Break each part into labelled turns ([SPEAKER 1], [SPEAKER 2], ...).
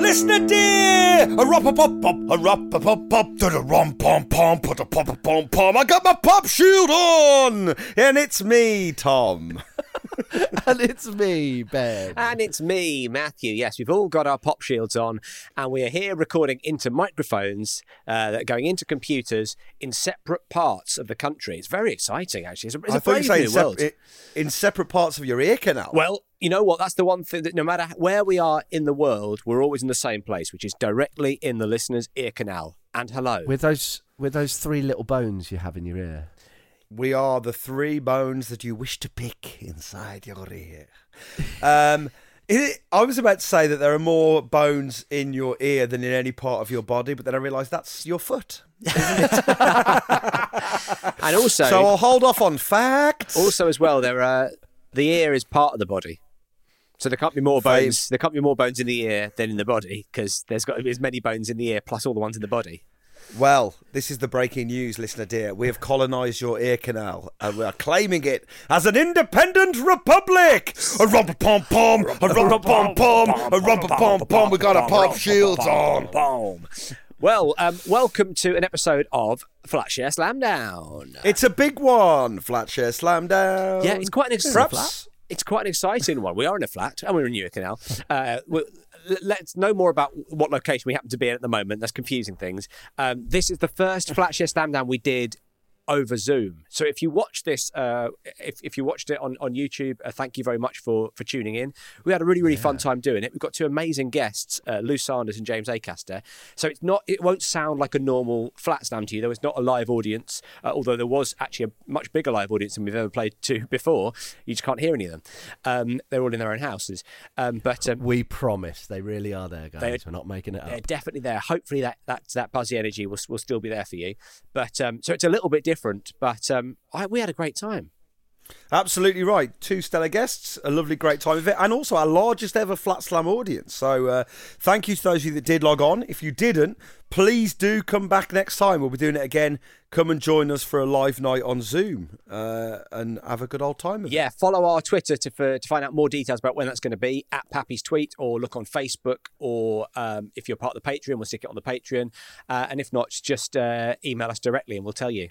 [SPEAKER 1] Listener dear, a rop a pop pop, a rop a pop pop, to the rom pom pom, put a pop a pom pom. I got my pop shield on, and it's me, Tom.
[SPEAKER 2] and it's me, Ben.
[SPEAKER 3] And it's me, Matthew. Yes, we've all got our pop shields on, and we are here recording into microphones uh, that are going into computers in separate parts of the country. It's very exciting, actually. It's a, it's a
[SPEAKER 1] I thought
[SPEAKER 3] brave
[SPEAKER 1] you said
[SPEAKER 3] new
[SPEAKER 1] in, sep-
[SPEAKER 3] world.
[SPEAKER 1] i- in separate parts of your ear canal.
[SPEAKER 3] well, you know what? That's the one thing that no matter where we are in the world, we're always in the same place, which is directly in the listener's ear canal. And hello.
[SPEAKER 2] With those with those three little bones you have in your ear.
[SPEAKER 1] we are the three bones that you wish to pick inside your ear. Um, it, I was about to say that there are more bones in your ear than in any part of your body, but then I realised that's your foot.
[SPEAKER 3] and also,
[SPEAKER 1] So I'll hold off on facts.
[SPEAKER 3] also as well, there are the ear is part of the body. So there can't be more
[SPEAKER 1] Fame.
[SPEAKER 3] bones. There can't be more bones in the ear than in the body because there's got to be as many bones in the ear plus all the ones in the body.
[SPEAKER 1] Well, this is the breaking news, listener dear. We have colonised your ear canal and we are claiming it as an independent republic. A rumpa pom pom, a rumpa pom pom, a rumpa pom pom. We got our pop shields on.
[SPEAKER 3] Boom. Well, um, welcome to an episode of Flatshare Slamdown.
[SPEAKER 1] It's a big one. Flatshare slam down.
[SPEAKER 3] Yeah, it's quite an exciting
[SPEAKER 1] Perhaps-
[SPEAKER 3] flat. It's quite an exciting one. We are in a flat, and we're in Newark Canal. Uh, we- l- let's know more about what location we happen to be in at the moment. That's confusing things. Um, this is the first Flatshare Slam Down we did over Zoom. So if you watched this, uh, if, if you watched it on, on YouTube, uh, thank you very much for for tuning in. We had a really really fun time doing it. We've got two amazing guests, uh, Lou Sanders and James Acaster. So it's not it won't sound like a normal flat slam to you. There was not a live audience, uh, although there was actually a much bigger live audience than we've ever played to before. You just can't hear any of them. Um, they're all in their own houses, um, but um,
[SPEAKER 2] We promise they really are there, guys.
[SPEAKER 3] They-
[SPEAKER 2] We're not making it up.
[SPEAKER 3] they're definitely there. Hopefully that that that buzzy energy will will still be there for you. But um, so it's a little bit different, but um, I, we had a great time.
[SPEAKER 1] Absolutely right. Two stellar guests, a lovely, great time of it, and also our largest ever Flat Slam audience. So, uh, thank you to those of you that did log on. If you didn't, please do come back next time. We'll be doing it again. Come and join us for a live night on Zoom uh, and have a good old time. Of it.
[SPEAKER 3] Yeah, follow our Twitter to for, to find out more details about when that's going to be at Pappy's tweet, or look on Facebook, or um, if you're part of the Patreon, we'll stick it on the Patreon, uh, and if not, just uh, email us directly and we'll tell you.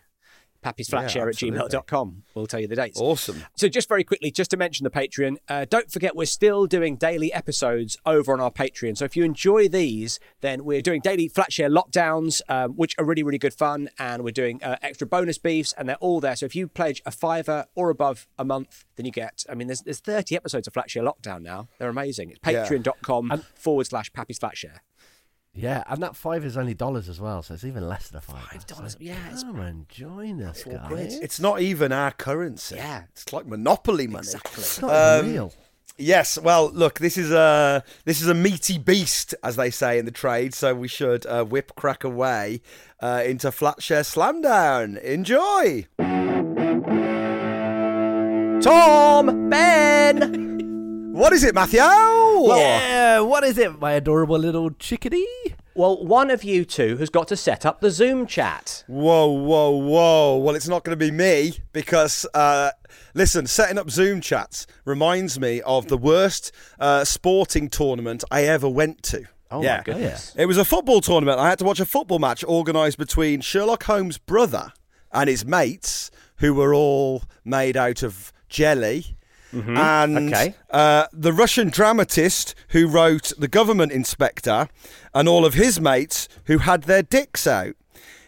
[SPEAKER 3] Pappy's
[SPEAKER 1] Yeah,
[SPEAKER 3] flatshare at gmail.com. We'll tell you the dates.
[SPEAKER 1] Awesome.
[SPEAKER 3] So, just very quickly, just to mention the Patreon, uh, don't forget we're still doing daily episodes over on our Patreon. So, if you enjoy these, then we're doing daily Flatshare lockdowns, um, which are really, really good fun. And we're doing uh, extra bonus beefs, and they're all there. So, if you pledge a fiver or above a month, then you get, I mean, there's, there's 30 episodes of Flatshare lockdown now. They're amazing. It's
[SPEAKER 1] Yeah.
[SPEAKER 3] patreon.com forward slash Pappy's Flatshare.
[SPEAKER 2] Yeah, and that five is only dollars as well, so it's even less than a five. Five
[SPEAKER 3] dollars, yeah, it's-
[SPEAKER 2] Come and join us, guys. It's
[SPEAKER 1] It's not even our currency.
[SPEAKER 3] Yeah.
[SPEAKER 1] It's like Monopoly money. Um,
[SPEAKER 2] not real.
[SPEAKER 1] Yes, well, look, this is a this is a meaty beast, as they say in the trade. So we should uh, whip crack away uh, into Flatshare Slamdown. Enjoy.
[SPEAKER 3] Tom, Ben.
[SPEAKER 1] What is it, Matthew?
[SPEAKER 2] Yeah, what is it, my adorable little chickadee?
[SPEAKER 3] Well, one of you two has got to set up the Zoom chat.
[SPEAKER 1] Whoa, whoa, whoa! Well, it's not going to be me because uh, listen, setting up Zoom chats reminds me of the worst uh, sporting tournament I ever went to.
[SPEAKER 3] Oh, my goodness.
[SPEAKER 1] It was a football tournament. I had to watch a football match organised between Sherlock Holmes' brother and his mates, who were all made out of jelly. And
[SPEAKER 3] Mm-hmm. Okay.
[SPEAKER 1] uh, the Russian dramatist who wrote The Government Inspector and all of his mates who had their dicks out.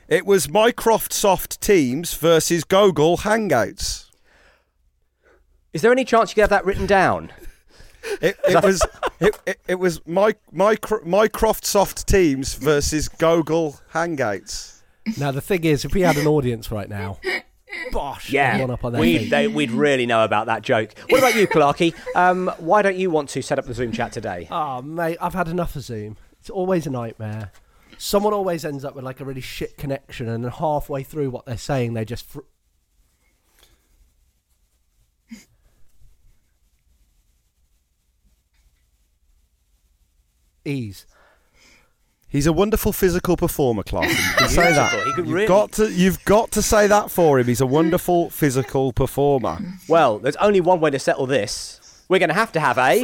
[SPEAKER 1] It was Mycroft Soft Teams versus Gogol Hangouts.
[SPEAKER 3] Is there any chance you could have that written down?
[SPEAKER 1] It, it was it, it, it was my, my, Mycroft Soft Teams versus Gogol Hangouts.
[SPEAKER 2] Now the thing is, if we had an audience right now, Bosh.
[SPEAKER 3] Yeah,
[SPEAKER 2] One up on their
[SPEAKER 3] we'd,
[SPEAKER 2] feet.
[SPEAKER 3] they, we'd really know about that joke. What about you, Clarky? Um, why don't you want to set up the Zoom chat today?
[SPEAKER 2] Oh, mate, I've had enough of Zoom. It's always a nightmare. Someone always ends up with like a really shit connection, and then halfway through what they're saying, they just. Fr- Ease.
[SPEAKER 1] He's a wonderful physical performer, Clark. You can say that.
[SPEAKER 3] He could
[SPEAKER 1] You've
[SPEAKER 3] really-
[SPEAKER 1] got to. You've got to say that for him. He's a wonderful physical performer.
[SPEAKER 3] Well, there's only one way to settle this. We're going to have to have
[SPEAKER 4] We're
[SPEAKER 3] a.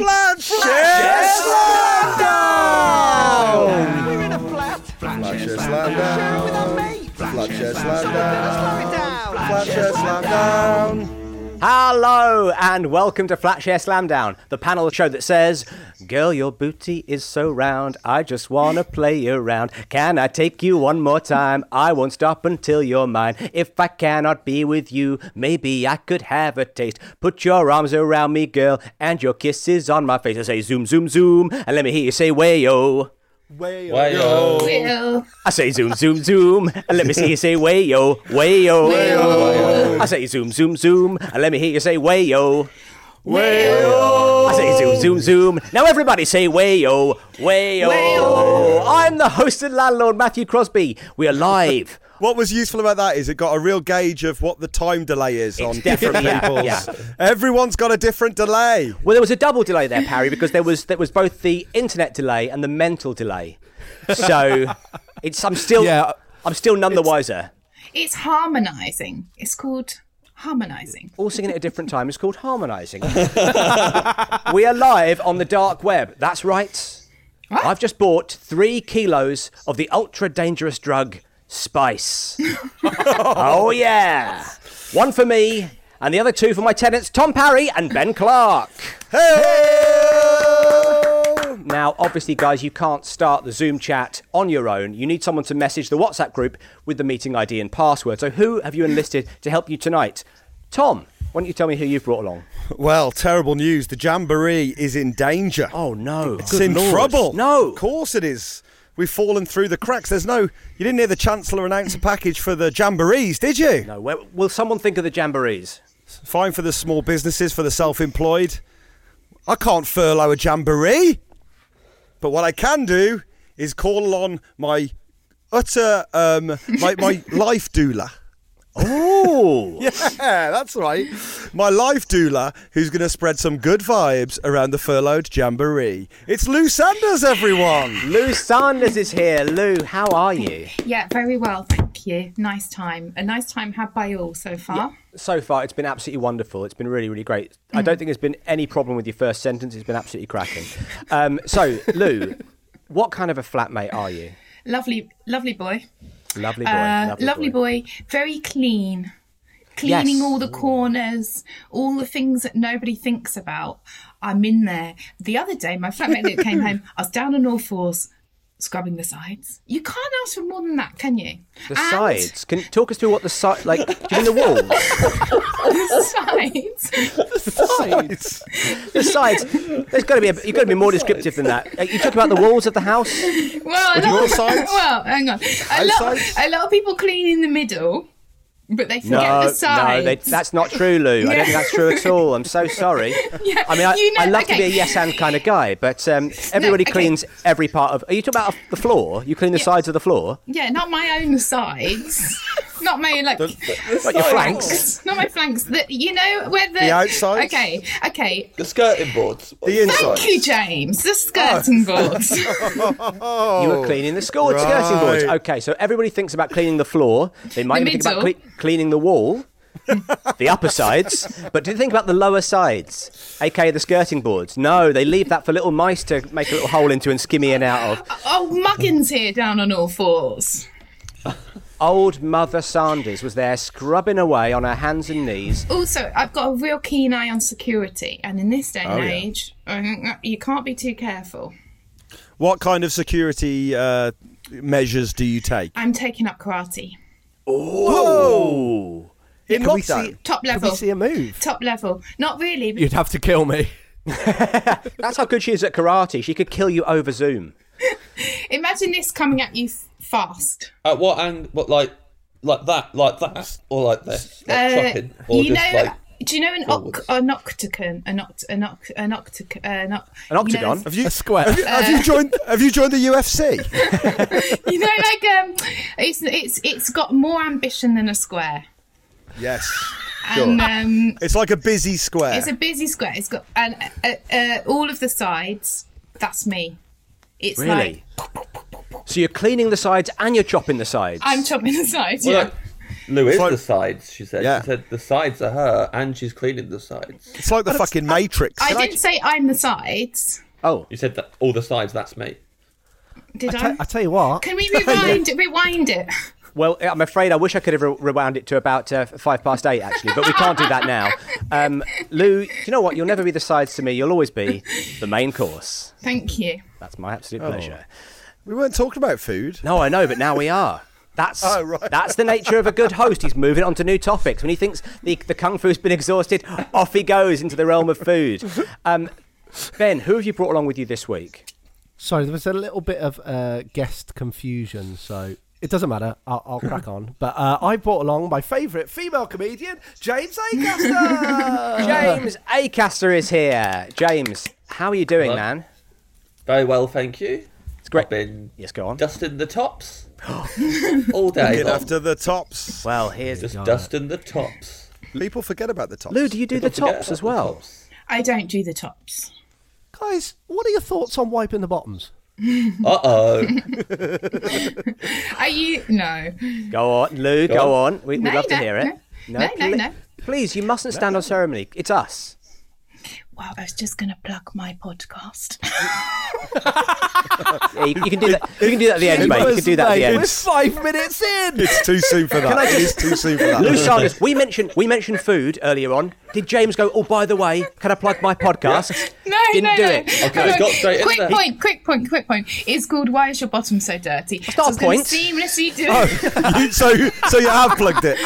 [SPEAKER 4] in a flat. Flat
[SPEAKER 1] slam down.
[SPEAKER 4] with our mate.
[SPEAKER 1] Flatshare slam down.
[SPEAKER 4] Slow it down.
[SPEAKER 1] Flatshare slam down.
[SPEAKER 3] Hello and welcome to Flatshare Slamdown, the panel show that says, "Girl, your booty is so round. I just wanna play around. Can I take you one more time? I won't stop until you're mine. If I cannot be with you, maybe I could have a taste. Put your arms around me, girl, and your kisses on my face. I say zoom, zoom, zoom, and let me hear you say wayo.
[SPEAKER 5] Wayo.
[SPEAKER 6] Will.
[SPEAKER 3] I say zoom, zoom, zoom, and let me see you say wayo, wayo. I say zoom, zoom, zoom, and let me hear you say wayo. I say zoom, zoom, zoom. Now everybody say wayo, wayo. I'm the host and landlord, Matthew Crosby. We are live.
[SPEAKER 1] What was useful about that is it got a real gauge of what the time delay is on different
[SPEAKER 3] different, yeah,
[SPEAKER 1] people's.
[SPEAKER 3] yeah.
[SPEAKER 1] Everyone's got a different delay.
[SPEAKER 3] Well, there was a double delay there, Parry, because there was there was both the internet delay and the mental delay. So it's I'm still
[SPEAKER 2] Yeah.
[SPEAKER 3] I'm still none the wiser.
[SPEAKER 6] It's harmonizing. It's called harmonizing.
[SPEAKER 3] all singing at a different time is called harmonizing. we are live on the dark web. That's right. I've just bought three kilos of the ultra dangerous drug spice. oh, yeah. One for me, and the other two for my tenants, Tom Parry and Ben Clark. Now, obviously, guys, you can't start the Zoom chat on your own. You need someone to message the WhatsApp group with the meeting ID and password. So, who have you enlisted to help you tonight? Tom, why don't you tell me who you've brought along?
[SPEAKER 1] Well, terrible news. The jamboree is in danger.
[SPEAKER 3] Oh, no.
[SPEAKER 1] It's in trouble.
[SPEAKER 3] No.
[SPEAKER 1] Of course it is. We've fallen through the cracks. There's no. You didn't hear the Chancellor announce a package for the jamborees, did you?
[SPEAKER 3] No, where, will someone think of the jamborees?
[SPEAKER 1] Fine for the small businesses, for the self employed. I can't furlough a jamboree. But what I can do is call on my utter, um, my, my life doula.
[SPEAKER 3] Oh,
[SPEAKER 1] Yeah, that's right. My life doula, who's going to spread some good vibes around the furloughed jamboree. It's Lou Sanders, everyone.
[SPEAKER 3] Lou Sanders is here. Lou, how are you?
[SPEAKER 6] Yeah, very well, thank you. Nice time. A nice time had by all so far.
[SPEAKER 3] So far, it's been absolutely wonderful. It's been really, really great.
[SPEAKER 6] Hmm.
[SPEAKER 3] I don't think there's been any problem with your first sentence. It's been absolutely cracking. Um, so, Lou, what kind of a flatmate are you?
[SPEAKER 6] Lovely, lovely boy.
[SPEAKER 3] Lovely boy.
[SPEAKER 6] Uh, lovely, boy. Very clean. Cleaning
[SPEAKER 3] Yes.
[SPEAKER 6] all the corners, all the things that nobody thinks about. I'm in there. The other day, my flatmate Luke came home. I was down on all fours, scrubbing the sides. You can't ask for more than that, can you?
[SPEAKER 3] The
[SPEAKER 6] And-
[SPEAKER 3] sides. Can talk us through what the side like? Do you mean the walls?
[SPEAKER 6] The sides.
[SPEAKER 1] Right.
[SPEAKER 3] the sides. There's got to be. A, you've got to be more descriptive than that. Uh, You talk about the walls of the house.
[SPEAKER 6] Well, a
[SPEAKER 1] your
[SPEAKER 6] lot,
[SPEAKER 1] sides?
[SPEAKER 6] well, hang on. A lot,
[SPEAKER 1] sides?
[SPEAKER 6] a lot of people clean in the middle, but they forget the
[SPEAKER 3] no,
[SPEAKER 6] sides.
[SPEAKER 3] they, that's not true, Lou. I don't think that's true at all. I'm so sorry. I mean, I,
[SPEAKER 6] you know-
[SPEAKER 3] I love to be
[SPEAKER 6] okay.
[SPEAKER 3] a yes and kind of guy, but um, everybody
[SPEAKER 6] okay.
[SPEAKER 3] cleans every part of. Are you talking about the floor? You clean the sides of the floor,
[SPEAKER 6] Yeah, not my own sides. not my like.
[SPEAKER 3] like your flanks.
[SPEAKER 6] not my flanks. The, you know where the,
[SPEAKER 1] The outsides?
[SPEAKER 6] Okay, okay.
[SPEAKER 5] The skirting boards.
[SPEAKER 1] The
[SPEAKER 6] Thank
[SPEAKER 1] inside.
[SPEAKER 6] you, James. The skirting boards.
[SPEAKER 3] Oh. You
[SPEAKER 6] Oh,
[SPEAKER 3] were cleaning the score skirting boards.
[SPEAKER 1] right.
[SPEAKER 3] Okay, so everybody thinks about cleaning the floor. They might
[SPEAKER 6] The
[SPEAKER 3] even think about
[SPEAKER 6] middle.
[SPEAKER 3] cle- cleaning the wall, the upper sides. But do you think about the lower sides, aka the skirting boards? No, they leave that for little mice to make a little hole into and skimmy in out of.
[SPEAKER 6] oh, Muggins here down on all fours.
[SPEAKER 3] Old Mother Sanders was there scrubbing away on her hands and knees.
[SPEAKER 6] Also, I've got a real keen eye on security, and in this day
[SPEAKER 2] Oh,
[SPEAKER 6] and age, uh, you can't be too careful.
[SPEAKER 1] What kind of security uh, measures do you take?
[SPEAKER 6] I'm taking up karate.
[SPEAKER 3] Whoa!
[SPEAKER 1] In
[SPEAKER 2] Can we
[SPEAKER 1] lockdown?
[SPEAKER 2] see-
[SPEAKER 6] Top
[SPEAKER 2] Can
[SPEAKER 6] level.
[SPEAKER 2] we see a move?
[SPEAKER 6] Top level. Not really. But
[SPEAKER 2] You'd have to kill me.
[SPEAKER 3] That's how good she is at karate. She could kill you over Zoom.
[SPEAKER 6] Imagine this coming at you f- fast.
[SPEAKER 2] Uh,
[SPEAKER 5] At what angle? What like? like that, like that, or like this, like chopping, or
[SPEAKER 6] Uh, you
[SPEAKER 5] just
[SPEAKER 6] know,
[SPEAKER 5] like
[SPEAKER 6] do you know an, oc-
[SPEAKER 5] forwards.
[SPEAKER 6] an octagon? An oct, an oct, an octagon, uh, an, oc-
[SPEAKER 3] An octagon?
[SPEAKER 1] Have you,
[SPEAKER 2] A square.
[SPEAKER 1] Have you, have you joined? Have you joined the UFC?
[SPEAKER 6] Uh, You know, like um, it's it's it's got more ambition than a square,
[SPEAKER 1] yes.
[SPEAKER 6] and um,
[SPEAKER 1] It's like a busy square.
[SPEAKER 6] It's a busy square. It's got and uh, uh, all of the sides. That's me. It's like
[SPEAKER 3] Really? So you're cleaning the sides and you're chopping the sides.
[SPEAKER 6] I'm chopping the sides.
[SPEAKER 5] Well,
[SPEAKER 6] yeah.
[SPEAKER 5] like, Lou is
[SPEAKER 1] like-
[SPEAKER 5] the sides. She said.
[SPEAKER 1] Yeah.
[SPEAKER 5] She said the sides are her, and she's cleaning the sides.
[SPEAKER 1] It's like the fucking Matrix.
[SPEAKER 6] I
[SPEAKER 1] Can I
[SPEAKER 6] didn't say I'm the sides.
[SPEAKER 3] oh,
[SPEAKER 5] You said that all the sides. That's me.
[SPEAKER 6] Did
[SPEAKER 2] I
[SPEAKER 6] I?
[SPEAKER 2] te- I tell you what.
[SPEAKER 6] Can we rewind? rewind it.
[SPEAKER 3] well, I'm afraid I wish I could have re- rewound it to about uh, five past eight, actually, but we can't do that now. Um, Lou, do you know what? You'll never be the sides to me. You'll always be the main course.
[SPEAKER 6] Thank you.
[SPEAKER 3] That's my absolute pleasure.
[SPEAKER 1] Oh. We weren't talking about food.
[SPEAKER 3] No, I know, but now we are. That's
[SPEAKER 1] Oh, right.
[SPEAKER 3] that's the nature of a good host. He's moving on to new topics. When he thinks the, the kung fu's been exhausted, off he goes into the realm of food. Um, ben, who have you brought along with you this week?
[SPEAKER 2] Sorry, there was a little bit of uh, guest confusion, so it doesn't matter. I'll, I'll crack on. But uh, I brought along my favourite female comedian, James Acaster.
[SPEAKER 3] James Acaster is here. James, how are you doing,
[SPEAKER 5] Hello.
[SPEAKER 3] man?
[SPEAKER 5] Very well, thank you. It's
[SPEAKER 3] great.
[SPEAKER 5] I've been
[SPEAKER 3] Yes, go on.
[SPEAKER 5] dusting the tops all day.
[SPEAKER 1] Looking
[SPEAKER 5] long.
[SPEAKER 1] after the tops.
[SPEAKER 3] Well, here's
[SPEAKER 5] Just dusting the tops.
[SPEAKER 1] People forget about the tops.
[SPEAKER 3] Lou. Do you do the
[SPEAKER 5] Don't forget
[SPEAKER 3] tops
[SPEAKER 5] about
[SPEAKER 3] as
[SPEAKER 5] the
[SPEAKER 3] well?
[SPEAKER 5] tops.
[SPEAKER 6] I don't do the tops.
[SPEAKER 2] Guys, what are your thoughts on wiping the bottoms?
[SPEAKER 5] Uh oh.
[SPEAKER 6] Are you? No.
[SPEAKER 3] Go on, Lou. Go,
[SPEAKER 5] Go
[SPEAKER 3] on. We,
[SPEAKER 6] No,
[SPEAKER 3] would love to
[SPEAKER 6] no,
[SPEAKER 3] hear it.
[SPEAKER 6] no. No, no,
[SPEAKER 3] pl-
[SPEAKER 6] no.
[SPEAKER 3] Please, you mustn't stand on ceremony. It's us.
[SPEAKER 6] Well, I was just going to plug my podcast.
[SPEAKER 3] Yeah, you, you can do that. You can do that at the end, mate. You can do that at the
[SPEAKER 2] Mate,
[SPEAKER 3] end.
[SPEAKER 2] We're five minutes in.
[SPEAKER 1] It's too soon for that. it is too soon for that.
[SPEAKER 3] Lou Sardis, we mentioned we mentioned food earlier on. Did James go? Oh, by the way, can I plug my podcast?
[SPEAKER 6] No,
[SPEAKER 3] Didn't
[SPEAKER 6] no,
[SPEAKER 3] do
[SPEAKER 6] no.
[SPEAKER 3] it.
[SPEAKER 5] Okay,
[SPEAKER 6] Hold on.
[SPEAKER 5] got straight in
[SPEAKER 6] quick
[SPEAKER 5] there.
[SPEAKER 6] point, quick point, quick point. It's called Why Is Your Bottom So Dirty? That's
[SPEAKER 3] not
[SPEAKER 6] so
[SPEAKER 3] a
[SPEAKER 6] it's gonna
[SPEAKER 3] point.
[SPEAKER 6] Seamlessly do
[SPEAKER 1] You- so, so you have plugged it.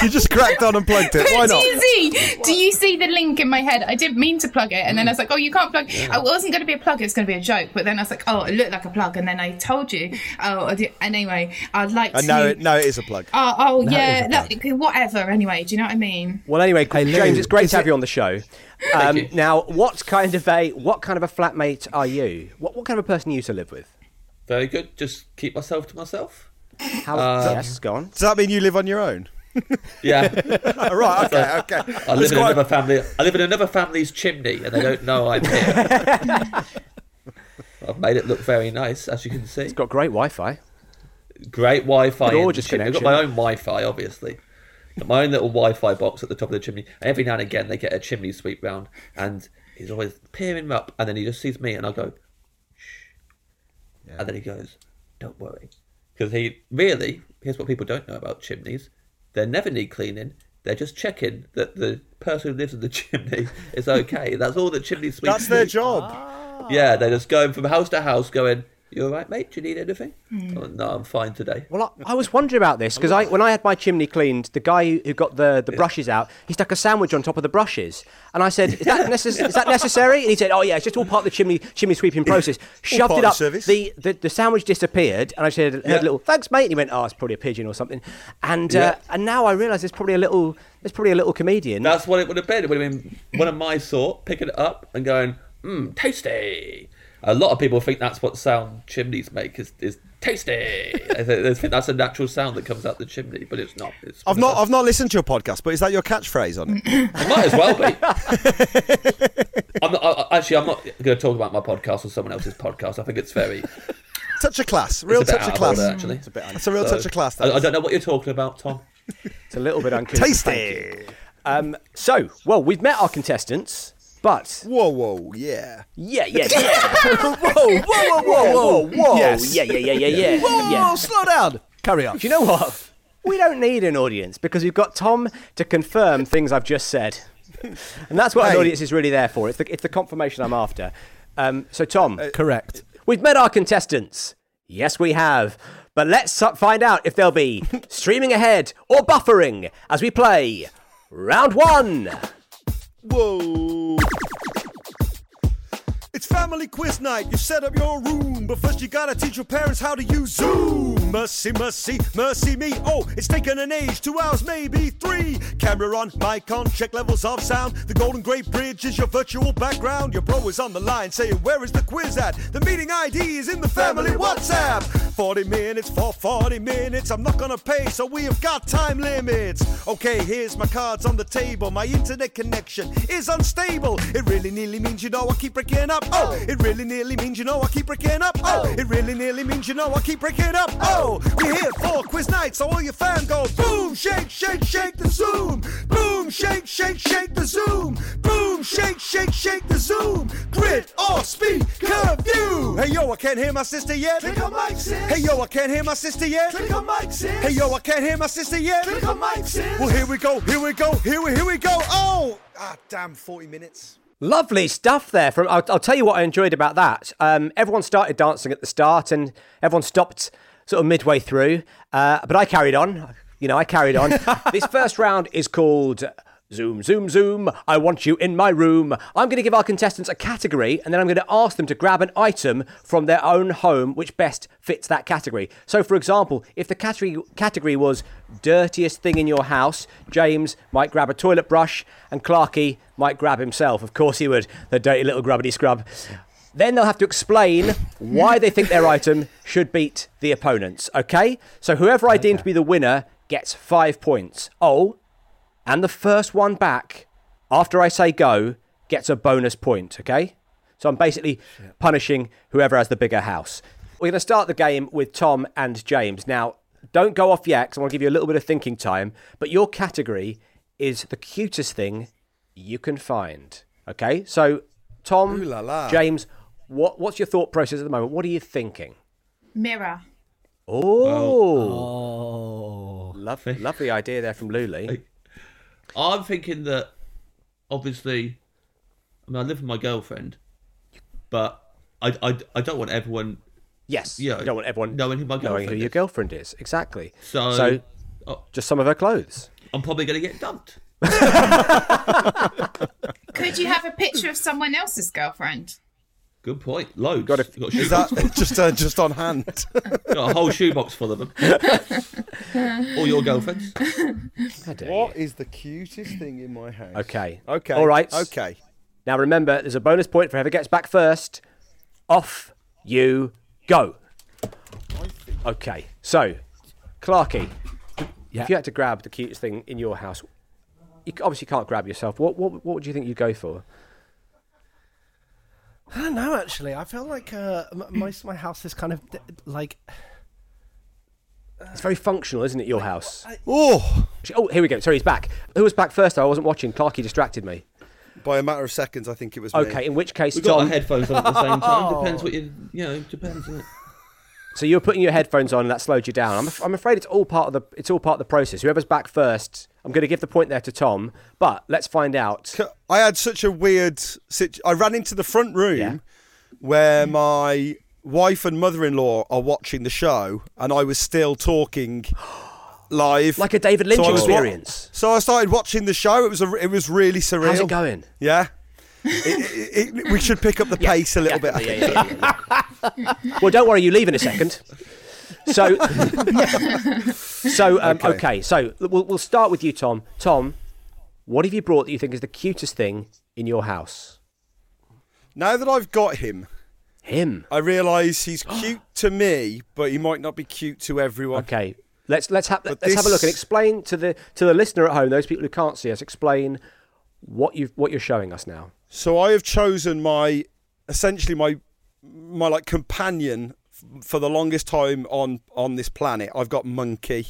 [SPEAKER 1] You just cracked on and plugged it. Why not?
[SPEAKER 6] It's easy. Do you see the link in my head? I didn't mean to plug it, and then I was like, "Oh, you can't plug." I wasn't going to be a plug; it's going to be a joke. But then I was like, "Oh, it looked like a plug," and then I told you. Oh, I did- and anyway, I'd like
[SPEAKER 1] And
[SPEAKER 6] to.
[SPEAKER 1] Uh, no, it, no, it is a plug.
[SPEAKER 6] Oh, oh yeah, look, whatever. Anyway, do you know what I mean?
[SPEAKER 3] Well, anyway,
[SPEAKER 2] Lou,
[SPEAKER 3] James, it's great
[SPEAKER 2] is
[SPEAKER 3] to have
[SPEAKER 2] it-
[SPEAKER 3] you on the show. Um,
[SPEAKER 5] you.
[SPEAKER 3] now, what kind of a what kind of a flatmate are you? What what kind of a person are you to live with?
[SPEAKER 5] Very good. Just keep myself to myself. Uh,
[SPEAKER 3] How yes, gone.
[SPEAKER 1] Does that mean you live on your own?
[SPEAKER 5] Yeah.
[SPEAKER 1] Oh, right. Okay. Okay.
[SPEAKER 5] I live
[SPEAKER 1] It's
[SPEAKER 5] in
[SPEAKER 1] quite-
[SPEAKER 5] another family. I live in another family's chimney, and they don't know I'm here. I've made it look very nice, as you can see.
[SPEAKER 3] Got great Wi-Fi.
[SPEAKER 5] Great Wi-Fi. in the
[SPEAKER 3] Gorgeous
[SPEAKER 5] chimney. I've got my
[SPEAKER 3] connection.
[SPEAKER 5] own Wi-Fi, obviously. Got my own little Wi-Fi box at the top of the chimney. And every now and again, they get a chimney sweep round, and he's always peering up, and then he just sees me, and I go, "Shh," and then he goes, "Don't worry," because he really here's what people don't know about chimneys: they never need cleaning. They're just checking that the person who lives in the chimney is okay. That's all the chimney sweeps.
[SPEAKER 1] That's their
[SPEAKER 5] do.
[SPEAKER 1] job.
[SPEAKER 5] Yeah, they're just going from house to house, going, "You all right, mate? Do you need anything?" Oh, no, I'm fine today.
[SPEAKER 3] Well, I, I was wondering about this because I, when I had my chimney cleaned, the guy who, who got the, the brushes out, he stuck a sandwich on top of the brushes, and I said, "Is that, necess- is that necessary?" And he said, "Oh yeah, it's just all part of the chimney chimney sweeping process." Shoved it
[SPEAKER 1] part of
[SPEAKER 3] up.
[SPEAKER 1] the service.
[SPEAKER 3] The, the the sandwich disappeared, and I said, heard
[SPEAKER 5] Yeah.
[SPEAKER 3] a little thanks, mate." And he went, "Oh, it's probably a pigeon or something," and
[SPEAKER 5] Yeah.
[SPEAKER 3] uh, and now I realise there's probably a little there's probably a little comedian.
[SPEAKER 5] That's what it would have been. It would have been one of my sort picking it up and going, mmm, tasty. A lot of people think that's what sound chimneys make is, is tasty. they they think that's a natural sound that comes out the chimney, but it's not. It's
[SPEAKER 1] I've not, I've not listened to your podcast, but is that your catchphrase on it?
[SPEAKER 5] It might as well be. I'm not, I, I- actually, I'm not going to talk about my podcast or someone else's podcast. I think it's very
[SPEAKER 1] Touch of class. Real
[SPEAKER 5] it's a bit
[SPEAKER 1] touch
[SPEAKER 5] out
[SPEAKER 1] of
[SPEAKER 5] of
[SPEAKER 1] class.
[SPEAKER 5] order,
[SPEAKER 3] Mm.
[SPEAKER 5] actually.
[SPEAKER 1] It's a, bit, it's a real
[SPEAKER 5] So,
[SPEAKER 1] touch of class.
[SPEAKER 5] I,
[SPEAKER 1] that
[SPEAKER 5] I
[SPEAKER 1] is.
[SPEAKER 5] don't know what you're talking about, Tom.
[SPEAKER 3] It's a little bit uncouth. Thank you.
[SPEAKER 1] Tasty.
[SPEAKER 3] Um, so, well, we've met our contestants, but
[SPEAKER 1] Whoa, whoa, yeah.
[SPEAKER 3] yeah, yeah, yeah. whoa, whoa, whoa, whoa, whoa, whoa.
[SPEAKER 1] Yes.
[SPEAKER 3] Yeah, yeah, yeah, yeah, yeah.
[SPEAKER 2] Whoa,
[SPEAKER 3] yeah.
[SPEAKER 2] slow down. Carry on.
[SPEAKER 3] Do you know what? We don't need an audience because we've got Tom to confirm things I've just said. And that's what
[SPEAKER 1] Hey.
[SPEAKER 3] an audience is really there for. It's the, it's the confirmation I'm after. Um, so, Tom,
[SPEAKER 2] Correct.
[SPEAKER 3] we've met our contestants. Yes, we have. But let's so- find out if they'll be streaming ahead or buffering as we play round one.
[SPEAKER 1] Whoa. It's family quiz night. You set up your room, but first you gotta teach your parents how to use Zoom. mercy, mercy, mercy me. Oh, it's taken an age, two hours, maybe three. Camera on, mic on, check levels of sound. The Golden Great Bridge is your virtual background. Your bro is on the line saying, Where is the quiz at? The meeting ID is in the family WhatsApp. 40 minutes for 40 minutes. I'm not gonna pay, so we have got time limits. Okay, here's my cards on the table. My internet connection is unstable. It really nearly means you know I keep breaking up. Oh, it really nearly means you know I keep breaking up. Oh, it really nearly means you know I keep breaking up. Oh, we're here for quiz night, so all your fam go boom, shake, shake, shake the zoom. Boom, shake, shake, shake the zoom. Boom, shake, shake, shake the zoom. Grit or speed curfew. Hey yo, I can't hear my sister yet. Click on mic, sis. Hey yo, I can't hear my sister yet. Click on mic, sis. Hey yo, I can't hear my sister yet. Click on mic, sis. Well, here we go, here we go, here we here we go. Oh, ah, damn, forty minutes.
[SPEAKER 3] Lovely stuff there. From I'll, I'll tell you what I enjoyed about that. Um, everyone started dancing at the start, and everyone stopped sort of midway through. Uh, but I carried on. You know, I carried on. this first round is called Zoom, Zoom, Zoom. I want you in my room. I'm going to give our contestants a category, and then I'm going to ask them to grab an item from their own home which best fits that category. So, for example, if the category category was dirtiest thing in your house, James might grab a toilet brush, and Clarky might grab himself. Of course he would, the dirty little grubbity scrub. Then they'll have to explain why they think their item should beat the opponent's. Okay? So whoever I deem to be the winner gets five points. Oh, and the first one back after I say go gets a bonus point. Okay? So I'm basically punishing whoever has the bigger house. We're going to start the game with Tom and James. Now, don't go off yet because I want to give you a little bit of thinking time, but your category is the cutest thing you can find. Okay? So, Tom,
[SPEAKER 1] Ooh la la.
[SPEAKER 3] James, what, what's your thought process at the moment? What are you thinking?
[SPEAKER 6] Mirror.
[SPEAKER 3] Oh,
[SPEAKER 1] Oh.
[SPEAKER 3] lovely, lovely idea there from Luli.
[SPEAKER 5] I'm thinking that obviously, I mean, I live with my girlfriend, but I, I, I don't want everyone.
[SPEAKER 3] Yes,
[SPEAKER 5] Yeah,
[SPEAKER 3] you don't want everyone
[SPEAKER 5] knowing who my
[SPEAKER 3] knowing who
[SPEAKER 5] girlfriend
[SPEAKER 3] your
[SPEAKER 5] is.
[SPEAKER 3] girlfriend is. Exactly.
[SPEAKER 5] So, oh,
[SPEAKER 3] just some of her clothes.
[SPEAKER 5] I'm probably going to get dumped.
[SPEAKER 6] Could you have a picture of someone else's girlfriend?
[SPEAKER 5] Good point. Loads. Got a, got, a
[SPEAKER 1] Is that just uh, just on hand?
[SPEAKER 5] got a whole shoebox full of them. All your girlfriends.
[SPEAKER 3] How dare you.
[SPEAKER 1] What is the cutest thing in my house?
[SPEAKER 3] Okay.
[SPEAKER 1] Okay.
[SPEAKER 3] All right.
[SPEAKER 1] Okay.
[SPEAKER 3] Now remember, there's a bonus point for whoever gets back first. Off you go. Okay. So, Clarky,
[SPEAKER 2] Yeah.
[SPEAKER 3] if you had to grab the cutest thing in your house, you c- obviously can't grab yourself. What what what would you think you'd go for?
[SPEAKER 2] I don't know. Actually, I feel like uh, m- most of my house is kind of d- like
[SPEAKER 3] It's very functional, isn't it? Your house.
[SPEAKER 1] Oh,
[SPEAKER 3] Oh, here we go. Sorry, he's back. Who was back first? Though I wasn't watching. Clarky distracted me.
[SPEAKER 1] by a matter of seconds, I think it was. me.
[SPEAKER 3] Okay. In which case,
[SPEAKER 5] We got our
[SPEAKER 3] Tom.
[SPEAKER 5] headphones on at the same time. Depends what you, you know, depends. Isn't it?
[SPEAKER 3] So you're putting your headphones on, and that slowed you down. I'm, af- I'm afraid it's all part of the it's all part of the process. Whoever's back first, I'm going to give the point there to Tom. But let's find out.
[SPEAKER 1] C- I had such a weird sit. I ran into the front room
[SPEAKER 3] Yeah.
[SPEAKER 1] where my wife and mother-in-law are watching the show, and I was still talking live,
[SPEAKER 3] Like a David Lynch
[SPEAKER 1] I was wa-
[SPEAKER 3] experience.
[SPEAKER 1] so I started watching the show. It was a, it was really surreal.
[SPEAKER 3] How's it going?
[SPEAKER 1] Yeah. It- it- it- we should pick up the pace a little bit. I think.
[SPEAKER 3] Well, don't worry, you leave in a second. So, so um, okay. So we'll, we'll start with you, Tom. Tom, what have you brought that you think is the cutest thing in your house?
[SPEAKER 1] Now that I've got him,
[SPEAKER 3] Him.
[SPEAKER 1] I realise he's cute to me, but he might not be cute to everyone.
[SPEAKER 3] Okay. Let's let's have let's have a
[SPEAKER 1] this-
[SPEAKER 3] look and explain to the to the listener at home, those people who can't see us, explain what you have what you're showing us now.
[SPEAKER 1] So I have chosen my essentially my my like companion f- for the longest time on on this planet. I've got monkey.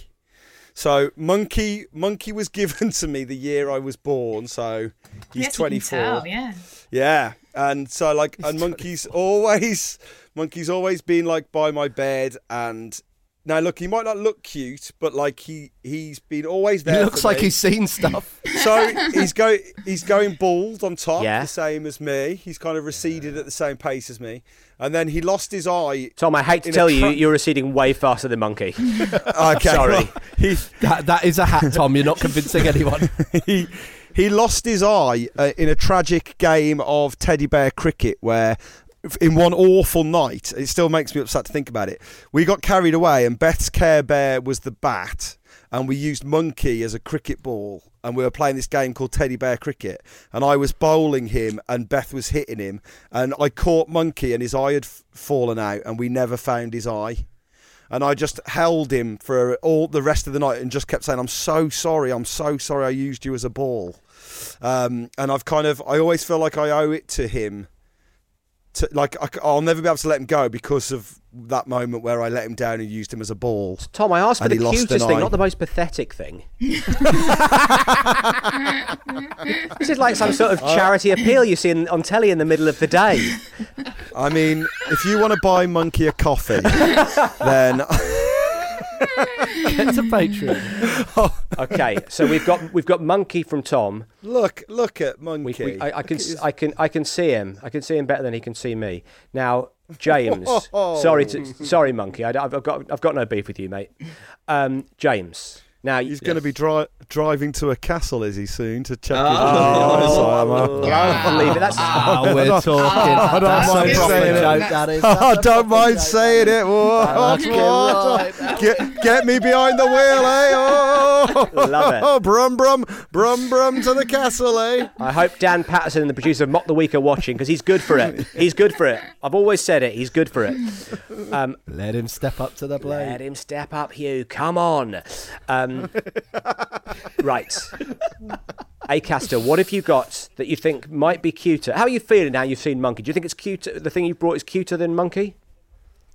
[SPEAKER 1] So monkey monkey was given to me the year I was born. So he's
[SPEAKER 6] yes,
[SPEAKER 1] twenty
[SPEAKER 6] You can
[SPEAKER 1] four.
[SPEAKER 6] tell, yeah.
[SPEAKER 1] Yeah, and so like, and monkey's always, monkey's always been like by my bed, and now look, he might not look cute, but like he he's been always there.
[SPEAKER 2] he
[SPEAKER 1] for
[SPEAKER 2] looks like
[SPEAKER 1] me.
[SPEAKER 2] he's seen stuff.
[SPEAKER 1] so he's go he's going bald on top,
[SPEAKER 3] Yeah.
[SPEAKER 1] the same as me. He's kind of receded at the same pace as me, and then he lost his eye.
[SPEAKER 3] Tom, I hate to
[SPEAKER 1] In a
[SPEAKER 3] tell you,
[SPEAKER 1] tra-
[SPEAKER 3] you're receding way faster than Monkey.
[SPEAKER 1] Okay,
[SPEAKER 3] Sorry.
[SPEAKER 1] well, he
[SPEAKER 2] that, that is a hat, Tom. You're not convincing anyone.
[SPEAKER 1] he he lost his eye uh, in a tragic game of teddy bear cricket where in one awful night. It still makes me upset to think about it. We got carried away, and Beth's Care Bear was the bat, and we used Monkey as a cricket ball, and we were playing this game called Teddy Bear Cricket, and I was bowling him, and Beth was hitting him, and I caught Monkey, and his eye had f- fallen out, and we never found his eye and I just held him for all the rest of the night and just kept saying, "I'm so sorry, I'm so sorry, I used you as a ball." Um, and I've kind of, I always feel like I owe it to him. To, like I, will never be able to let him go because of that moment where I let him down and used him as a ball.
[SPEAKER 3] Tom, I asked for
[SPEAKER 1] And
[SPEAKER 3] the
[SPEAKER 1] he lost an
[SPEAKER 3] cutest thing,
[SPEAKER 1] eye.
[SPEAKER 3] not the most pathetic thing. this is like some sort of charity appeal you see in, on telly in the middle of the day.
[SPEAKER 1] I mean, if you want to buy Monkey a coffee, then
[SPEAKER 2] Get to Patreon.
[SPEAKER 3] Okay, so we've got we've got Monkey from Tom.
[SPEAKER 1] look, look at
[SPEAKER 3] We,
[SPEAKER 1] Monkey.
[SPEAKER 3] we, I, I can s- I can I can see him. I can see him better than he can see me. Now, James, sorry to sorry Monkey. I, have got I've got no beef with you, mate. Um, James. Now
[SPEAKER 1] He's going to be dri- driving to a castle, is he soon, to check his
[SPEAKER 5] Oh.
[SPEAKER 1] eyes?
[SPEAKER 3] I'll leave it. That's
[SPEAKER 2] Ah, we're talking.
[SPEAKER 6] I don't
[SPEAKER 2] That's
[SPEAKER 1] mind
[SPEAKER 2] a proper
[SPEAKER 1] saying it.
[SPEAKER 2] joke, that is.
[SPEAKER 1] I
[SPEAKER 2] That's a
[SPEAKER 1] don't
[SPEAKER 2] proper
[SPEAKER 1] mind
[SPEAKER 2] joke.
[SPEAKER 1] saying it. Whoa,
[SPEAKER 2] That's
[SPEAKER 1] whoa.
[SPEAKER 2] right.
[SPEAKER 1] Get, get me behind the wheel, eh? Oh,
[SPEAKER 3] Love it.
[SPEAKER 1] brum brum, brum brum to the castle, eh?
[SPEAKER 3] I hope Dan Patterson and the producer of Mock the Week are watching because he's good for it. He's good for it. I've always said it. He's good for it.
[SPEAKER 2] Let him step up to the
[SPEAKER 3] Um, Let
[SPEAKER 2] plate.
[SPEAKER 3] him step up, Hugh. Come on. Um, right. Acaster, what have you got that you think might be cuter? How are you feeling now you've seen Monkey? Do you think it's cuter? The thing you brought is cuter than Monkey?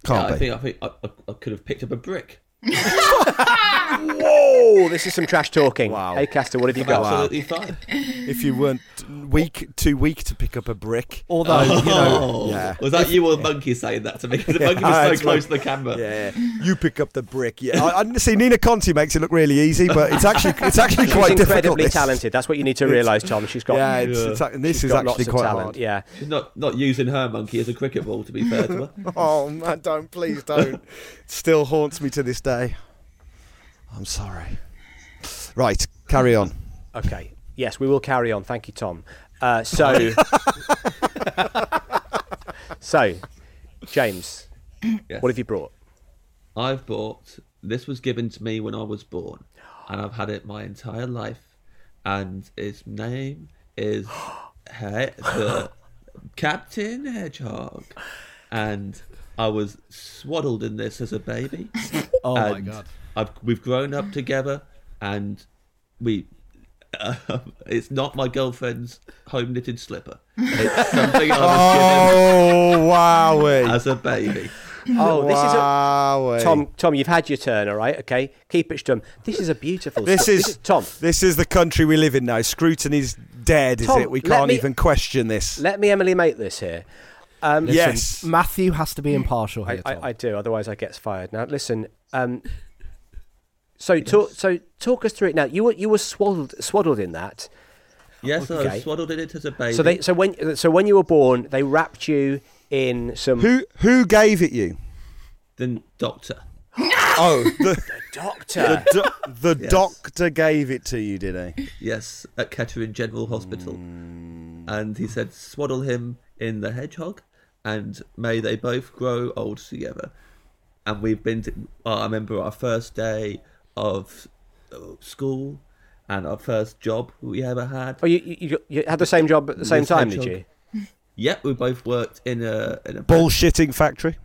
[SPEAKER 1] Can't
[SPEAKER 5] I
[SPEAKER 1] be.
[SPEAKER 5] think I think I, I, I could have picked up a brick.
[SPEAKER 3] Whoa, this is some trash talking. Wow. Acaster, what have you got?
[SPEAKER 5] Absolutely fine.
[SPEAKER 1] If you weren't weak, too weak to pick up a brick. Oh.
[SPEAKER 2] Although, you know,
[SPEAKER 1] yeah.
[SPEAKER 5] Oh. Was that you or Monkey saying that to me? The monkey
[SPEAKER 1] Ah,
[SPEAKER 5] was
[SPEAKER 1] it's
[SPEAKER 5] so close
[SPEAKER 1] Monkey.
[SPEAKER 5] to the camera.
[SPEAKER 1] Yeah, you pick up the brick. Yeah, I, I see. Nina Conti makes it look really easy, but it's actually it's actually
[SPEAKER 3] She's
[SPEAKER 1] quite difficult.
[SPEAKER 3] incredibly
[SPEAKER 1] this.
[SPEAKER 3] talented. That's what you need to realise, Tom. She's got,
[SPEAKER 1] Yeah, it's,
[SPEAKER 5] Yeah.
[SPEAKER 1] it's, ac- this
[SPEAKER 3] she's
[SPEAKER 1] is
[SPEAKER 3] got
[SPEAKER 1] actually
[SPEAKER 3] lots of
[SPEAKER 1] quite
[SPEAKER 3] talent.
[SPEAKER 1] hard.
[SPEAKER 3] Yeah.
[SPEAKER 5] She's not not using her monkey as a cricket ball, to be fair to her.
[SPEAKER 1] Oh man, don't please don't. Still haunts me to this day. I'm sorry. Right, carry on.
[SPEAKER 3] Okay. Yes, we will carry on. Thank you, Tom. Uh, so, so, James,
[SPEAKER 5] Yes.
[SPEAKER 3] what have you brought?
[SPEAKER 5] I've bought. This was given to me when I was born, and I've had it my entire life. And its name is he- the Captain Hedgehog, and I was swaddled in this as a baby.
[SPEAKER 2] oh my
[SPEAKER 5] and
[SPEAKER 2] god.
[SPEAKER 5] I've, we've grown up together, and we. Um, it's not my girlfriend's home knitted slipper. It's something I was
[SPEAKER 1] Oh
[SPEAKER 5] given
[SPEAKER 1] wow!
[SPEAKER 5] as a baby.
[SPEAKER 3] Oh, this is a.
[SPEAKER 1] Wow!
[SPEAKER 3] Tom, Tom, you've had your turn, all right? Okay, keep it stum. This is a beautiful.
[SPEAKER 1] This
[SPEAKER 3] sto-
[SPEAKER 1] is,
[SPEAKER 3] Tom.
[SPEAKER 1] This is the country we live in now. Scrutiny's dead,
[SPEAKER 3] Tom,
[SPEAKER 1] is it? We
[SPEAKER 3] let
[SPEAKER 1] can't
[SPEAKER 3] me-
[SPEAKER 1] even question this.
[SPEAKER 3] Let me Emily make this here. Um,
[SPEAKER 1] yes.
[SPEAKER 2] Matthew has to be impartial
[SPEAKER 3] I,
[SPEAKER 2] here. Tom.
[SPEAKER 3] I, I do, otherwise I get fired. Now listen. Um, so talk. So talk us through it now. You were you were swaddled swaddled in that.
[SPEAKER 5] Yes, I
[SPEAKER 3] Okay.
[SPEAKER 5] was swaddled in it as a baby.
[SPEAKER 3] So they so when so when you were born, they wrapped you in some
[SPEAKER 1] who who gave it you?
[SPEAKER 5] Then doctor.
[SPEAKER 1] Oh, the
[SPEAKER 3] doctor.
[SPEAKER 1] do- the
[SPEAKER 5] Yes.
[SPEAKER 1] doctor gave it to you, did he? Mm.
[SPEAKER 5] Yes, at Kettering General Hospital. And he said, swaddle him in the hedgehog, and may they both grow old together. And we've been. To, I remember our first day of uh, school and our first job we ever had.
[SPEAKER 3] Oh, you, you, you- you had the same job at the same
[SPEAKER 5] This
[SPEAKER 3] time, did
[SPEAKER 5] hedgehog.
[SPEAKER 3] you?
[SPEAKER 5] Yep, we both worked in a. In a
[SPEAKER 1] Bullshitting factory.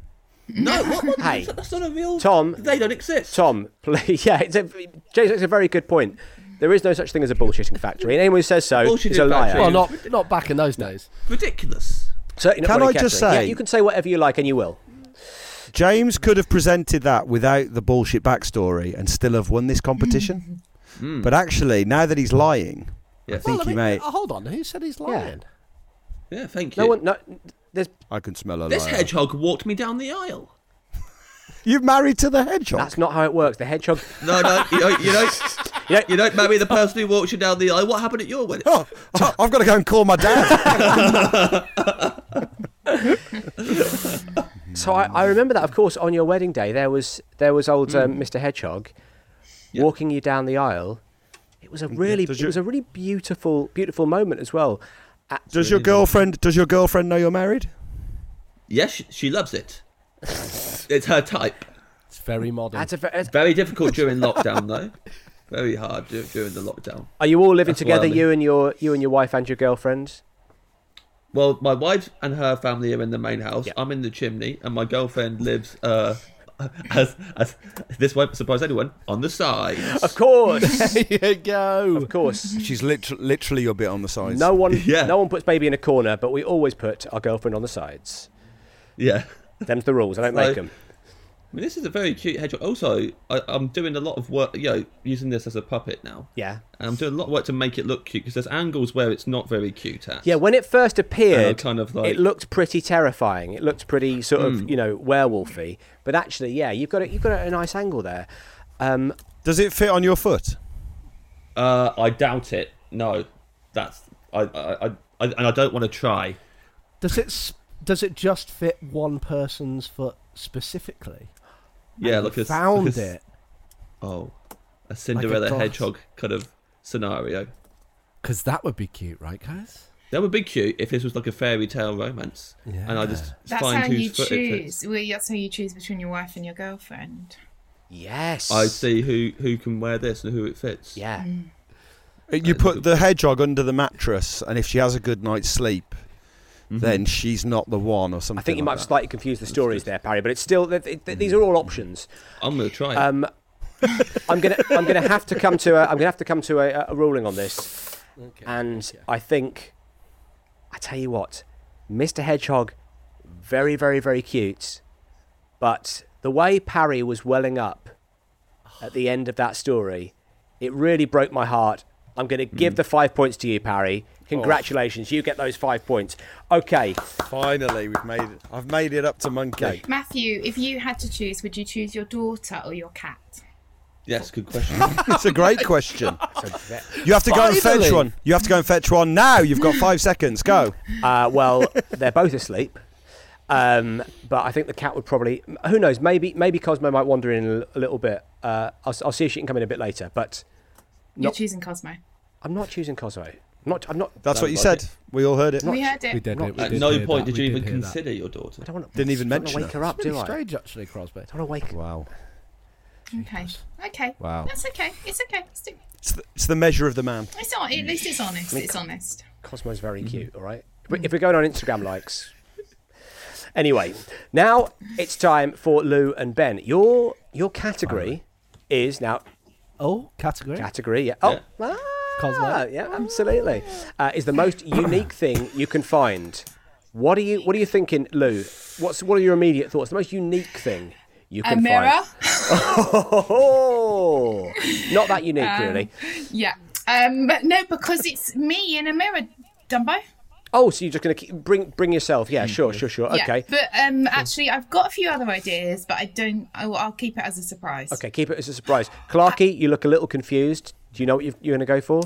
[SPEAKER 5] No, what, what,
[SPEAKER 3] Hey,
[SPEAKER 5] that's not a real.
[SPEAKER 3] Tom.
[SPEAKER 5] They don't exist.
[SPEAKER 3] Tom, please. Yeah, it's a, James, it's a very good point. There is no such thing as a bullshitting factory, and anyone who says so
[SPEAKER 5] Bullshitting
[SPEAKER 3] is a liar.
[SPEAKER 5] factory.
[SPEAKER 2] well, not not back in those days.
[SPEAKER 5] Ridiculous.
[SPEAKER 3] Certainly not
[SPEAKER 1] Can
[SPEAKER 3] Ronnie
[SPEAKER 1] I just
[SPEAKER 3] Kettering. Yeah,
[SPEAKER 1] say-
[SPEAKER 3] you can say whatever you like, and you will.
[SPEAKER 1] James could have presented that without the bullshit backstory and still have won this competition.
[SPEAKER 3] Hmm.
[SPEAKER 1] But actually, now that he's lying,
[SPEAKER 5] Yes.
[SPEAKER 1] Well, Thank you, mate.
[SPEAKER 2] uh, hold on. Who said he's lying?
[SPEAKER 5] Yeah, thank you.
[SPEAKER 3] No one, no, there's,
[SPEAKER 1] I can smell a
[SPEAKER 5] this
[SPEAKER 1] liar.
[SPEAKER 5] hedgehog walked me down the aisle.
[SPEAKER 1] You're married to the hedgehog.
[SPEAKER 3] that's not how it works. The hedgehog.
[SPEAKER 5] No, no, you don't, you don't,
[SPEAKER 3] You know-
[SPEAKER 5] you don't marry the person who walks you down the aisle. What happened at your wedding?
[SPEAKER 1] Oh, I- I've got to go and call my dad.
[SPEAKER 3] So I, I remember that, of course, on your wedding day, there was there was old
[SPEAKER 1] Mm.
[SPEAKER 3] um, Mr. Hedgehog walking you down the aisle. It was a really,
[SPEAKER 1] Mm, does
[SPEAKER 3] it
[SPEAKER 1] your-
[SPEAKER 3] was a really beautiful, beautiful moment as well.
[SPEAKER 1] does your girlfriend? Does your girlfriend know you're married?
[SPEAKER 5] Yes, she, she loves it. it's her type.
[SPEAKER 2] It's very modern.
[SPEAKER 3] That's a, ve- that's-
[SPEAKER 5] Very difficult during lockdown, though. Very hard du- during the lockdown.
[SPEAKER 3] are you all living
[SPEAKER 5] That's
[SPEAKER 3] together?
[SPEAKER 5] wild.
[SPEAKER 3] You and your you and your wife and your girlfriend.
[SPEAKER 5] Well, my wife and her family are in the main house. I'm in the chimney, and my girlfriend lives. Uh, as, as this won't surprise anyone on the side.
[SPEAKER 3] Of course,
[SPEAKER 2] there you go.
[SPEAKER 3] of course.
[SPEAKER 1] She's literally, literally your bit on the sides.
[SPEAKER 3] No one,
[SPEAKER 5] Yeah.
[SPEAKER 3] no one puts baby in a corner, but we always put our girlfriend on the sides.
[SPEAKER 5] Yeah.
[SPEAKER 3] Them's the rules. I don't
[SPEAKER 5] So-
[SPEAKER 3] make them.
[SPEAKER 5] I mean, this is a very cute hedgehog. Also, I, I'm doing a lot of work, you know, using this as a puppet now.
[SPEAKER 3] Yeah.
[SPEAKER 5] And I'm doing a lot of work to make it look cute because there's angles where it's not very cute at.
[SPEAKER 3] Yeah, when it first appeared,
[SPEAKER 5] kind of like- Hmm.
[SPEAKER 3] it looked pretty terrifying. It looked pretty sort of you know werewolfy, but actually, yeah, you've got it. You've got a nice angle there. Um,
[SPEAKER 1] Does it fit on your foot?
[SPEAKER 5] Uh, I doubt it. No, that's I, I, I, I and I don't want to try.
[SPEAKER 2] Does it s- does it just fit one person's foot specifically?
[SPEAKER 5] Yeah, like a
[SPEAKER 2] Found
[SPEAKER 5] like a-
[SPEAKER 2] it
[SPEAKER 5] Oh, a Cinderella
[SPEAKER 2] dot.
[SPEAKER 5] hedgehog kind of scenario.
[SPEAKER 2] because that would be cute, right, guys?
[SPEAKER 5] That would be cute if this was like a fairy tale romance, and I just
[SPEAKER 6] That's
[SPEAKER 5] find
[SPEAKER 6] how
[SPEAKER 5] whose
[SPEAKER 6] you
[SPEAKER 5] foot it
[SPEAKER 6] choose.
[SPEAKER 5] fits.
[SPEAKER 6] Well, that's how you choose between your wife and your girlfriend.
[SPEAKER 3] yes,
[SPEAKER 5] I see who who can wear this and who it fits.
[SPEAKER 3] Yeah,
[SPEAKER 1] Uh, You put the hedgehog under the mattress, and if she has a good night's sleep,
[SPEAKER 5] Mm-hmm.
[SPEAKER 1] then she's not the one, or something.
[SPEAKER 3] I think you
[SPEAKER 1] like
[SPEAKER 3] might have
[SPEAKER 1] that.
[SPEAKER 3] slightly confused the stories there, Parry. But it's still th th th- these are all options.
[SPEAKER 5] I'm gonna try. It.
[SPEAKER 3] Um, I'm gonna I'm gonna have to come to a, I'm gonna have to come to a, a ruling on this, and I think I tell you what, Mr. Hedgehog, very very very cute, but the way Parry was welling up at the end of that story, it really broke my heart. I'm gonna
[SPEAKER 1] Hmm.
[SPEAKER 3] give the five points to you, Parry.
[SPEAKER 1] Oh.
[SPEAKER 3] Congratulations, you get those five points. Okay,
[SPEAKER 1] Finally, we've made it. I've made it up to monkey.
[SPEAKER 6] Matthew, if you had to choose, would you choose your daughter or your cat?
[SPEAKER 5] yes, good question.
[SPEAKER 1] it's a great question. You have to go and fetch
[SPEAKER 2] Finally.
[SPEAKER 1] one. You have to go and fetch one now. You've got five seconds. Go.
[SPEAKER 3] Uh, well, they're both asleep. Um, but I think the cat would probably. Who knows? Maybe maybe Cosmo might wander in a l- a little bit. Uh, I'll, I'll see if she can come in a bit later. But
[SPEAKER 6] You're choosing Cosmo.
[SPEAKER 3] I'm not choosing Cosmo. I'm not. I'm not.
[SPEAKER 1] That's what you
[SPEAKER 3] I
[SPEAKER 1] said. We all heard it.
[SPEAKER 6] we heard it.
[SPEAKER 2] We did.
[SPEAKER 3] Not-
[SPEAKER 2] we
[SPEAKER 5] At
[SPEAKER 2] did
[SPEAKER 5] no
[SPEAKER 2] hear
[SPEAKER 5] point
[SPEAKER 2] that,
[SPEAKER 5] did
[SPEAKER 2] we
[SPEAKER 5] you even
[SPEAKER 2] hear that.
[SPEAKER 5] consider your daughter.
[SPEAKER 3] don't want to,
[SPEAKER 1] Didn't even
[SPEAKER 3] don't wanna
[SPEAKER 1] mention
[SPEAKER 3] wake
[SPEAKER 1] her.
[SPEAKER 3] her up,
[SPEAKER 2] It's really
[SPEAKER 3] do I?
[SPEAKER 2] strange, actually, Crosby.
[SPEAKER 3] I don't want to wake.
[SPEAKER 1] Wow.
[SPEAKER 6] Okay. Okay.
[SPEAKER 1] Wow.
[SPEAKER 6] That's okay. It's okay. It's,
[SPEAKER 1] It's the, it's the measure of the man.
[SPEAKER 6] it's not. At least it's honest. It's honest.
[SPEAKER 3] Cosmo's very cute. All right. If we- If we're going on Instagram likes. Anyway, now it's time for Lou and Ben. Your your category is now
[SPEAKER 2] Oh, category.
[SPEAKER 3] category. Yeah. Oh, ah,
[SPEAKER 2] Cosmo.
[SPEAKER 3] yeah, absolutely. Uh, is the most unique thing you can find. What are you What are you thinking, Lou? What's What are your immediate thoughts? The most unique thing you
[SPEAKER 6] A
[SPEAKER 3] can
[SPEAKER 6] mirror.
[SPEAKER 3] find. Oh, not that unique, really.
[SPEAKER 6] Yeah. Um. But no, because it's me in a mirror, Dumbo.
[SPEAKER 3] Oh, so you're just going to bring bring yourself? Yeah, sure, sure, sure.
[SPEAKER 6] Yeah.
[SPEAKER 3] Okay,
[SPEAKER 6] But um, actually, I've got a few other ideas, but I don't. I, will- I'll keep it as a surprise.
[SPEAKER 3] okay. Keep it as a surprise. Clarky, you look a little confused. Do you know what you've, you're going to go for?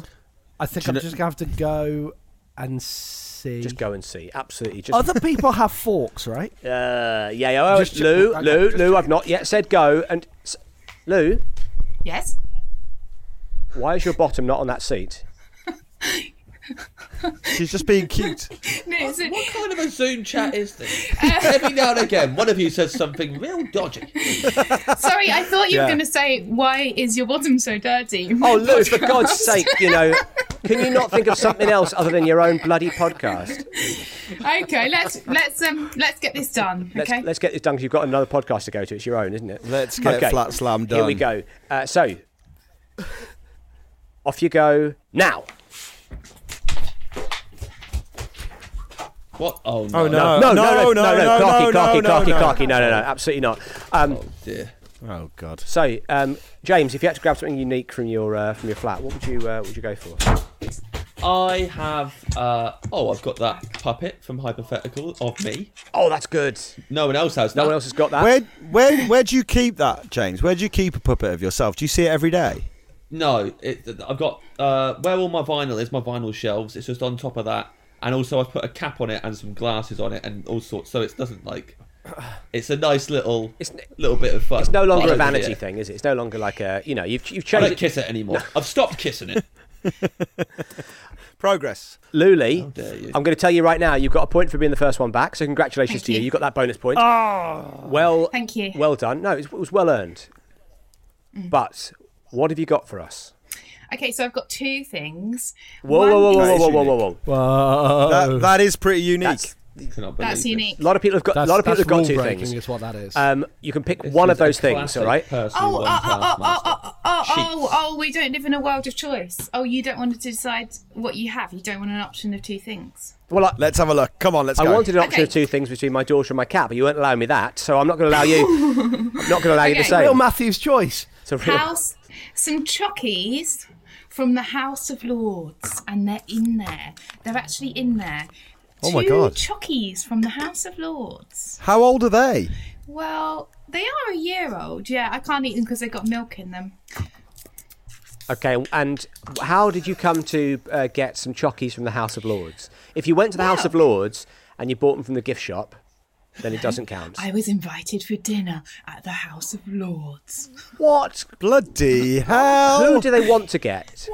[SPEAKER 2] I think I'm just going to have to go and see.
[SPEAKER 3] Just go and see. Absolutely. Just
[SPEAKER 2] Other people have forks, right?
[SPEAKER 3] uh, yeah. yeah, Oh,
[SPEAKER 2] Just-
[SPEAKER 3] Lou,
[SPEAKER 2] okay,
[SPEAKER 3] Lou,
[SPEAKER 2] just-
[SPEAKER 3] Lou. I've not yet said go. And s- Lou,
[SPEAKER 6] Yes.
[SPEAKER 3] why is your bottom not on that seat?
[SPEAKER 1] She's just being cute.
[SPEAKER 6] No, it's a-
[SPEAKER 5] What kind of a Zoom chat is this? Every now and again, one of you says something real dodgy.
[SPEAKER 6] sorry, I thought you were
[SPEAKER 1] Yeah.
[SPEAKER 6] going to say, "Why is your bottom so dirty?"
[SPEAKER 3] Oh, Lou, for God's sake, you know, can you not think of something else other than your own bloody podcast?
[SPEAKER 6] okay, let's let's um let's get this done.
[SPEAKER 3] Let's,
[SPEAKER 6] Okay.
[SPEAKER 3] let's get this done because you've got another podcast to go to. It's your own, isn't it?
[SPEAKER 1] Let's get Flat Slam done.
[SPEAKER 3] Here we go. Uh, so, off you go now.
[SPEAKER 5] What? Oh no!
[SPEAKER 1] Oh no!
[SPEAKER 3] No, no, no, no, no, no, Clarky, Clarky,
[SPEAKER 1] no,
[SPEAKER 3] Clarky,
[SPEAKER 1] no.
[SPEAKER 3] Clarky. No, no, no, absolutely not. Um,
[SPEAKER 5] Oh dear.
[SPEAKER 1] Oh god.
[SPEAKER 3] so, um, James, if you had to grab something unique from your uh, from your flat, what would you uh, what would you go for?
[SPEAKER 5] I have. Uh, oh, I've got that puppet from Hypothetical of me.
[SPEAKER 3] Oh, that's good.
[SPEAKER 5] No one else has.
[SPEAKER 3] No one else has got that.
[SPEAKER 1] Where, where, where do you keep that, James? Where do you keep a puppet of yourself? Do you see it every day?
[SPEAKER 5] No, it, I've got. Uh, where all my vinyl is, my vinyl shelves. It's just on top of that, and also I've put a cap on it and some glasses on it and all sorts. So it doesn't like. It's a nice little
[SPEAKER 3] It's n-
[SPEAKER 5] little bit of fun.
[SPEAKER 3] It's no longer a
[SPEAKER 5] Right over
[SPEAKER 3] vanity
[SPEAKER 5] here.
[SPEAKER 3] thing, is it? It's no longer like a you know you've you've
[SPEAKER 5] I
[SPEAKER 3] changed
[SPEAKER 5] don't
[SPEAKER 3] it.
[SPEAKER 5] kiss it anymore. I've stopped kissing it.
[SPEAKER 1] Progress.
[SPEAKER 3] Luli,
[SPEAKER 5] dare you.
[SPEAKER 3] I'm going to tell you right now, you've got a point for being the first one back. So congratulations
[SPEAKER 6] Thank
[SPEAKER 3] to you.
[SPEAKER 6] you. Oh.
[SPEAKER 3] You got that bonus point. well,
[SPEAKER 6] Thank you. Mm.
[SPEAKER 3] Well done. No, it was well earned. But what have you got for us?
[SPEAKER 6] Okay, so I've got two things.
[SPEAKER 3] Whoa,
[SPEAKER 6] One
[SPEAKER 3] whoa, whoa,
[SPEAKER 6] is-
[SPEAKER 3] whoa,
[SPEAKER 1] is
[SPEAKER 3] whoa, whoa, whoa,
[SPEAKER 1] unique.
[SPEAKER 3] whoa!
[SPEAKER 2] Whoa.
[SPEAKER 1] That, that is pretty unique.
[SPEAKER 5] Cannot believe
[SPEAKER 6] That's
[SPEAKER 5] this.
[SPEAKER 6] unique.
[SPEAKER 3] A lot of people have got. a lot of people have got two
[SPEAKER 2] rule-breaking
[SPEAKER 3] things.
[SPEAKER 2] Is what that
[SPEAKER 1] Uh,
[SPEAKER 2] is.
[SPEAKER 3] Um, you can pick
[SPEAKER 5] This
[SPEAKER 3] one
[SPEAKER 5] is
[SPEAKER 3] of those
[SPEAKER 5] a
[SPEAKER 3] things.
[SPEAKER 5] classic
[SPEAKER 3] All right.
[SPEAKER 5] person
[SPEAKER 6] Oh, oh,
[SPEAKER 5] one
[SPEAKER 6] oh, oh,
[SPEAKER 5] taskmaster.
[SPEAKER 6] oh, oh, oh, oh,
[SPEAKER 5] Sheets.
[SPEAKER 6] oh, we don't live in a world of choice. Oh, you don't want to decide what you have. You don't want an option of two things.
[SPEAKER 3] Well, I,
[SPEAKER 1] Let's have a look. Come on, let's
[SPEAKER 3] I
[SPEAKER 1] go.
[SPEAKER 3] wanted an option of
[SPEAKER 6] Okay.
[SPEAKER 3] two things between my daughter and my cat, but you won't allow me that. So I'm not going to allow you. I'm not going to allow you the
[SPEAKER 6] Okay.
[SPEAKER 3] same.
[SPEAKER 2] Real Matthew's choice.
[SPEAKER 3] It's a real-
[SPEAKER 6] House, some chockies from the House of Lords, and they're in there. They're actually in there.
[SPEAKER 1] Oh my
[SPEAKER 6] Two
[SPEAKER 1] God.
[SPEAKER 6] Chockies from the House of Lords.
[SPEAKER 1] How old are they?
[SPEAKER 6] Well, they are a year old. Yeah, I can't eat them because they got milk in them.
[SPEAKER 3] Okay, and how did you come to uh, get some chockies from the House of Lords? If you went to the House of Lords and you bought them from the gift shop, then it doesn't count.
[SPEAKER 6] I was invited for dinner at the House of Lords.
[SPEAKER 3] What?
[SPEAKER 1] Bloody
[SPEAKER 3] Who
[SPEAKER 1] hell.
[SPEAKER 3] do they want to get?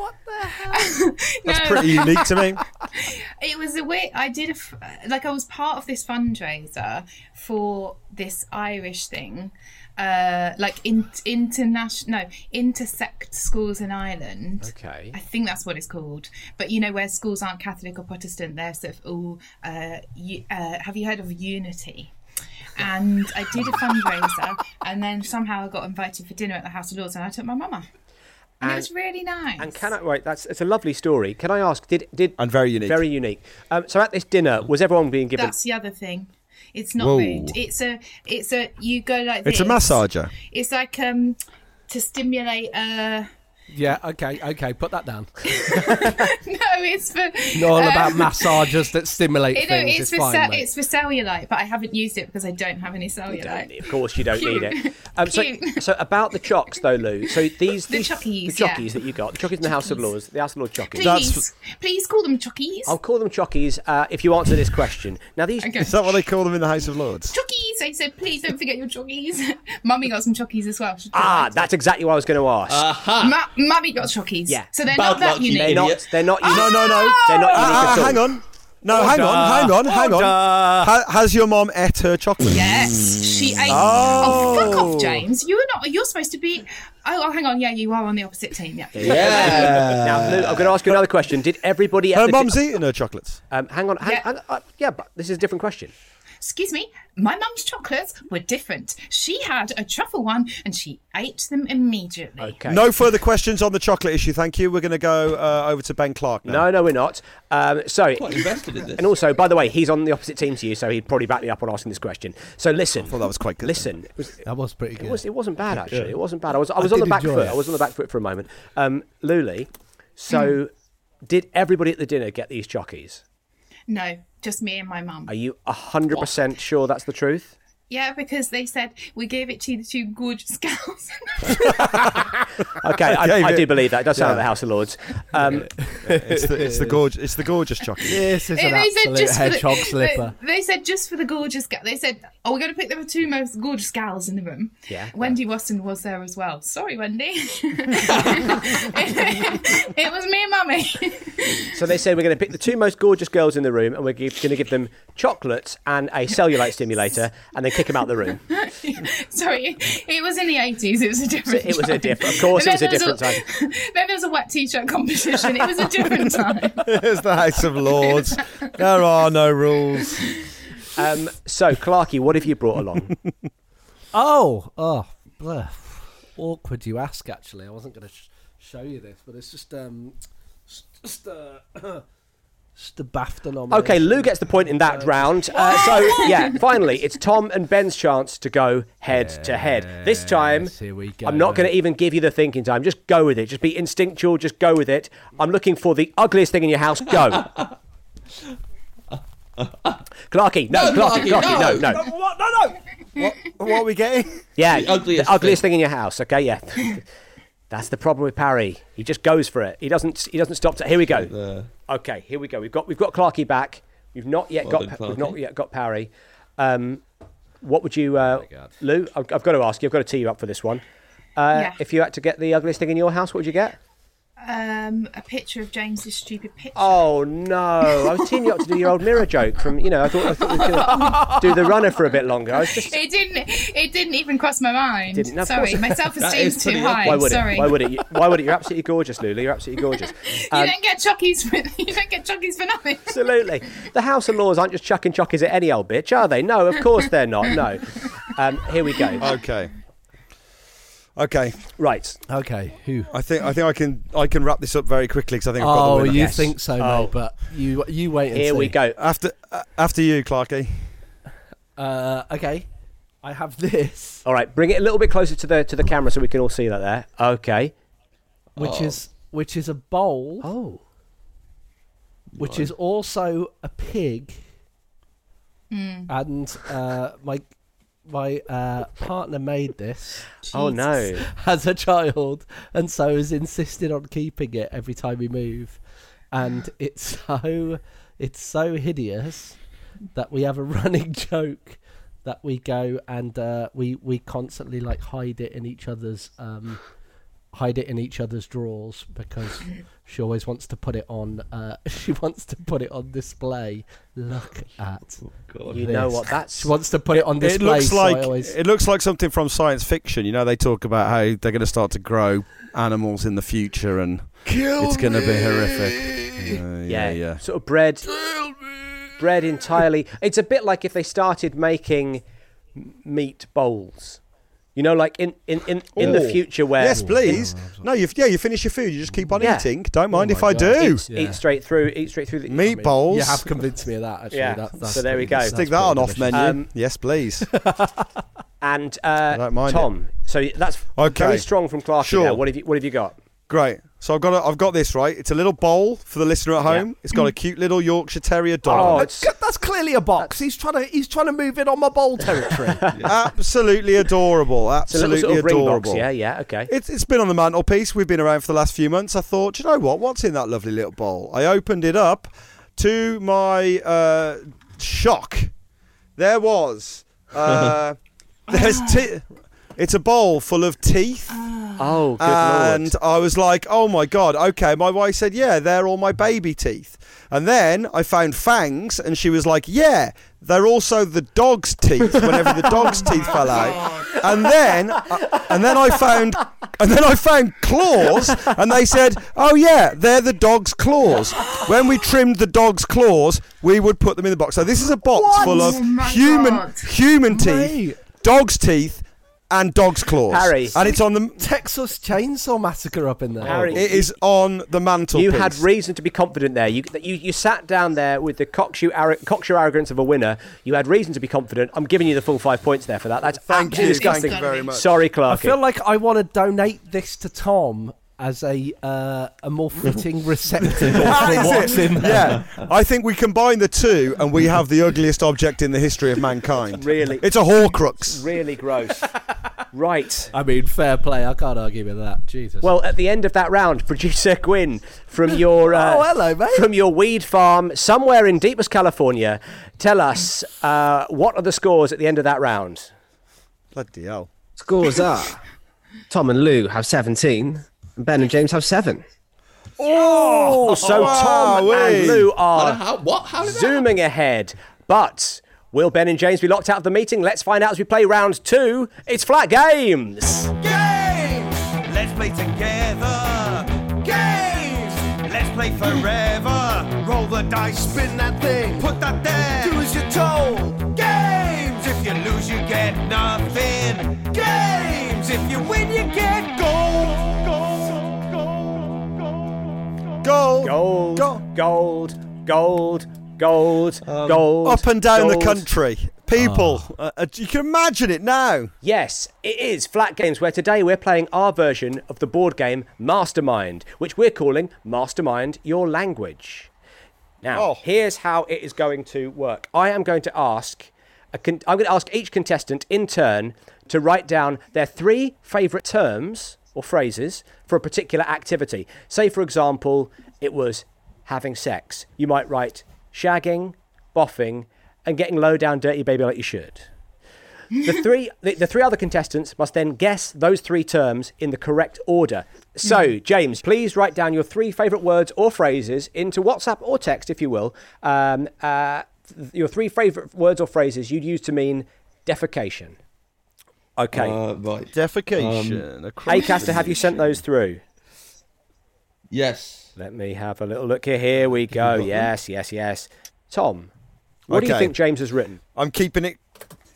[SPEAKER 6] no,
[SPEAKER 1] Pretty unique to me.
[SPEAKER 6] it was a way I did a f- like I was part of this fundraiser for this Irish thing, uh, like in, international no intersect schools in Ireland.
[SPEAKER 3] Okay.
[SPEAKER 6] I think that's what it's called. But you know where schools aren't Catholic or Protestant, they're sort of all. Uh, u- uh, have you heard of Unity? And I did a fundraiser, and then somehow I got invited for dinner at the House of Lords, and I took my mama. And, it was really nice.
[SPEAKER 3] And can I? Right, that's it's a lovely story. Can I ask? Did did
[SPEAKER 1] And very unique.
[SPEAKER 3] Very unique. Um, so at this dinner, was everyone being given?
[SPEAKER 6] That's the other thing. It's not
[SPEAKER 1] Whoa.
[SPEAKER 6] rude. It's a it's a you go like this.
[SPEAKER 1] It's a massager.
[SPEAKER 6] It's like um to stimulate uh
[SPEAKER 2] Yeah. Okay. Okay. Put that down.
[SPEAKER 6] no, it's for
[SPEAKER 2] Not all about massages that stimulate
[SPEAKER 6] you know,
[SPEAKER 2] things.
[SPEAKER 6] it's,
[SPEAKER 2] it's
[SPEAKER 6] for
[SPEAKER 2] fine.
[SPEAKER 6] cell,
[SPEAKER 2] mate.
[SPEAKER 6] it's for cellulite, but I haven't used it because I don't have any cellulite.
[SPEAKER 3] Of course, you don't need it. Um, so,
[SPEAKER 6] Cute.
[SPEAKER 3] so about the chocks though, Lou. So these
[SPEAKER 6] The
[SPEAKER 3] these
[SPEAKER 6] chockies,
[SPEAKER 3] the
[SPEAKER 6] yeah.
[SPEAKER 3] chockies that you got, the chockies in the House of Lords, the House of Lords chockies.
[SPEAKER 6] Please, please call them chockies.
[SPEAKER 3] I'll call them chockies uh, if you answer this question. Now these
[SPEAKER 6] Okay.
[SPEAKER 1] Is that what they call them in the House of Lords?
[SPEAKER 6] Chockies. I said, please don't forget your chockies. Mummy got some chockies as well. She's
[SPEAKER 3] Ah,
[SPEAKER 6] delighted.
[SPEAKER 3] that's exactly what I was going to ask.
[SPEAKER 1] Uh-huh.
[SPEAKER 6] Ma- Mummy got chockies.
[SPEAKER 3] Yeah.
[SPEAKER 6] So they're
[SPEAKER 5] Bad
[SPEAKER 6] not that
[SPEAKER 5] luck, you
[SPEAKER 6] unique.
[SPEAKER 3] they're
[SPEAKER 5] idiot.
[SPEAKER 3] not. They're not. Unique.
[SPEAKER 1] No, no, no.
[SPEAKER 3] They're not unique
[SPEAKER 1] Ah,
[SPEAKER 3] at all.
[SPEAKER 1] hang on. No, hang on, hang on, hang on. Ha- has your mom ate her chocolate?
[SPEAKER 6] Yes, she ate.
[SPEAKER 1] Oh.
[SPEAKER 6] Oh. fuck off, James! You're not. You're supposed to be. Oh, oh, hang on. Yeah, you are on the opposite team. Yeah.
[SPEAKER 5] Yeah.
[SPEAKER 3] Now, Lou, I'm going to ask you another question. Did everybody? at
[SPEAKER 1] Her
[SPEAKER 3] the-
[SPEAKER 1] mum's eating her chocolates.
[SPEAKER 3] Um, hang on. Hang,
[SPEAKER 6] Yeah.
[SPEAKER 3] hang- uh, yeah, but this is a different question.
[SPEAKER 6] Excuse me. My mum's chocolates were different. She had a truffle one, and she ate them immediately.
[SPEAKER 3] Okay.
[SPEAKER 1] No further questions on the chocolate issue, thank you. We're going to go uh, over to Ben Clark now.
[SPEAKER 3] No, no, we're not. Um, so,
[SPEAKER 5] Quite invested in this.
[SPEAKER 3] and also, by the way, he's on the opposite team to you, so he'd probably back me up on asking this question. So, listen. I
[SPEAKER 1] thought that was quite good,
[SPEAKER 3] Listen, it, was,
[SPEAKER 2] that was pretty good.
[SPEAKER 3] it, was, it wasn't bad actually. It wasn't bad. I was, I was on
[SPEAKER 2] did
[SPEAKER 3] the back
[SPEAKER 2] enjoy
[SPEAKER 3] foot.
[SPEAKER 2] it.
[SPEAKER 3] I was on the back foot for a moment. Um, Luli, so did everybody at the dinner get these chockies?
[SPEAKER 6] No, just me and my mum.
[SPEAKER 3] Are you hundred percent sure that's the truth?
[SPEAKER 6] Yeah, because they said we gave it to the two gorgeous girls.
[SPEAKER 3] Okay, I,
[SPEAKER 1] Gave
[SPEAKER 3] I do
[SPEAKER 1] it.
[SPEAKER 3] believe that. It does sound
[SPEAKER 1] Yeah.
[SPEAKER 3] like the House of Lords. Um,
[SPEAKER 1] It's the, it's the gorge, it's the gorgeous chocolate.
[SPEAKER 2] This is an
[SPEAKER 6] they said
[SPEAKER 2] absolute
[SPEAKER 6] just for
[SPEAKER 2] hedgehog
[SPEAKER 6] the,
[SPEAKER 2] slipper.
[SPEAKER 6] They, they said just for the gorgeous. Ga- they said, "Oh, we're going to pick the two most gorgeous gals in the room."
[SPEAKER 3] Yeah.
[SPEAKER 6] Wendy Watson was there as well. Sorry, Wendy. it, was me and Mummy.
[SPEAKER 3] so they said we're going to pick the two most gorgeous girls in the room, and we're going to give them chocolates and a cellulite stimulator, and then kick them out the room.
[SPEAKER 6] Sorry, it was in the eighties. It was a different.
[SPEAKER 3] It was a
[SPEAKER 6] time.
[SPEAKER 3] different. Of course, it was
[SPEAKER 6] And
[SPEAKER 3] a
[SPEAKER 6] then there
[SPEAKER 3] different time.
[SPEAKER 6] Then there was a wet t-shirt competition. It was a different time.
[SPEAKER 1] It's the House of Lords. There are no rules.
[SPEAKER 3] Um, so, Clarky, what have you brought along?
[SPEAKER 2] Oh, oh, bleh. awkward. You ask. Actually, I wasn't going to sh- show you this, but it's just um, s- just uh, just a BAFTA nomination.
[SPEAKER 3] Okay, Lou gets the point in that round. Uh, so, yeah, finally, it's Tom and Ben's chance to go head to head. This time,
[SPEAKER 2] Yes, here we go.
[SPEAKER 3] I'm not going to even give you the thinking time. Just go with it. Just be instinctual. Just go with it. I'm looking for the ugliest thing in your house. Go. Clarky, no,
[SPEAKER 5] No,
[SPEAKER 3] Clarky,
[SPEAKER 5] Clarky,
[SPEAKER 3] Clarky, no, no.
[SPEAKER 5] no.
[SPEAKER 1] What? No, no. What, what are we getting?
[SPEAKER 3] Yeah, the ugliest,
[SPEAKER 5] ugliest
[SPEAKER 3] thing. in your house. Okay, yeah. That's the problem with Parry. He just goes for it. He doesn't. He doesn't stop. To, here we go. Okay, here we go. We've got we've got Clarkey back. We've not yet
[SPEAKER 5] Well
[SPEAKER 3] got
[SPEAKER 5] done,
[SPEAKER 3] we've
[SPEAKER 5] Clarkey.
[SPEAKER 3] not yet got Parry. Um, what would you,
[SPEAKER 5] Oh
[SPEAKER 3] uh, Lou? I've, I've got to ask you. I've got to tee you up for this one. Uh,
[SPEAKER 6] Yeah.
[SPEAKER 3] If you had to get the ugliest thing in your house, what would you get?
[SPEAKER 6] um, a picture of James's stupid picture.
[SPEAKER 3] Oh no! I was teeing you up to do your old mirror joke from you know. I thought I thought we were gonna do the runner for a bit longer. I was just
[SPEAKER 6] It didn't. It didn't even cross my mind.
[SPEAKER 3] Didn't- of
[SPEAKER 6] Sorry,
[SPEAKER 3] course.
[SPEAKER 6] my self-esteem's too
[SPEAKER 5] pretty up.
[SPEAKER 6] high.
[SPEAKER 3] why would
[SPEAKER 6] Sorry,
[SPEAKER 3] it? Why would it? You- Why would it? You're absolutely gorgeous, Lulu. You're absolutely gorgeous. Um,
[SPEAKER 6] you don't get chockies. For, you don't get chockies for nothing.
[SPEAKER 3] Absolutely. The House of Lords aren't just chucking chockies at any old bitch, are they? No, of course they're not. No. Um, here we go.
[SPEAKER 1] Okay. Okay,
[SPEAKER 3] Right.
[SPEAKER 2] Okay, who?
[SPEAKER 1] I think I think I can I can wrap this up very quickly because I think I've got the
[SPEAKER 2] Oh,
[SPEAKER 1] winner.
[SPEAKER 2] you think so, mate? But you you wait and
[SPEAKER 3] Oh. Here we
[SPEAKER 2] see.
[SPEAKER 3] go.
[SPEAKER 1] after uh, after you, Clarky.
[SPEAKER 2] Uh, okay, I have this,
[SPEAKER 3] All right. Bring it a little bit closer to the to the camera so we can all see that there. Okay.
[SPEAKER 2] which
[SPEAKER 3] Oh.
[SPEAKER 2] is which is a bowl. Oh. Which is also a pig.
[SPEAKER 7] Hmm.
[SPEAKER 2] And uh, my my uh, partner made this
[SPEAKER 3] Oh no.
[SPEAKER 2] as a child, and so has insisted on keeping it every time we move. And it's so it's so hideous that we have a running joke that we go and uh, we we constantly like hide it in each other's um, hide it in each other's drawers because she always wants to put it on uh, she wants to put it on display. Look at
[SPEAKER 3] Oh,
[SPEAKER 5] God.
[SPEAKER 3] You know
[SPEAKER 2] this.
[SPEAKER 3] what? That's
[SPEAKER 2] She wants to put it on display.
[SPEAKER 1] It looks
[SPEAKER 2] so I
[SPEAKER 1] like
[SPEAKER 2] always-
[SPEAKER 1] it looks like something from science fiction. You know, they talk about how they're going to start to grow animals in the future, and it's going to be horrific. Uh,
[SPEAKER 3] yeah,
[SPEAKER 1] yeah, yeah.
[SPEAKER 3] Sort of bread. Bread entirely. It's a bit like if they started making m- meat bowls. You know, like in in in, in the
[SPEAKER 1] Ooh.
[SPEAKER 3] future where
[SPEAKER 1] Oh, yes, please. no, you yeah, you finish your food. You just keep on
[SPEAKER 3] Yeah.
[SPEAKER 1] eating. Don't mind if
[SPEAKER 2] my
[SPEAKER 1] I
[SPEAKER 2] God.
[SPEAKER 1] do.
[SPEAKER 3] Eat, eat straight through. Eat straight through the
[SPEAKER 1] Meatballs.
[SPEAKER 2] You have convinced me of that. Actually,
[SPEAKER 3] Yeah.
[SPEAKER 2] That- that's
[SPEAKER 3] So there we
[SPEAKER 2] pretty-
[SPEAKER 3] go.
[SPEAKER 2] that's
[SPEAKER 1] Stick that on
[SPEAKER 2] pretty
[SPEAKER 1] off menu.
[SPEAKER 3] Um,
[SPEAKER 1] yes, please.
[SPEAKER 3] and uh,
[SPEAKER 1] don't mind it.
[SPEAKER 3] Tom. So that's
[SPEAKER 1] Okay.
[SPEAKER 3] very strong from Clark.
[SPEAKER 1] Sure.
[SPEAKER 3] What have you What have you got?
[SPEAKER 1] Great. So I've got a, I've got this right. It's a little bowl for the listener at home. It's got a cute little Yorkshire Terrier
[SPEAKER 3] Oh,
[SPEAKER 1] dog. on it.
[SPEAKER 3] it's
[SPEAKER 2] God, that's clearly a box. He's trying to he's trying to move in on my bowl territory.
[SPEAKER 1] Absolutely adorable.
[SPEAKER 3] it's a little
[SPEAKER 1] Absolutely
[SPEAKER 3] sort of ring
[SPEAKER 1] adorable.
[SPEAKER 3] box. Yeah, yeah. Okay.
[SPEAKER 1] It's, it's been on the mantelpiece. We've been around for the last few months. I thought, "Do you know what? What's in that lovely little bowl? I opened it up. To my uh, shock, there was. Uh, there's t- It's a bowl full of teeth.
[SPEAKER 3] oh, good
[SPEAKER 1] and
[SPEAKER 3] lord.
[SPEAKER 1] I was like, oh my God, okay. My wife said, yeah, they're all my baby teeth. And then I found fangs, and she was like, yeah, they're also the dog's teeth whenever the dog's teeth fell
[SPEAKER 3] Oh,
[SPEAKER 1] out. And then, uh, and then I found. And then I found claws, and they said, "Oh yeah, they're the dog's claws." When we trimmed the dog's claws, we would put them in the box. So this is a box full of
[SPEAKER 6] Oh my
[SPEAKER 1] human
[SPEAKER 6] God.
[SPEAKER 1] human teeth,
[SPEAKER 2] Mate.
[SPEAKER 1] dog's teeth, and dog's claws.
[SPEAKER 3] Harry.
[SPEAKER 1] and it's on the
[SPEAKER 2] Texas Chainsaw Massacre up in there.
[SPEAKER 3] Harry,
[SPEAKER 1] it is on the mantle.
[SPEAKER 3] you had reason to be confident there. You, that you you sat down there with the cockshoe, arro- cocksure arrogance of a winner. You had reason to be confident. I'm giving you the full five points there for that. That's
[SPEAKER 1] Thank
[SPEAKER 3] absolutely
[SPEAKER 1] you.
[SPEAKER 3] disgusting.
[SPEAKER 1] Thank you very much.
[SPEAKER 3] Sorry, Clark.
[SPEAKER 2] I feel like I want to donate this to Tom as a uh, a more fitting receptacle for what's in there.
[SPEAKER 1] Yeah, I think we combine the two, and we have the ugliest object in the history of mankind.
[SPEAKER 3] Really?
[SPEAKER 1] it's a Horcrux.
[SPEAKER 3] really gross. right.
[SPEAKER 2] I mean, fair play. I can't argue with that. Jesus.
[SPEAKER 3] Well, at the end of that round, producer Gwyn from your uh,
[SPEAKER 2] Oh, hello, mate.
[SPEAKER 3] from your weed farm somewhere in deepest California, tell us uh, what are the scores at the end of that round?
[SPEAKER 1] Bloody hell!
[SPEAKER 8] Scores are Tom and Lou have 17, and Ben and James have 7.
[SPEAKER 3] Oh, so Tom
[SPEAKER 1] wowee.
[SPEAKER 3] and Lou
[SPEAKER 5] How,
[SPEAKER 3] are
[SPEAKER 5] how, what? How did that
[SPEAKER 3] zooming ahead, but will Ben and James be locked out of the meeting? Let's find out as we play round two. It's flat games.
[SPEAKER 9] Games! Let's play together! Games! Let's play forever! Roll the dice, spin that thing, put that there, do as you're told! Games! If you lose, you get nothing! Games! If you win, you get gold! Gold! Gold! Gold!
[SPEAKER 1] Goal,
[SPEAKER 3] Gold, gold, gold, gold,
[SPEAKER 5] Um,
[SPEAKER 3] gold.
[SPEAKER 1] Um, up and down
[SPEAKER 3] gold. Ah.
[SPEAKER 1] the country. People, uh, uh, you can imagine it now.
[SPEAKER 3] Yes, it is Flat Games, where today we're playing our version of the board game Mastermind, which we're calling Mastermind Your Language. Now,
[SPEAKER 1] Oh.
[SPEAKER 3] here's how it is going to work. I am going to ask, a con- I'm going to ask each contestant in turn to write down their three favourite terms or phrases for a particular activity. Say, for example, it was having sex. You might write shagging, boffing, and getting low down dirty baby like you should. The three the, the three other contestants must then guess those three terms in the correct order. So,
[SPEAKER 5] Mm.
[SPEAKER 3] James, please write down your three favourite words or phrases into WhatsApp or text, if you will. Um, uh, th- your three favourite words or phrases you'd use to mean defecation. Okay.
[SPEAKER 5] Uh, right.
[SPEAKER 1] Defecation.
[SPEAKER 5] Um,
[SPEAKER 1] across
[SPEAKER 3] Acaster,
[SPEAKER 1] the
[SPEAKER 3] have you sent those through?
[SPEAKER 5] Yes.
[SPEAKER 3] Let me have a little look here. Here we go. Yes, yes, yes. Tom, what do you
[SPEAKER 1] Okay.
[SPEAKER 3] think James has written?
[SPEAKER 1] I'm keeping it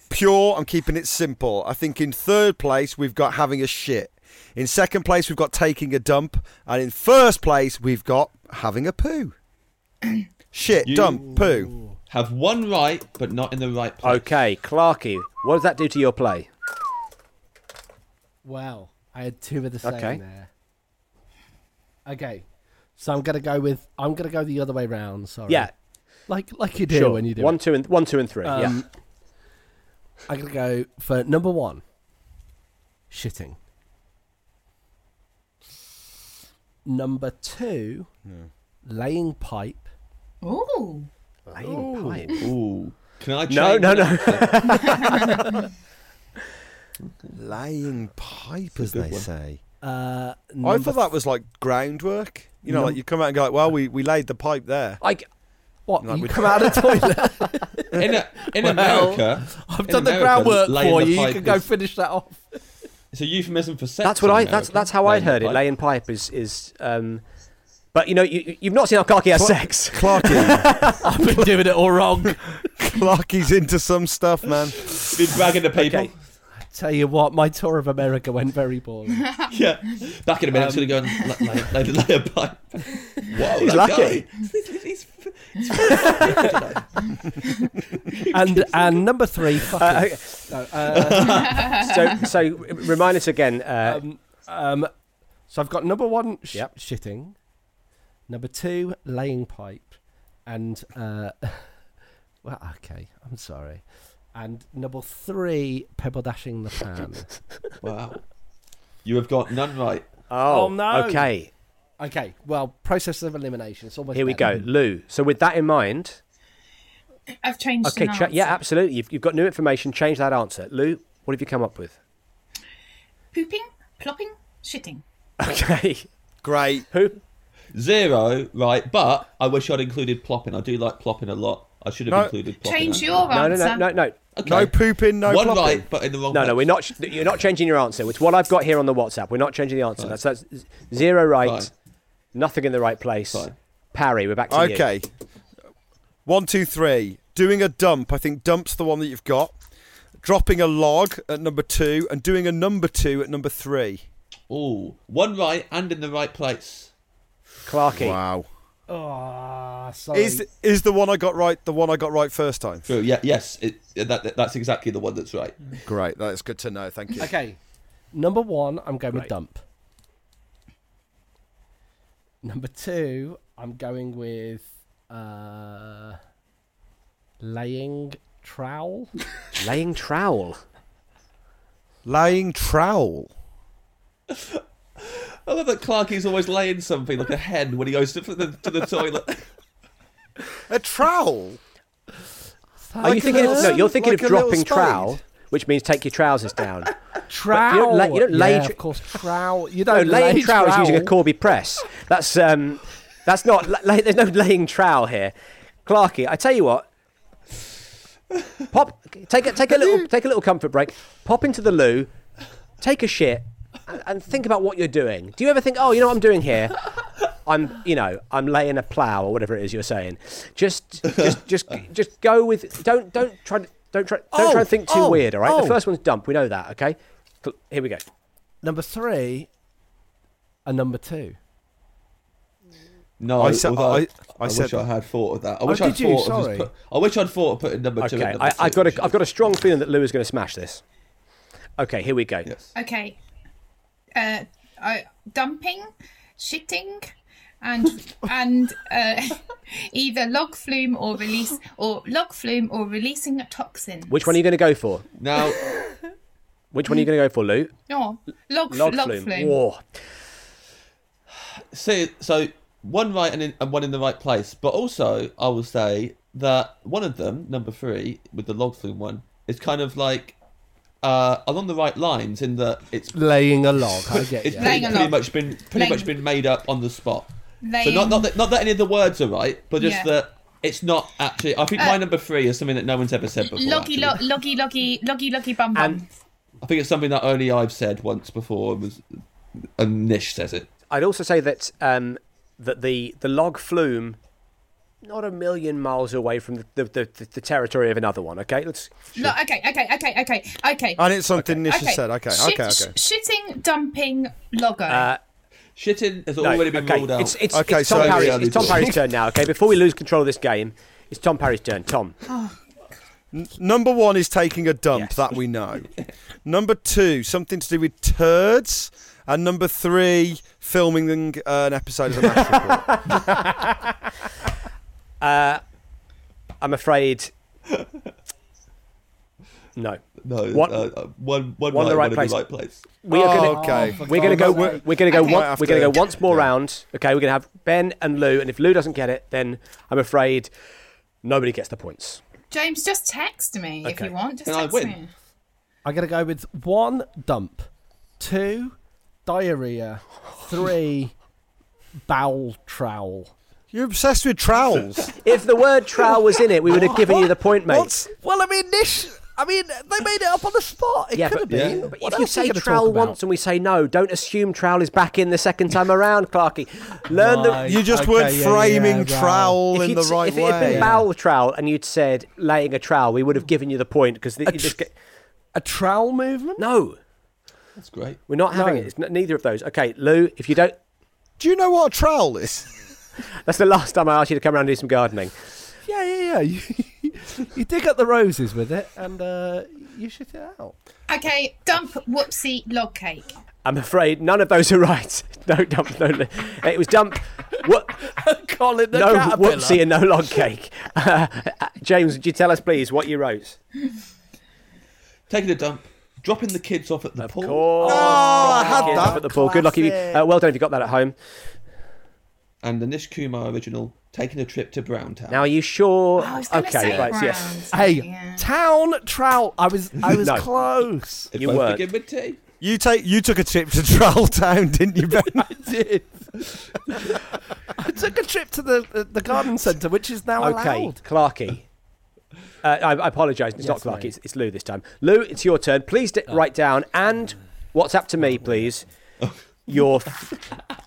[SPEAKER 1] pure. I'm keeping it simple. I think in third place we've got having a shit. In second place we've got taking a dump, and in first place we've got having a poo. shit,
[SPEAKER 5] You-
[SPEAKER 1] dump, poo.
[SPEAKER 5] Have one right, but not in the right place.
[SPEAKER 3] Okay, Clarky, what does that do to your play?
[SPEAKER 2] Wow, I had two of the same
[SPEAKER 3] Okay.
[SPEAKER 2] there. Okay, so I'm gonna go with I'm gonna go the other way round. Sorry.
[SPEAKER 3] Yeah,
[SPEAKER 2] like like you do
[SPEAKER 3] sure.
[SPEAKER 2] when you do.
[SPEAKER 3] one,
[SPEAKER 2] it.
[SPEAKER 3] two, and one, two, and three. yeah.
[SPEAKER 2] Um, I'm gonna go for number one. Shitting. Number two,
[SPEAKER 1] Hmm.
[SPEAKER 2] laying pipe.
[SPEAKER 6] Oh,
[SPEAKER 3] Laying pipe.
[SPEAKER 5] Ooh. Can I?
[SPEAKER 3] No,
[SPEAKER 5] change
[SPEAKER 3] no, no.
[SPEAKER 5] it?
[SPEAKER 1] Laying pipe, as they
[SPEAKER 5] one.
[SPEAKER 1] say.
[SPEAKER 2] Uh,
[SPEAKER 1] I
[SPEAKER 2] number
[SPEAKER 1] thought that was like groundwork. You know, like you come out and go, like, well, we, we laid the pipe there.
[SPEAKER 3] I,
[SPEAKER 2] what?
[SPEAKER 1] No,
[SPEAKER 2] you
[SPEAKER 1] we-
[SPEAKER 2] come out of the toilet.
[SPEAKER 5] In, a, in
[SPEAKER 2] Well,
[SPEAKER 5] America,
[SPEAKER 2] I've
[SPEAKER 5] in
[SPEAKER 2] done the
[SPEAKER 5] America,
[SPEAKER 2] groundwork
[SPEAKER 5] laying
[SPEAKER 2] for
[SPEAKER 5] the
[SPEAKER 2] you. You
[SPEAKER 5] pipe
[SPEAKER 2] can go
[SPEAKER 5] is-
[SPEAKER 2] finish that off.
[SPEAKER 5] It's a euphemism for sex.
[SPEAKER 3] that's what
[SPEAKER 5] in
[SPEAKER 3] I. That's
[SPEAKER 5] America,
[SPEAKER 3] that's how I
[SPEAKER 5] laying the
[SPEAKER 3] heard it.
[SPEAKER 5] pipe.
[SPEAKER 3] Laying pipe is is. Um, but you know, you you- you've not seen how Clarky has sex.
[SPEAKER 1] Clarky,
[SPEAKER 2] I've been doing it all wrong.
[SPEAKER 1] Clarky's into some stuff, man.
[SPEAKER 5] Be bragging to people.
[SPEAKER 3] Okay.
[SPEAKER 2] Tell you what, my tour of America went very boring.
[SPEAKER 5] Yeah. Back in a minute, I'm
[SPEAKER 3] Um,
[SPEAKER 5] just gonna go and lay, lay, lay, lay a pipe. Whoa, he's that
[SPEAKER 3] lucky.
[SPEAKER 5] Guy. He's, he's,
[SPEAKER 2] and and number three, fucking.
[SPEAKER 3] Uh, okay.
[SPEAKER 2] No, uh,
[SPEAKER 3] so so remind us again. Uh,
[SPEAKER 2] um, um, so I've got number one sh-
[SPEAKER 3] Yep.
[SPEAKER 2] shitting, number two laying pipe, and uh, well, okay, I'm sorry, and number three pebble dashing the pan.
[SPEAKER 5] wow. You have got none right.
[SPEAKER 3] oh,
[SPEAKER 2] oh, no.
[SPEAKER 3] Okay,
[SPEAKER 2] okay, well, process of elimination. It's almost
[SPEAKER 3] here we go,
[SPEAKER 2] better.
[SPEAKER 3] Lou. So with that in mind,
[SPEAKER 6] I've changed.
[SPEAKER 3] okay,
[SPEAKER 6] an
[SPEAKER 3] cha- yeah,
[SPEAKER 6] answer.
[SPEAKER 3] absolutely. You've you've got new information. Change that answer, Lou. What have you come up with?
[SPEAKER 6] Pooping, plopping, shitting.
[SPEAKER 3] Okay,
[SPEAKER 1] Great.
[SPEAKER 3] who?
[SPEAKER 5] Zero right, but I wish I'd included plopping. I do like plopping a lot. I should have
[SPEAKER 1] No.
[SPEAKER 5] included plopping.
[SPEAKER 6] Change
[SPEAKER 5] actually.
[SPEAKER 6] your
[SPEAKER 3] No, no,
[SPEAKER 6] answer.
[SPEAKER 3] no, no, no.
[SPEAKER 5] Okay.
[SPEAKER 1] No pooping, no
[SPEAKER 5] One
[SPEAKER 1] plopping.
[SPEAKER 5] right, but in the wrong.
[SPEAKER 3] No, no,
[SPEAKER 5] place.
[SPEAKER 3] we're not. You're not changing your answer. It's what I've got here on the WhatsApp. We're not changing the answer. That's, that's zero right,
[SPEAKER 5] Fine.
[SPEAKER 3] nothing in the right place.
[SPEAKER 5] Fine.
[SPEAKER 3] Parry. We're back to you.
[SPEAKER 1] Okay. One, two, three. Doing a dump. I think dump's the one that you've got. Dropping a log at number two and doing a number two at number three.
[SPEAKER 5] Ooh, one right and in the right place.
[SPEAKER 3] Clarky.
[SPEAKER 1] Wow.
[SPEAKER 2] Ah, sorry.
[SPEAKER 1] Is is the one I got right the one I got right first time?
[SPEAKER 5] True. Yeah. Yes. It, that, that- that's exactly the one that's right.
[SPEAKER 1] Great. That's good to know. Thank you.
[SPEAKER 2] Okay. Number one, I'm going with
[SPEAKER 3] Right.
[SPEAKER 2] dump. Number two, I'm going with uh, laying trowel.
[SPEAKER 3] Laying trowel.
[SPEAKER 1] Laying trowel.
[SPEAKER 5] I love that Clarky's always laying something like a hen when he goes to the, to the toilet.
[SPEAKER 1] A trowel.
[SPEAKER 3] Are you
[SPEAKER 1] Like a
[SPEAKER 3] thinking? Of,
[SPEAKER 1] little-
[SPEAKER 3] no, you're thinking
[SPEAKER 1] like
[SPEAKER 3] of
[SPEAKER 1] a little
[SPEAKER 3] dropping
[SPEAKER 1] spade.
[SPEAKER 3] trowel, which means take your trousers down.
[SPEAKER 2] Trowel.
[SPEAKER 3] you don't la- you don't lay
[SPEAKER 2] yeah,
[SPEAKER 3] tr-
[SPEAKER 2] of course, trowel. You
[SPEAKER 3] No,
[SPEAKER 2] don't
[SPEAKER 3] laying
[SPEAKER 2] lay
[SPEAKER 3] trowel is using a
[SPEAKER 2] trowel.
[SPEAKER 3] Corby press. That's um, that's not. la- la- there's no laying trowel here. Clarky, I tell you what. Pop. Take a take a little take a little comfort break. Pop into the loo. Take a shit, and, and think about what you're doing. Do you ever think, oh, you know what I'm doing here? I'm, you know, I'm laying a plow or whatever it is you're saying. Just, just, just, just go with. Don't, don't try. to- Don't try. Don't try
[SPEAKER 1] Oh,
[SPEAKER 3] and think too
[SPEAKER 1] oh,
[SPEAKER 3] weird. All right.
[SPEAKER 1] oh.
[SPEAKER 3] The first one's dump. We know that. Okay. Cl- Here we go.
[SPEAKER 2] Number three, and number two.
[SPEAKER 5] No,
[SPEAKER 1] I said-
[SPEAKER 5] although
[SPEAKER 1] I- I
[SPEAKER 5] wish
[SPEAKER 1] said Oh,
[SPEAKER 5] I had thought of that. I
[SPEAKER 3] Oh,
[SPEAKER 5] wish
[SPEAKER 2] did
[SPEAKER 5] I'd
[SPEAKER 2] you?
[SPEAKER 5] thought. Of
[SPEAKER 2] Sorry.
[SPEAKER 5] just put, I wish I'd thought of putting number two.
[SPEAKER 3] Okay,
[SPEAKER 5] and number
[SPEAKER 3] I,
[SPEAKER 5] two.
[SPEAKER 3] I've got a I've got a strong feeling that Lou is going to smash this. Okay, here we go.
[SPEAKER 5] Yes.
[SPEAKER 6] Okay. Uh, I, dumping, shitting, and and uh, either log flume or release or log flume or releasing a toxin.
[SPEAKER 3] Which one are you going to go for?
[SPEAKER 5] Now,
[SPEAKER 3] Which one are you going to go for, Lou?
[SPEAKER 6] No, Oh, log
[SPEAKER 3] Log
[SPEAKER 6] log, log
[SPEAKER 3] flume.
[SPEAKER 6] flume.
[SPEAKER 3] Whoa.
[SPEAKER 5] see, so one right and, in, and one in the right place, but also I will say that one of them, number three, with the log flume one, is kind of like uh, along the right lines in that it's
[SPEAKER 2] laying a log. I get
[SPEAKER 5] it's
[SPEAKER 2] you.
[SPEAKER 6] Laying
[SPEAKER 5] pretty,
[SPEAKER 6] a
[SPEAKER 5] pretty
[SPEAKER 6] log.
[SPEAKER 5] much been pretty
[SPEAKER 6] Laying-
[SPEAKER 5] much been made up on the spot. So
[SPEAKER 6] Laying-
[SPEAKER 5] not not that, not that any of the words are right, but just
[SPEAKER 6] Yeah. Uh,
[SPEAKER 5] that it's not actually. I think my number three is something that no one's ever said before.
[SPEAKER 6] Loggy,
[SPEAKER 5] actually.
[SPEAKER 6] lo- loggy, loggy, loggy, loggy, bum bum.
[SPEAKER 5] I think it's something that only I've said once before. and Was and Nish says it.
[SPEAKER 3] I'd also say that um, that the the log flume, not a million miles away from the the, the, the territory of another one. Okay, let's.
[SPEAKER 6] No, okay, okay, okay, okay, okay.
[SPEAKER 1] And it's something Nisha said. Okay,
[SPEAKER 6] Shit-
[SPEAKER 1] okay, okay.
[SPEAKER 6] sh- shitting, dumping, logo.
[SPEAKER 3] Uh,
[SPEAKER 5] Shitting has
[SPEAKER 3] no,
[SPEAKER 5] already been
[SPEAKER 3] okay.
[SPEAKER 5] ruled out.
[SPEAKER 3] It's, it's,
[SPEAKER 1] Okay,
[SPEAKER 3] it's Tom,
[SPEAKER 1] so-
[SPEAKER 3] Parry's,
[SPEAKER 5] Yeah,
[SPEAKER 3] it's Tom
[SPEAKER 5] they-
[SPEAKER 3] Parry's turn now. Okay, before we lose control of this game, it's Tom Parry's turn. Tom,
[SPEAKER 1] Number one is taking a dump,
[SPEAKER 3] Yes.
[SPEAKER 1] that we know. number two, something to do with turds. And number three, filming uh, an episode of the Mash Report.
[SPEAKER 2] Uh,
[SPEAKER 3] I'm afraid. No,
[SPEAKER 5] no,
[SPEAKER 3] One-
[SPEAKER 5] one, uh, one, one,
[SPEAKER 3] one
[SPEAKER 5] right,
[SPEAKER 3] in the right
[SPEAKER 5] one
[SPEAKER 3] place.
[SPEAKER 5] in the right place.
[SPEAKER 3] we are
[SPEAKER 1] Oh,
[SPEAKER 3] going to.
[SPEAKER 1] okay.
[SPEAKER 3] We're gonna go. We're, we're gonna go.
[SPEAKER 6] Okay.
[SPEAKER 3] One,
[SPEAKER 1] Might have
[SPEAKER 3] we're gonna
[SPEAKER 1] to-
[SPEAKER 3] go once more
[SPEAKER 1] yeah.
[SPEAKER 3] round. Okay, we're gonna have Ben and Lou, and if Lou doesn't get it, then I'm afraid nobody gets the points.
[SPEAKER 6] James, just text me if
[SPEAKER 3] Okay.
[SPEAKER 6] you want. Just
[SPEAKER 5] Then I
[SPEAKER 6] text
[SPEAKER 5] win.
[SPEAKER 6] me.
[SPEAKER 2] I'm gonna go with one dump, two diarrhea, three bowel trowel.
[SPEAKER 1] You're obsessed with trowels.
[SPEAKER 3] If the word trowel was in it, we would have given you the point, mate.
[SPEAKER 2] What's- Well, I mean, Nish. I mean, they made it up on the spot. It
[SPEAKER 3] Yeah,
[SPEAKER 2] could
[SPEAKER 3] but,
[SPEAKER 2] have been.
[SPEAKER 3] but
[SPEAKER 2] What
[SPEAKER 3] if you
[SPEAKER 2] else are
[SPEAKER 3] say
[SPEAKER 2] gonna talk
[SPEAKER 3] trowel
[SPEAKER 2] about?
[SPEAKER 3] once and we say no, don't assume trowel is back in the second time around, Clarky. Learn
[SPEAKER 2] Right.
[SPEAKER 3] the.
[SPEAKER 1] You just
[SPEAKER 2] Okay,
[SPEAKER 1] weren't
[SPEAKER 2] yeah,
[SPEAKER 1] framing
[SPEAKER 2] yeah, right.
[SPEAKER 1] trowel in
[SPEAKER 3] you'd
[SPEAKER 1] the
[SPEAKER 3] s-
[SPEAKER 1] right
[SPEAKER 3] if it had
[SPEAKER 1] way.
[SPEAKER 3] been bowel trowel and you'd said laying a trowel, we would have given you the point because you just get
[SPEAKER 2] a trowel movement.
[SPEAKER 3] no.
[SPEAKER 5] That's great.
[SPEAKER 3] We're not having
[SPEAKER 2] No.
[SPEAKER 3] it. It's n- neither of those. Okay, Lou, if you don't,
[SPEAKER 1] Do you know what a trowel is?
[SPEAKER 3] that's the last time I ask you to come around and do some gardening.
[SPEAKER 2] Yeah, yeah, yeah. You, you dig up the roses with it, and uh, you shit it out.
[SPEAKER 6] Okay, dump, whoopsie, log cake.
[SPEAKER 3] I'm afraid none of those are right. No dump, no. li- It was dump. What?
[SPEAKER 2] Colin the
[SPEAKER 3] no
[SPEAKER 2] caterpillar.
[SPEAKER 3] whoopsie and no log cake. Uh, James, would you tell us, please, what you wrote?
[SPEAKER 5] Taking a dump, dropping the kids off at the pool.
[SPEAKER 3] Cool.
[SPEAKER 2] Oh,
[SPEAKER 1] I had
[SPEAKER 3] Kids up
[SPEAKER 1] that.
[SPEAKER 3] at the pool. Good luck. if you- Uh, well done if you got that at home.
[SPEAKER 5] and the Nish Kumar original taking a trip to Browntown.
[SPEAKER 3] Now, are you sure?
[SPEAKER 6] I was going to
[SPEAKER 3] okay,
[SPEAKER 6] say
[SPEAKER 3] right,
[SPEAKER 6] round.
[SPEAKER 3] yes.
[SPEAKER 2] Hey,
[SPEAKER 6] Yeah.
[SPEAKER 2] town trowel. I was, I was
[SPEAKER 3] No.
[SPEAKER 2] close.
[SPEAKER 5] It
[SPEAKER 3] you
[SPEAKER 5] won't
[SPEAKER 3] weren't.
[SPEAKER 5] begin with T.
[SPEAKER 1] You take you took a trip to Trowel Town, didn't you, Ben?
[SPEAKER 2] did. I took a trip to the uh, the, the garden centre, which is now
[SPEAKER 3] Okay,
[SPEAKER 2] allowed.
[SPEAKER 3] Clarky. Uh, I, I apologise. It's not
[SPEAKER 2] Yes,
[SPEAKER 3] Clarky.
[SPEAKER 2] mate.
[SPEAKER 3] It's, it's Lou this time. Lou, it's your turn. Please d-
[SPEAKER 1] Oh.
[SPEAKER 3] write down and WhatsApp to me, please. Your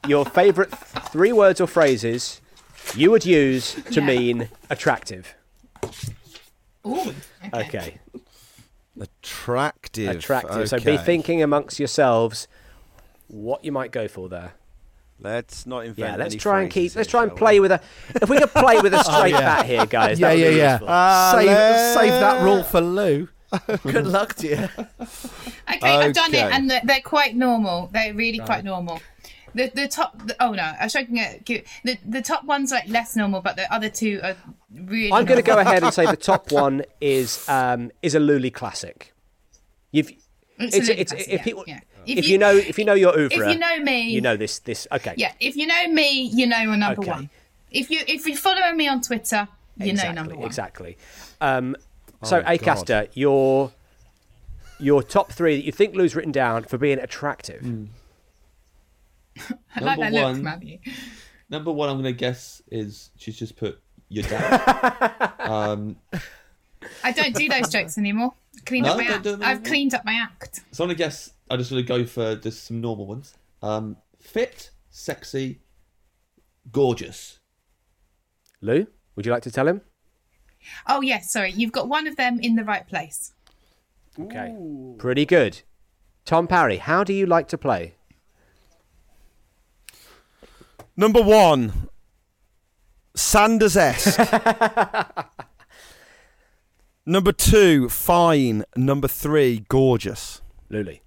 [SPEAKER 3] your favourite three words or phrases you would use to
[SPEAKER 6] Yeah.
[SPEAKER 3] mean attractive.
[SPEAKER 6] Ooh, okay.
[SPEAKER 3] Okay,
[SPEAKER 1] Attractive.
[SPEAKER 3] attractive. So be
[SPEAKER 1] okay.
[SPEAKER 3] thinking amongst yourselves what you might go for there.
[SPEAKER 1] Let's not invent.
[SPEAKER 3] Yeah, let's
[SPEAKER 1] any
[SPEAKER 3] try and
[SPEAKER 1] phrases
[SPEAKER 3] keep. Let's
[SPEAKER 1] here,
[SPEAKER 3] try and
[SPEAKER 1] shall
[SPEAKER 3] play
[SPEAKER 1] we?
[SPEAKER 3] with a. If we could play with a straight
[SPEAKER 2] Oh,
[SPEAKER 3] bat here, guys. that would be useful.
[SPEAKER 1] Uh,
[SPEAKER 2] save,
[SPEAKER 1] let's-
[SPEAKER 2] save that rule for Lou. Good luck to you.
[SPEAKER 6] Okay, I've done it,
[SPEAKER 1] Okay.
[SPEAKER 6] and they're, they're quite normal. They're really quite normal. The the top. The, oh no, I was joking. At, give- the the top one's like less normal, but the other two are really.
[SPEAKER 3] I'm going to
[SPEAKER 6] normal.
[SPEAKER 3] go ahead and say the top one is um, is a Luli classic. You've it's,
[SPEAKER 6] It's a
[SPEAKER 3] it's,
[SPEAKER 6] Lully
[SPEAKER 3] if
[SPEAKER 6] classic, yeah,
[SPEAKER 3] people
[SPEAKER 6] yeah.
[SPEAKER 3] If,
[SPEAKER 6] If
[SPEAKER 3] you,
[SPEAKER 6] you-
[SPEAKER 3] know if you know your oeuvre,
[SPEAKER 6] If you know me,
[SPEAKER 3] you know this this okay
[SPEAKER 6] Yeah, if you know me, you know a number
[SPEAKER 3] Okay.
[SPEAKER 6] one. If you if you're following me on Twitter, you
[SPEAKER 3] exactly
[SPEAKER 6] know number one.
[SPEAKER 3] exactly. Um, so Acaster, your your top three that you think Lou's written down for being attractive.
[SPEAKER 6] I like that
[SPEAKER 5] Number
[SPEAKER 6] look,
[SPEAKER 5] one.
[SPEAKER 6] Matthew.
[SPEAKER 5] Number one, I'm going to guess is she's just put your dad. um,
[SPEAKER 6] I don't do those jokes anymore. Clean
[SPEAKER 5] No,
[SPEAKER 6] up my
[SPEAKER 5] don't
[SPEAKER 6] act.
[SPEAKER 5] do them
[SPEAKER 6] I've
[SPEAKER 5] anymore.
[SPEAKER 6] cleaned up my act.
[SPEAKER 5] so I'm going to guess. I'm just going to go for just some normal ones. Um, fit, sexy, gorgeous.
[SPEAKER 3] Lou, would you like to tell him?
[SPEAKER 6] Oh yes, sorry. You've got one of them in the right place.
[SPEAKER 3] Okay, pretty good. Tom Parry, how do you like to play?
[SPEAKER 1] Number one, Sanders esque. Number two, fine. Number three, gorgeous.
[SPEAKER 3] Luli.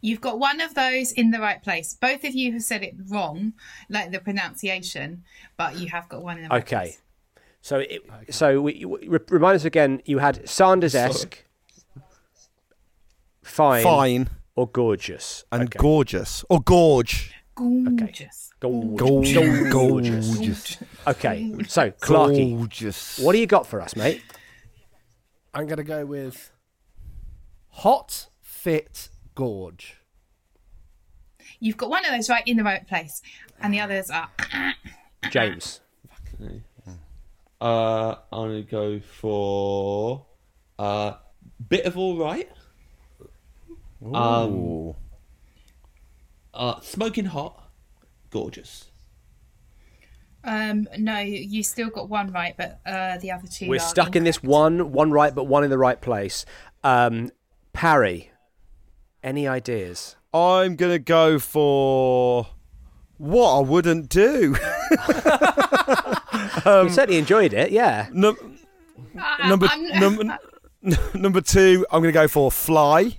[SPEAKER 6] You've got one of those in the right place. Both of you have said it wrong, like the pronunciation, but you have got one in the right
[SPEAKER 3] Okay.
[SPEAKER 6] place.
[SPEAKER 3] So, it, so we, you- re- remind us again. You had Sanders esque, fine,
[SPEAKER 1] Fine
[SPEAKER 3] or gorgeous,
[SPEAKER 1] and
[SPEAKER 3] Okay.
[SPEAKER 1] gorgeous. Or gorge.
[SPEAKER 6] Gorgeous.
[SPEAKER 3] Gorge-
[SPEAKER 1] Gorge.
[SPEAKER 3] gorgeous.
[SPEAKER 1] Gorgeous.
[SPEAKER 3] Okay. So, Clarky,
[SPEAKER 1] Gorgeous.
[SPEAKER 3] what do you got for us, mate?
[SPEAKER 2] I'm gonna go with Hot Fit Gorge.
[SPEAKER 6] You've got one of those right in the right place, and the others are.
[SPEAKER 3] James.
[SPEAKER 5] Uh, I'm gonna go for uh, bit of all right. Um, uh, smoking hot, gorgeous.
[SPEAKER 6] Um, no, you still got one right, but uh, the other two.
[SPEAKER 3] We're
[SPEAKER 6] are
[SPEAKER 3] stuck in this one, one right, but one in the right place. Um, Parry, any ideas?
[SPEAKER 1] I'm gonna go for what I wouldn't do. Um,
[SPEAKER 3] we certainly enjoyed it, yeah.
[SPEAKER 1] Num-
[SPEAKER 6] I-
[SPEAKER 1] number
[SPEAKER 6] Uh, I'm-
[SPEAKER 1] num- number two, I'm gonna go for fly,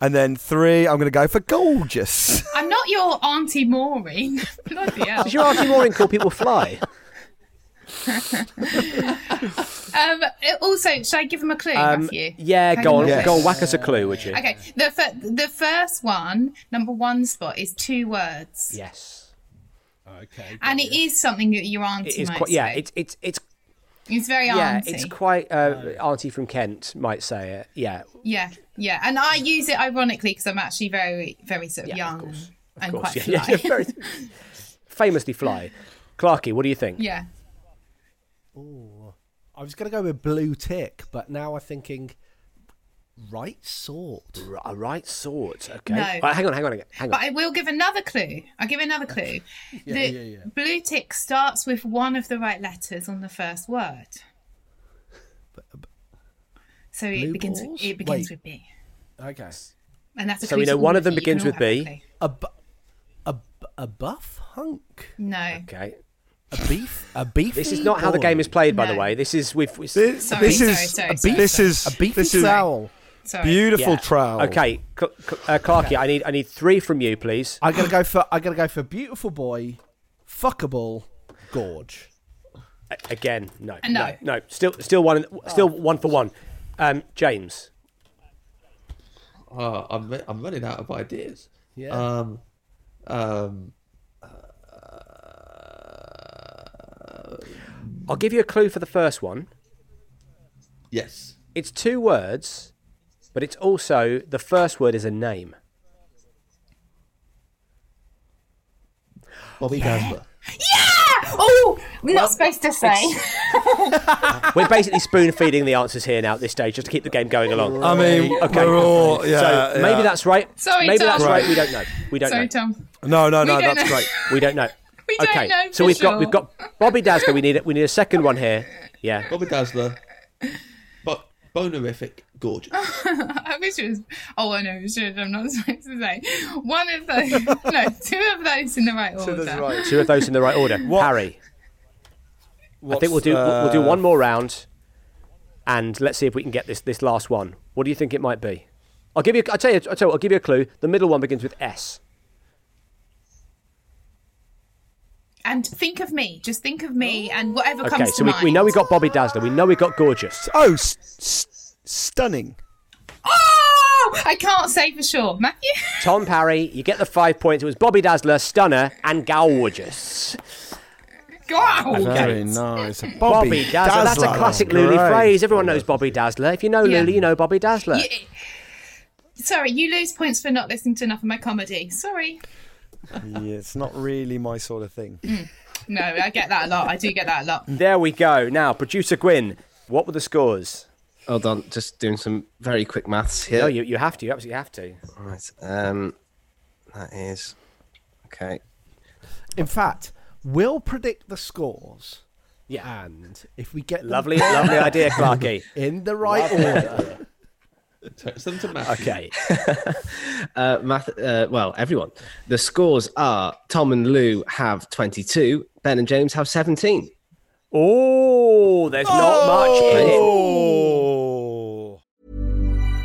[SPEAKER 1] and then three, I'm gonna go for gorgeous.
[SPEAKER 6] I'm not your Auntie Maureen. Bloody hell.
[SPEAKER 3] Did your Auntie Maureen call people fly?
[SPEAKER 6] Um, also, should I give them a clue, Matthew?
[SPEAKER 3] Um, yeah,
[SPEAKER 6] Can I
[SPEAKER 3] go
[SPEAKER 6] give
[SPEAKER 3] on,
[SPEAKER 6] them a
[SPEAKER 3] go
[SPEAKER 6] clue?
[SPEAKER 3] on, whack us a clue, would you?
[SPEAKER 6] Okay, the, fir- the first one, number one spot, is two words.
[SPEAKER 3] Yes.
[SPEAKER 6] And it is something that your auntie
[SPEAKER 3] It is
[SPEAKER 6] might
[SPEAKER 3] quite, yeah,
[SPEAKER 6] say.
[SPEAKER 3] it's, it's, it's,
[SPEAKER 6] it's very
[SPEAKER 3] yeah,
[SPEAKER 6] auntie.
[SPEAKER 3] it's quite, uh, Auntie from Kent might say it, yeah.
[SPEAKER 6] Yeah, yeah, and I use it ironically because I'm actually very, very sort
[SPEAKER 3] Yeah,
[SPEAKER 6] of young
[SPEAKER 3] of course. Of
[SPEAKER 6] and
[SPEAKER 3] course,
[SPEAKER 6] quite
[SPEAKER 3] yeah,
[SPEAKER 6] fly.
[SPEAKER 3] yeah, yeah, very- famously fly. Clarky, what do you think?
[SPEAKER 6] yeah.
[SPEAKER 2] I was going to go with blue tick, but now I'm thinking right sort.
[SPEAKER 3] R- A right sort, okay.
[SPEAKER 6] No.
[SPEAKER 3] All right, hang on, hang on, hang
[SPEAKER 6] But
[SPEAKER 3] on.
[SPEAKER 6] I will give another clue. I'll give another clue. the blue tick starts with one of the right letters on the first word. So it
[SPEAKER 2] Blue
[SPEAKER 6] begins.
[SPEAKER 2] balls?
[SPEAKER 6] It begins
[SPEAKER 2] Wait.
[SPEAKER 6] with B,
[SPEAKER 2] Okay.
[SPEAKER 6] and that's a
[SPEAKER 3] So
[SPEAKER 6] clue
[SPEAKER 3] we know
[SPEAKER 6] to all
[SPEAKER 3] one of them
[SPEAKER 6] you. You can
[SPEAKER 3] begins
[SPEAKER 6] all
[SPEAKER 3] with
[SPEAKER 6] have a
[SPEAKER 3] B.
[SPEAKER 6] clue.
[SPEAKER 2] A, bu- a, bu- a buff hunk.
[SPEAKER 6] No,
[SPEAKER 3] Okay.
[SPEAKER 2] A beef. A beef.
[SPEAKER 3] This is not how the game is played, by the
[SPEAKER 6] No.
[SPEAKER 3] way. This is we've. we
[SPEAKER 1] This,
[SPEAKER 6] Sorry,
[SPEAKER 1] this
[SPEAKER 6] sorry,
[SPEAKER 1] is
[SPEAKER 6] sorry, sorry,
[SPEAKER 1] this
[SPEAKER 6] sorry.
[SPEAKER 1] is
[SPEAKER 2] A beefy
[SPEAKER 1] this is
[SPEAKER 2] fowl.
[SPEAKER 6] sorry.
[SPEAKER 1] beautiful
[SPEAKER 3] Yeah.
[SPEAKER 1] trowel.
[SPEAKER 3] Okay, Cl- Cl- uh, Clarky, I need I need three from you, please.
[SPEAKER 2] I'm gonna go for. I'm gonna go for beautiful boy, fuckable, gorge.
[SPEAKER 3] A- Again, no,
[SPEAKER 6] No.
[SPEAKER 3] no, no. Still, still one, still one for one. Um, James,
[SPEAKER 5] Oh, I'm re- I'm running out of ideas.
[SPEAKER 2] Yeah.
[SPEAKER 5] Um, um,
[SPEAKER 3] I'll give you a clue for the first one.
[SPEAKER 5] yes.
[SPEAKER 3] It's two words, but it's also the first word is a name.
[SPEAKER 5] Bobby Gasper.
[SPEAKER 6] Oh, not supposed to say.
[SPEAKER 3] We're basically spoon feeding the answers here now at this stage, just to keep the game going along.
[SPEAKER 1] I mean,
[SPEAKER 3] Okay.
[SPEAKER 1] we're all yeah.
[SPEAKER 3] so
[SPEAKER 1] yeah.
[SPEAKER 3] maybe that's right.
[SPEAKER 6] Sorry,
[SPEAKER 3] maybe
[SPEAKER 6] Tom.
[SPEAKER 3] that's right. We don't know. We don't
[SPEAKER 6] Sorry,
[SPEAKER 3] know.
[SPEAKER 6] Tom.
[SPEAKER 1] no, no, no.
[SPEAKER 6] don't
[SPEAKER 1] That's
[SPEAKER 6] know.
[SPEAKER 1] great.
[SPEAKER 3] We don't know.
[SPEAKER 6] We don't
[SPEAKER 3] okay,
[SPEAKER 6] know.
[SPEAKER 3] so
[SPEAKER 6] for
[SPEAKER 3] we've got
[SPEAKER 6] sure.
[SPEAKER 3] we've got Bobby Dazzler. We need it. We need a second one here. Yeah.
[SPEAKER 5] Bobby Dazzler. But bonerific, gorgeous.
[SPEAKER 6] I wish it was. Oh, I know, sure, I'm not supposed to say. One of those. no, two of those in the right order.
[SPEAKER 3] Two of those in the right order. Parry. I think we'll do we'll we'll do one more round, and let's see if we can get this this last one. What do you think it might be? I'll give you. I tell you. I tell you. what, I'll give you a clue. The middle one begins with S.
[SPEAKER 6] And think of me. Just think of me and whatever
[SPEAKER 3] Okay,
[SPEAKER 6] comes to
[SPEAKER 3] so we,
[SPEAKER 6] mind.
[SPEAKER 3] we know we got Bobby Dazzler. We know we got Gorgeous.
[SPEAKER 1] Oh, s- s- stunning.
[SPEAKER 6] Oh! I can't say for sure. Matthew?
[SPEAKER 3] Tom Parry. You get the five points. It was Bobby Dazzler, Stunner, and Gorgeous.
[SPEAKER 6] Wow!
[SPEAKER 1] Very nice. Bobby,
[SPEAKER 3] Bobby Dazzler. That's a classic Lulu
[SPEAKER 1] Great.
[SPEAKER 3] phrase. Everyone knows Bobby Dazzler. If you know
[SPEAKER 6] Yeah.
[SPEAKER 3] Lulu, you know Bobby Dazzler.
[SPEAKER 6] You- Sorry, you lose points for not listening to enough of my comedy. Sorry.
[SPEAKER 1] Yeah, it's not really my sort of thing.
[SPEAKER 6] No, I get that a lot. I do get that a lot.
[SPEAKER 3] There we go. Now, producer Gwyn, what were the scores?
[SPEAKER 8] Hold on, just doing some very quick maths here.
[SPEAKER 3] No, you, you have to. You absolutely have to.
[SPEAKER 8] Right, um, that is okay.
[SPEAKER 2] In fact, we'll predict the scores,
[SPEAKER 3] Yeah.
[SPEAKER 2] and if we get them
[SPEAKER 3] Lovely, lovely idea, Clarky.
[SPEAKER 2] in the right order,
[SPEAKER 5] Text them to Matt.
[SPEAKER 3] Okay.
[SPEAKER 8] Uh, math. Uh, well, everyone. The scores are: Tom and Lou have twenty-two. Ben and James have seventeen.
[SPEAKER 3] Oh, there's not much in it.
[SPEAKER 1] Oh.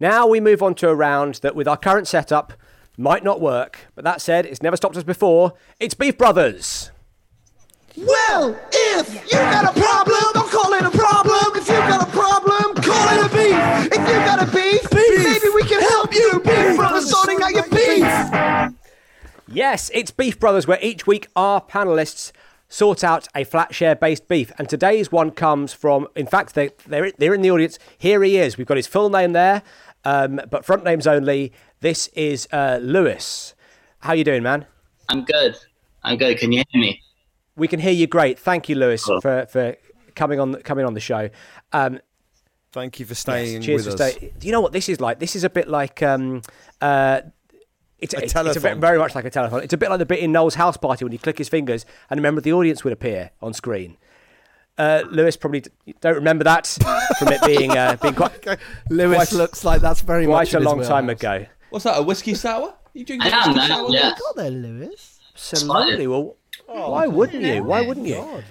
[SPEAKER 3] Now we move on to a round that, with our current setup, might not work. But that said, it's never stopped us before. It's Beef Brothers.
[SPEAKER 9] Well, if you got a problem, don't call it a problem. If you got a problem, call it a beef. If you got a beef, maybe we can help you. Beef brothers sorting out your beef.
[SPEAKER 3] Yes, it's Beef Brothers, where each week our panelists sort out a flat share based beef. And today's one comes from, in fact, they, they're, they're in the audience. Here he is. We've got his full name there, um, but front names only. This is uh, Lewis. How you doing, man?
[SPEAKER 10] I'm good. I'm good. Can you hear me?
[SPEAKER 3] We can hear you great. Thank you, Lewis, for, for coming on coming on the show. Um,
[SPEAKER 1] Thank you for staying
[SPEAKER 3] cheers
[SPEAKER 1] with
[SPEAKER 3] for
[SPEAKER 1] us.
[SPEAKER 3] staying. You know what this is like? This is a bit like um, uh, it's,
[SPEAKER 1] A
[SPEAKER 3] it's, it's a
[SPEAKER 1] telephone.
[SPEAKER 3] bit, very much like a telephone. It's a bit like the bit in Noel's house party when you click his fingers and a member of the audience would appear on screen. Uh, Lewis probably d- don't remember that from it being uh, being quite.
[SPEAKER 2] Lewis
[SPEAKER 3] quite-
[SPEAKER 2] looks like that's very
[SPEAKER 3] quite
[SPEAKER 2] much
[SPEAKER 3] a
[SPEAKER 2] in his
[SPEAKER 3] long time
[SPEAKER 2] wheelhouse.
[SPEAKER 3] ago.
[SPEAKER 5] What's that? A whiskey sour? You drinking
[SPEAKER 2] I
[SPEAKER 5] whiskey
[SPEAKER 2] am now,
[SPEAKER 5] sour?
[SPEAKER 2] yeah.
[SPEAKER 5] What you got
[SPEAKER 2] there, Lewis? Oh,
[SPEAKER 3] Absolutely. Well, why wouldn't you? Why wouldn't you?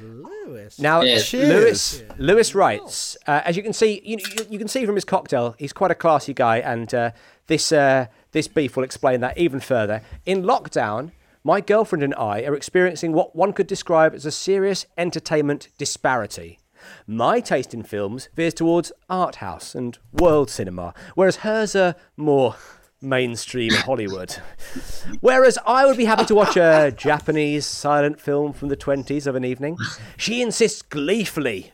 [SPEAKER 2] Lewis.
[SPEAKER 3] Now,
[SPEAKER 2] Cheers.
[SPEAKER 3] Lewis Lewis writes, uh, as you can see, you, you, you can see from his cocktail, he's quite a classy guy, and uh, this uh, this beef will explain that even further. In lockdown, my girlfriend and I are experiencing what one could describe as a serious entertainment disparity. My taste in films veers towards art house and world cinema, whereas hers are more mainstream Hollywood. Whereas I would be happy to watch a Japanese silent film from the 20s of an evening, she insists gleefully,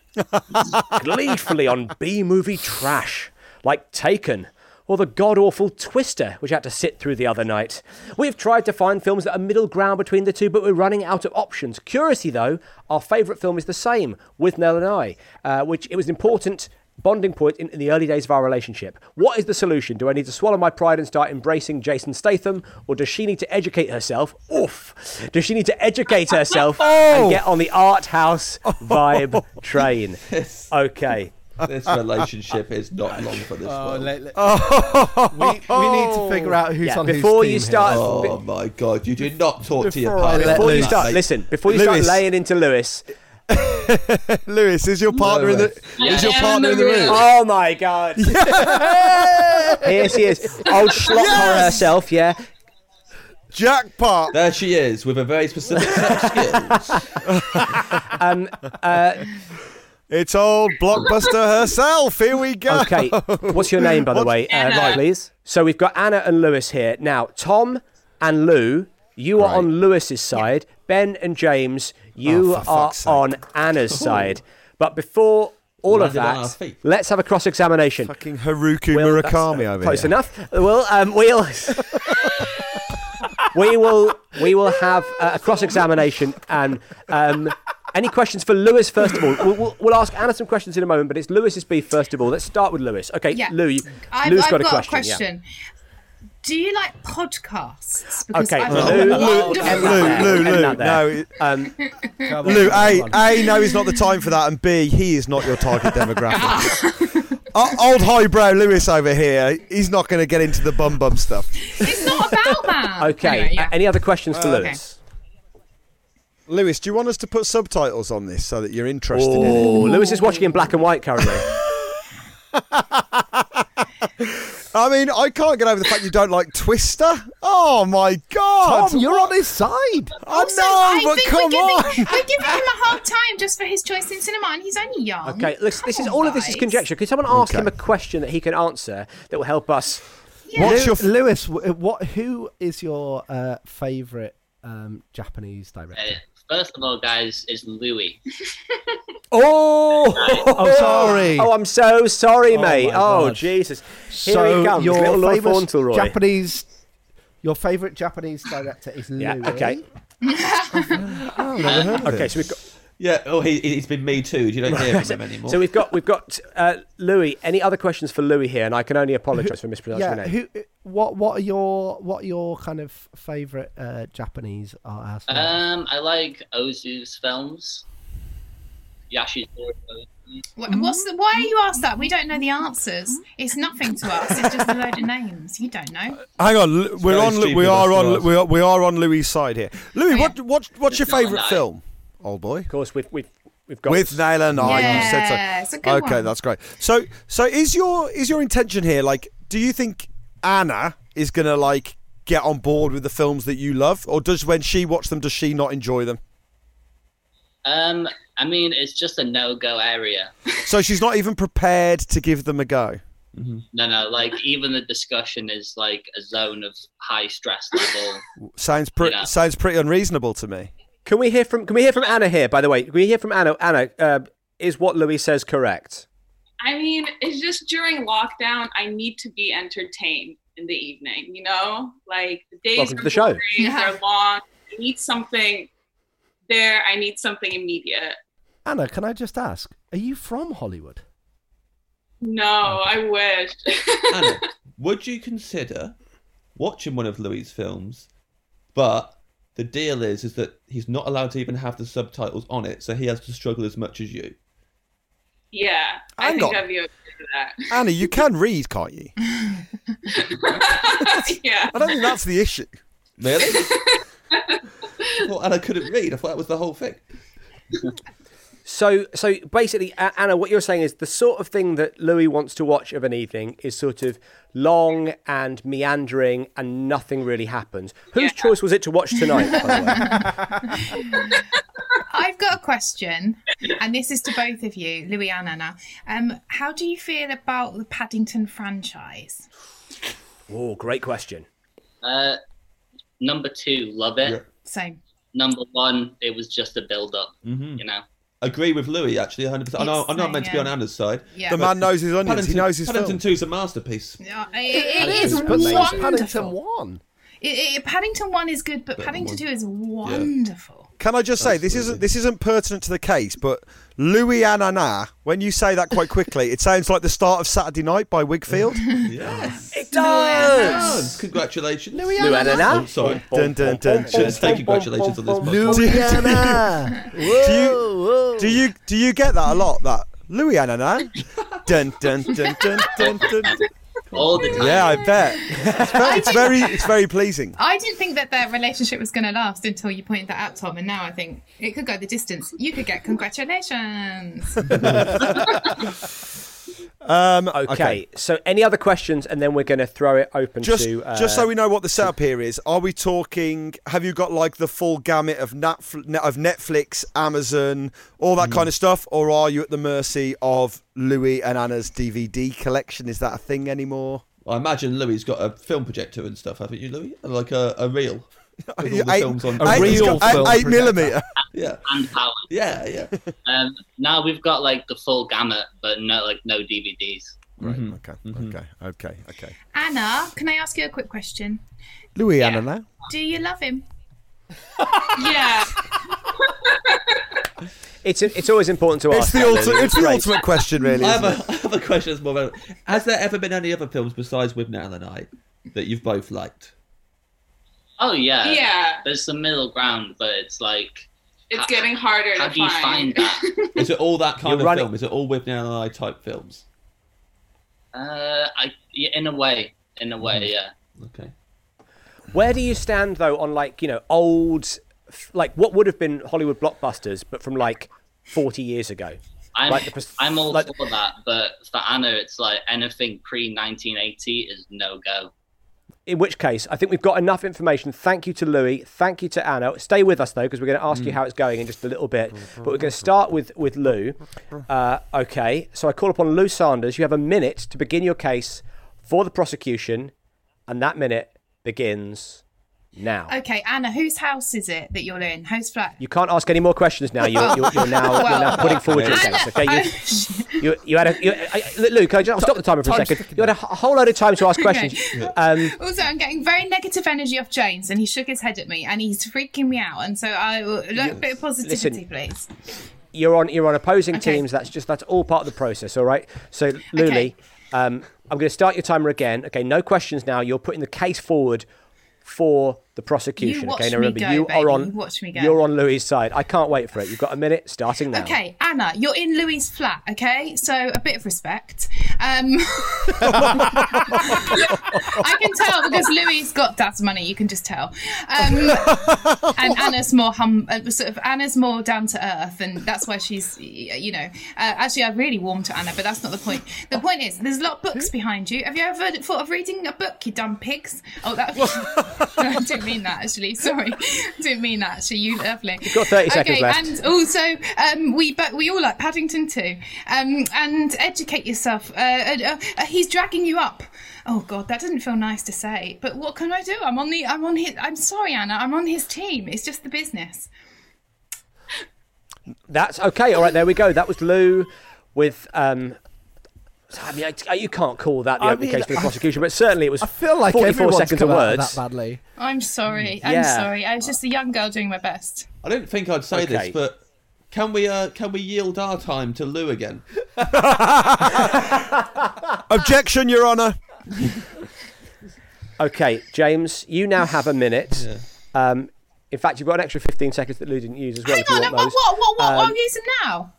[SPEAKER 3] gleefully on B movie trash like Taken or the god awful Twister, which I had to sit through the other night. We've tried to find films that are middle ground between the two, but we're running out of options. Curiously, though, our favourite film is the same with Nell and I, uh, which it was an important. Bonding point in, in the early days of our relationship. What is the solution? Do I need to swallow my pride and start embracing Jason Statham, or does she need to educate herself? Oof! Does she need to educate herself
[SPEAKER 5] Oh!
[SPEAKER 3] and get on the art house vibe train? Okay.
[SPEAKER 5] This relationship is not long for this
[SPEAKER 1] Oh.
[SPEAKER 3] Oh,
[SPEAKER 5] world.
[SPEAKER 2] we, we need to figure out who's on
[SPEAKER 3] before
[SPEAKER 2] whose
[SPEAKER 3] you
[SPEAKER 2] team
[SPEAKER 3] start-
[SPEAKER 2] here.
[SPEAKER 5] Oh my god, you did not talk to your
[SPEAKER 2] Before I
[SPEAKER 5] partner.
[SPEAKER 2] let
[SPEAKER 3] Before you
[SPEAKER 2] Lewis.
[SPEAKER 3] start, listen. Before you
[SPEAKER 1] Lewis.
[SPEAKER 3] start laying into Lewis,
[SPEAKER 1] Lewis is your partner in the is your partner in the room.
[SPEAKER 3] Oh my god! Here she is,
[SPEAKER 5] Oh,
[SPEAKER 3] old schlock horror herself. Yeah,
[SPEAKER 1] Jackpot.
[SPEAKER 5] There she is with a very specific set of skills.
[SPEAKER 3] um, uh,
[SPEAKER 1] It's old blockbuster herself. Here we go.
[SPEAKER 3] okay. What's your name, by the way? Uh, right, please. So we've got Anna and Lewis here now. Tom and Lou, you are on Lewis's side. Ben and James, you
[SPEAKER 1] Oh, for
[SPEAKER 3] are
[SPEAKER 1] fuck's
[SPEAKER 3] on Anna's side. But before all of
[SPEAKER 5] Landed on our
[SPEAKER 3] that,
[SPEAKER 5] feet.
[SPEAKER 3] let's have a cross-examination. uh,
[SPEAKER 1] Fucking Haruki Murakami over
[SPEAKER 3] Close
[SPEAKER 1] here.
[SPEAKER 3] enough. Well, um, we'll we will we will have uh, a cross examination and um, any questions for Lewis first of all. We'll, we'll, we'll ask Anna some questions in a moment, but it's Lewis's beef first of all. Let's start with Lewis. Okay,
[SPEAKER 6] Yeah.
[SPEAKER 3] Lou, you,
[SPEAKER 6] I've,
[SPEAKER 3] Lou's
[SPEAKER 6] I've
[SPEAKER 3] got,
[SPEAKER 6] got,
[SPEAKER 3] a question. yeah.
[SPEAKER 6] Do you like podcasts?
[SPEAKER 3] Okay,
[SPEAKER 6] I've got
[SPEAKER 3] Lou,
[SPEAKER 6] a
[SPEAKER 3] Lou,
[SPEAKER 6] lot
[SPEAKER 1] Lou,
[SPEAKER 6] of
[SPEAKER 3] end
[SPEAKER 1] Lou,
[SPEAKER 3] that there.
[SPEAKER 1] Lou,
[SPEAKER 3] End
[SPEAKER 1] Lou,
[SPEAKER 3] that there.
[SPEAKER 1] no, it-
[SPEAKER 3] Um,
[SPEAKER 1] Lou, A, A, no, is not the time for that, and B, he is not your target demographic. O- old highbrow Lewis over here, he's not going to get into the bum bum stuff.
[SPEAKER 6] It's not about that.
[SPEAKER 3] okay.
[SPEAKER 6] Anyway,
[SPEAKER 3] uh, any other questions for
[SPEAKER 6] Uh, okay.
[SPEAKER 3] Lewis?
[SPEAKER 1] Lewis, do you want us to put subtitles on this so that you're interested in it?
[SPEAKER 3] Oh, Lewis is watching in black and white currently.
[SPEAKER 1] I mean, I can't get over the fact you don't like Twister. Oh my god!
[SPEAKER 2] Tom, you're on his side.
[SPEAKER 1] I
[SPEAKER 6] Also,
[SPEAKER 3] Oh,
[SPEAKER 1] know,
[SPEAKER 6] I
[SPEAKER 1] but
[SPEAKER 6] think
[SPEAKER 1] come
[SPEAKER 6] we're
[SPEAKER 1] on.
[SPEAKER 6] giving, We're giving him a hard time just for his choice in cinema, and he's only young.
[SPEAKER 3] Okay, listen, this
[SPEAKER 6] Come
[SPEAKER 3] is
[SPEAKER 6] on,
[SPEAKER 3] all of this is
[SPEAKER 6] guys.
[SPEAKER 3] conjecture. Could someone ask
[SPEAKER 1] Okay.
[SPEAKER 3] him a question that he can answer that will help us?
[SPEAKER 1] What's your f-
[SPEAKER 2] Lew- Lewis? w- uh, What? Who is your uh, favorite um, Japanese director?
[SPEAKER 10] Uh, First of all, guys, is Louis.
[SPEAKER 3] Oh,
[SPEAKER 2] I'm sorry.
[SPEAKER 3] Oh, I'm so sorry,
[SPEAKER 2] Oh,
[SPEAKER 3] mate.
[SPEAKER 2] my
[SPEAKER 3] Oh,
[SPEAKER 2] God.
[SPEAKER 3] Jesus. Here
[SPEAKER 2] so
[SPEAKER 3] he comes,
[SPEAKER 2] your
[SPEAKER 3] little Lord
[SPEAKER 2] famous
[SPEAKER 3] Fauntleroy.
[SPEAKER 2] Japanese, your favorite Japanese director is
[SPEAKER 3] yeah,
[SPEAKER 2] Louis.
[SPEAKER 3] okay.
[SPEAKER 1] never heard of
[SPEAKER 3] okay,
[SPEAKER 5] this.
[SPEAKER 3] so we've got.
[SPEAKER 5] Yeah. Oh, he, he's been me too. You don't hear from him anymore.
[SPEAKER 3] So we've got we've got uh, Louis. Any other questions for Louis here? And I can only apologise for mispronouncing
[SPEAKER 2] yeah.
[SPEAKER 3] your name.
[SPEAKER 2] Who? uh, What? What are your? What are your kind of favorite uh, Japanese art house?
[SPEAKER 10] Um, I like Ozu's films. Yashitori Ozu.
[SPEAKER 6] Wha- What's the, why are you asked that? We don't know the answers. It's nothing to us. It's just a load of names. You don't know.
[SPEAKER 1] Hang on, Lu- we're
[SPEAKER 9] very
[SPEAKER 1] on. Lu-
[SPEAKER 9] stupid
[SPEAKER 1] We
[SPEAKER 9] of
[SPEAKER 1] are
[SPEAKER 9] us to
[SPEAKER 1] on.
[SPEAKER 9] ask.
[SPEAKER 1] We are, we are on Louis' side here. Louis, what, what what's your
[SPEAKER 3] With Nail and
[SPEAKER 1] favourite
[SPEAKER 3] I.
[SPEAKER 1] film, old boy? Of
[SPEAKER 3] course, we've we've we've got
[SPEAKER 1] with Nail and I. you said so.
[SPEAKER 3] Yeah, it's a good
[SPEAKER 1] okay,
[SPEAKER 3] one.
[SPEAKER 1] that's great. So so is your is your intention here? Like, do you think Anna is gonna like get on board with the films that you love, or does when she watches them, does she not enjoy them?
[SPEAKER 10] Um, I mean, it's just a no-go area.
[SPEAKER 1] So she's not even prepared to give them a go.
[SPEAKER 10] No, no, like even the discussion is like a zone of high stress level.
[SPEAKER 1] Sounds pretty
[SPEAKER 10] Yeah.
[SPEAKER 1] sounds pretty unreasonable to me.
[SPEAKER 3] Can we hear from Can we hear from Anna here? By the way, can we hear from Anna? Anna, uh, is what Louis says correct?
[SPEAKER 7] I mean, it's just during lockdown, I need to be entertained in the evening, you know? Like the days
[SPEAKER 3] Welcome
[SPEAKER 7] are
[SPEAKER 3] to the show.
[SPEAKER 7] boring, they're long. I need something there. I need something immediate.
[SPEAKER 2] Anna, can I just ask? Are you from Hollywood?
[SPEAKER 7] No, I wish.
[SPEAKER 5] Would you consider watching one of Louis' films, but the deal is is that he's not allowed to even have the subtitles on it, so he has to struggle as much as you.
[SPEAKER 7] yeah. I
[SPEAKER 1] Hang
[SPEAKER 7] think
[SPEAKER 1] on.
[SPEAKER 7] I'd be okay with that.
[SPEAKER 1] Anna, you can read, can't you?
[SPEAKER 7] yeah.
[SPEAKER 1] I don't think that's the issue.
[SPEAKER 5] Really? I thought Anna couldn't read. I thought that was the whole thing.
[SPEAKER 3] So, so basically, A- Anna, what you're saying is the sort of thing that Louis wants to watch of an evening is sort of long and meandering, and nothing really happens. Whose choice was it to watch tonight? by the way?
[SPEAKER 6] I've got a question, and this is to both of you, Louis and Anna. Um, how do you feel about the Paddington franchise?
[SPEAKER 3] Oh, great question.
[SPEAKER 10] Uh, number two, love it.
[SPEAKER 6] Same.
[SPEAKER 10] Number one, it was just a build-up.
[SPEAKER 5] Mhm.
[SPEAKER 10] You know.
[SPEAKER 5] Agree with Louis actually 100. percent I know I'm not meant to be on
[SPEAKER 10] yeah.
[SPEAKER 5] Anna's side.
[SPEAKER 10] Yeah.
[SPEAKER 1] The
[SPEAKER 5] but
[SPEAKER 1] man knows his onions, he
[SPEAKER 5] Paddington,
[SPEAKER 1] knows his
[SPEAKER 5] Paddington
[SPEAKER 1] film.
[SPEAKER 5] 2's a masterpiece.
[SPEAKER 6] Uh, it- it
[SPEAKER 2] Paddington's
[SPEAKER 6] is
[SPEAKER 2] good, mate.
[SPEAKER 6] wonderful.
[SPEAKER 2] Paddington one.
[SPEAKER 6] It, it, Paddington one is good, but
[SPEAKER 1] But
[SPEAKER 6] Paddington
[SPEAKER 1] one-
[SPEAKER 6] two is wonderful.
[SPEAKER 1] Can I just say this isn't this isn't pertinent to the case, but Louis Anana, when you say that quite quickly, it sounds like the start of Saturday Night by Wigfield.
[SPEAKER 5] Yes.
[SPEAKER 3] It
[SPEAKER 5] does. Congratulations.
[SPEAKER 1] Louis
[SPEAKER 5] Louis
[SPEAKER 1] Anna.
[SPEAKER 5] Anna. Oh, sorry. Oh,
[SPEAKER 1] Dun, dun, dun.
[SPEAKER 5] Should have said congratulations on this podcast.
[SPEAKER 1] Louis Anana. do you do you do you get that a lot? That Louis Anana. dun dun dun dun dun dun.
[SPEAKER 10] All the time.
[SPEAKER 1] Yeah, I bet. It's very it's very, it's very pleasing.
[SPEAKER 6] I didn't think that their relationship was going to last until you pointed that out, Tom, and now I think it could go the distance. You could get congratulations.
[SPEAKER 1] Um,
[SPEAKER 3] okay. So, any other questions, and then we're going to throw it open
[SPEAKER 1] just,
[SPEAKER 3] to. Uh,
[SPEAKER 1] just so we know what the setup here is, are we talking? Have you got like the full gamut of Netf- of Netflix, Amazon, all that kind of stuff, or are you at the mercy of Louis and Anna's DVD collection? Is that a thing anymore?
[SPEAKER 5] I imagine Louis's got a film projector and stuff, haven't you, Louis? Like a, a reel. With all the
[SPEAKER 1] Eight-
[SPEAKER 5] films on
[SPEAKER 1] eight- he's got eight- eight millimeter.
[SPEAKER 5] Yeah.
[SPEAKER 10] And power.
[SPEAKER 5] Yeah, yeah.
[SPEAKER 10] Um, now we've got like the full gamut, but no, like no DVDs.
[SPEAKER 1] Right. Okay. Okay. Okay. Okay.
[SPEAKER 6] Anna, can I ask you a quick question?
[SPEAKER 1] Louis Anna now.
[SPEAKER 6] Do you love him?
[SPEAKER 7] yeah.
[SPEAKER 3] it's it's always important to ask.
[SPEAKER 1] It's the
[SPEAKER 3] that,
[SPEAKER 1] ulti-
[SPEAKER 3] Lily.
[SPEAKER 1] it's the
[SPEAKER 3] Great.
[SPEAKER 1] ultimate question, really.
[SPEAKER 5] I
[SPEAKER 1] Isn't
[SPEAKER 5] have,
[SPEAKER 1] it?
[SPEAKER 5] a, I have a question that's more relevant. Has there ever been any other films besides With Nat and I that you've both liked?
[SPEAKER 10] Oh yeah.
[SPEAKER 7] Yeah.
[SPEAKER 10] There's some middle ground, but it's like
[SPEAKER 7] It's getting harder
[SPEAKER 10] how
[SPEAKER 7] to
[SPEAKER 10] do you find that?
[SPEAKER 5] Is it all that kind
[SPEAKER 3] You're
[SPEAKER 5] of
[SPEAKER 3] running-
[SPEAKER 5] film? Is it all With Nat and I type films?
[SPEAKER 10] Uh, I yeah, in a way, in a way, yeah.
[SPEAKER 5] Okay.
[SPEAKER 3] Where do you stand though on like you know old, f- like what would have been Hollywood blockbusters, but from like forty years ago?
[SPEAKER 10] I'm
[SPEAKER 3] Like the pres-
[SPEAKER 10] I'm all
[SPEAKER 3] like-
[SPEAKER 10] for that, but for Anna, it's like anything pre 1980 is no go.
[SPEAKER 3] In which case, I think we've got enough information. Thank you to Louis. Thank you to Anna. Stay with us though, because we're going to ask you
[SPEAKER 10] Mm.
[SPEAKER 3] how it's going in just a little bit. But we're going to start with with Lou. Uh, okay, so I call upon Lou Sanders. You have a minute to begin your case for the prosecution, and that minute begins now.
[SPEAKER 6] Okay, Anna, whose house is it that you're in? Whose flat?
[SPEAKER 3] You can't ask any more questions now. You're, you're, you're, now, you're now putting forward your
[SPEAKER 6] Anna,
[SPEAKER 3] case. Okay, you, you, you had a you, I, I- Luke. Can I just stop the timer for a
[SPEAKER 6] Time's
[SPEAKER 3] second? You had a, wh- whole load of time to ask
[SPEAKER 6] Okay.
[SPEAKER 3] questions. Um,
[SPEAKER 6] Also, I'm getting very negative energy off James, and he shook his head at me, and he's freaking me out. And so, I will a little bit of positivity,
[SPEAKER 3] Listen.
[SPEAKER 6] please.
[SPEAKER 3] you're on you're on opposing
[SPEAKER 6] Okay.
[SPEAKER 3] teams. That's just that's all part of the process. All right. So Luli, um, I'm going to start your timer again. Okay, no questions now. You're putting the case forward for the prosecution.
[SPEAKER 6] watch
[SPEAKER 3] okay, now
[SPEAKER 6] me
[SPEAKER 3] remember
[SPEAKER 6] go,
[SPEAKER 3] you
[SPEAKER 6] baby.
[SPEAKER 3] are on
[SPEAKER 6] You watch me go.
[SPEAKER 3] you're on Louis' side. I can't wait for it. You've got a minute starting now.
[SPEAKER 6] Okay, Anna, you're in Louis's flat. Okay, so a bit of respect. Um, I can tell because Louis's got dad's money. You can just tell. Um, and Anna's more hum, uh, sort of Anna's more down to earth, and that's why she's, y- you know, uh, actually I really warmed to Anna, but that's not the point. The point is, there's a lot of
[SPEAKER 3] Hmm?
[SPEAKER 6] books behind you. Have you ever thought of reading a book, you dumb pigs? Oh, that I didn't mean that actually. Sorry, didn't mean that actually. You lovely. You've
[SPEAKER 3] got 30 seconds
[SPEAKER 6] okay,
[SPEAKER 3] left.
[SPEAKER 6] And also, um, we but we all like Paddington too. Um, and educate yourself. Uh, uh, uh, he's dragging you up. Oh God, that doesn't feel nice to say. But what can I do? I'm on the. I'm on his. I'm sorry, Anna. I'm on his team. It's just the business.
[SPEAKER 3] That's okay. All right, there we go. That was Lou with. Um, I mean, I, you can't call that the
[SPEAKER 2] I
[SPEAKER 3] opening
[SPEAKER 2] mean,
[SPEAKER 3] case for the
[SPEAKER 2] I-
[SPEAKER 3] prosecution, but certainly it was.
[SPEAKER 2] I feel like
[SPEAKER 3] 44
[SPEAKER 2] everyone's
[SPEAKER 3] seconds
[SPEAKER 2] come
[SPEAKER 3] of
[SPEAKER 2] out of
[SPEAKER 3] words.
[SPEAKER 2] that badly.
[SPEAKER 6] I'm sorry. I'm
[SPEAKER 3] Yeah.
[SPEAKER 6] sorry. I was just a young girl doing my best.
[SPEAKER 5] I don't think I'd say
[SPEAKER 3] Okay.
[SPEAKER 5] this, but can we uh, can we yield our time to Lou again?
[SPEAKER 1] Objection, Your Honour.
[SPEAKER 3] Okay, James, you now have a minute. Um, in fact, you've got an extra 15 seconds that Lou didn't use as well.
[SPEAKER 6] Hang
[SPEAKER 3] if you
[SPEAKER 6] on.
[SPEAKER 3] want
[SPEAKER 6] What? What?
[SPEAKER 3] those.
[SPEAKER 6] What? What? what
[SPEAKER 3] Um,
[SPEAKER 6] I'm using now.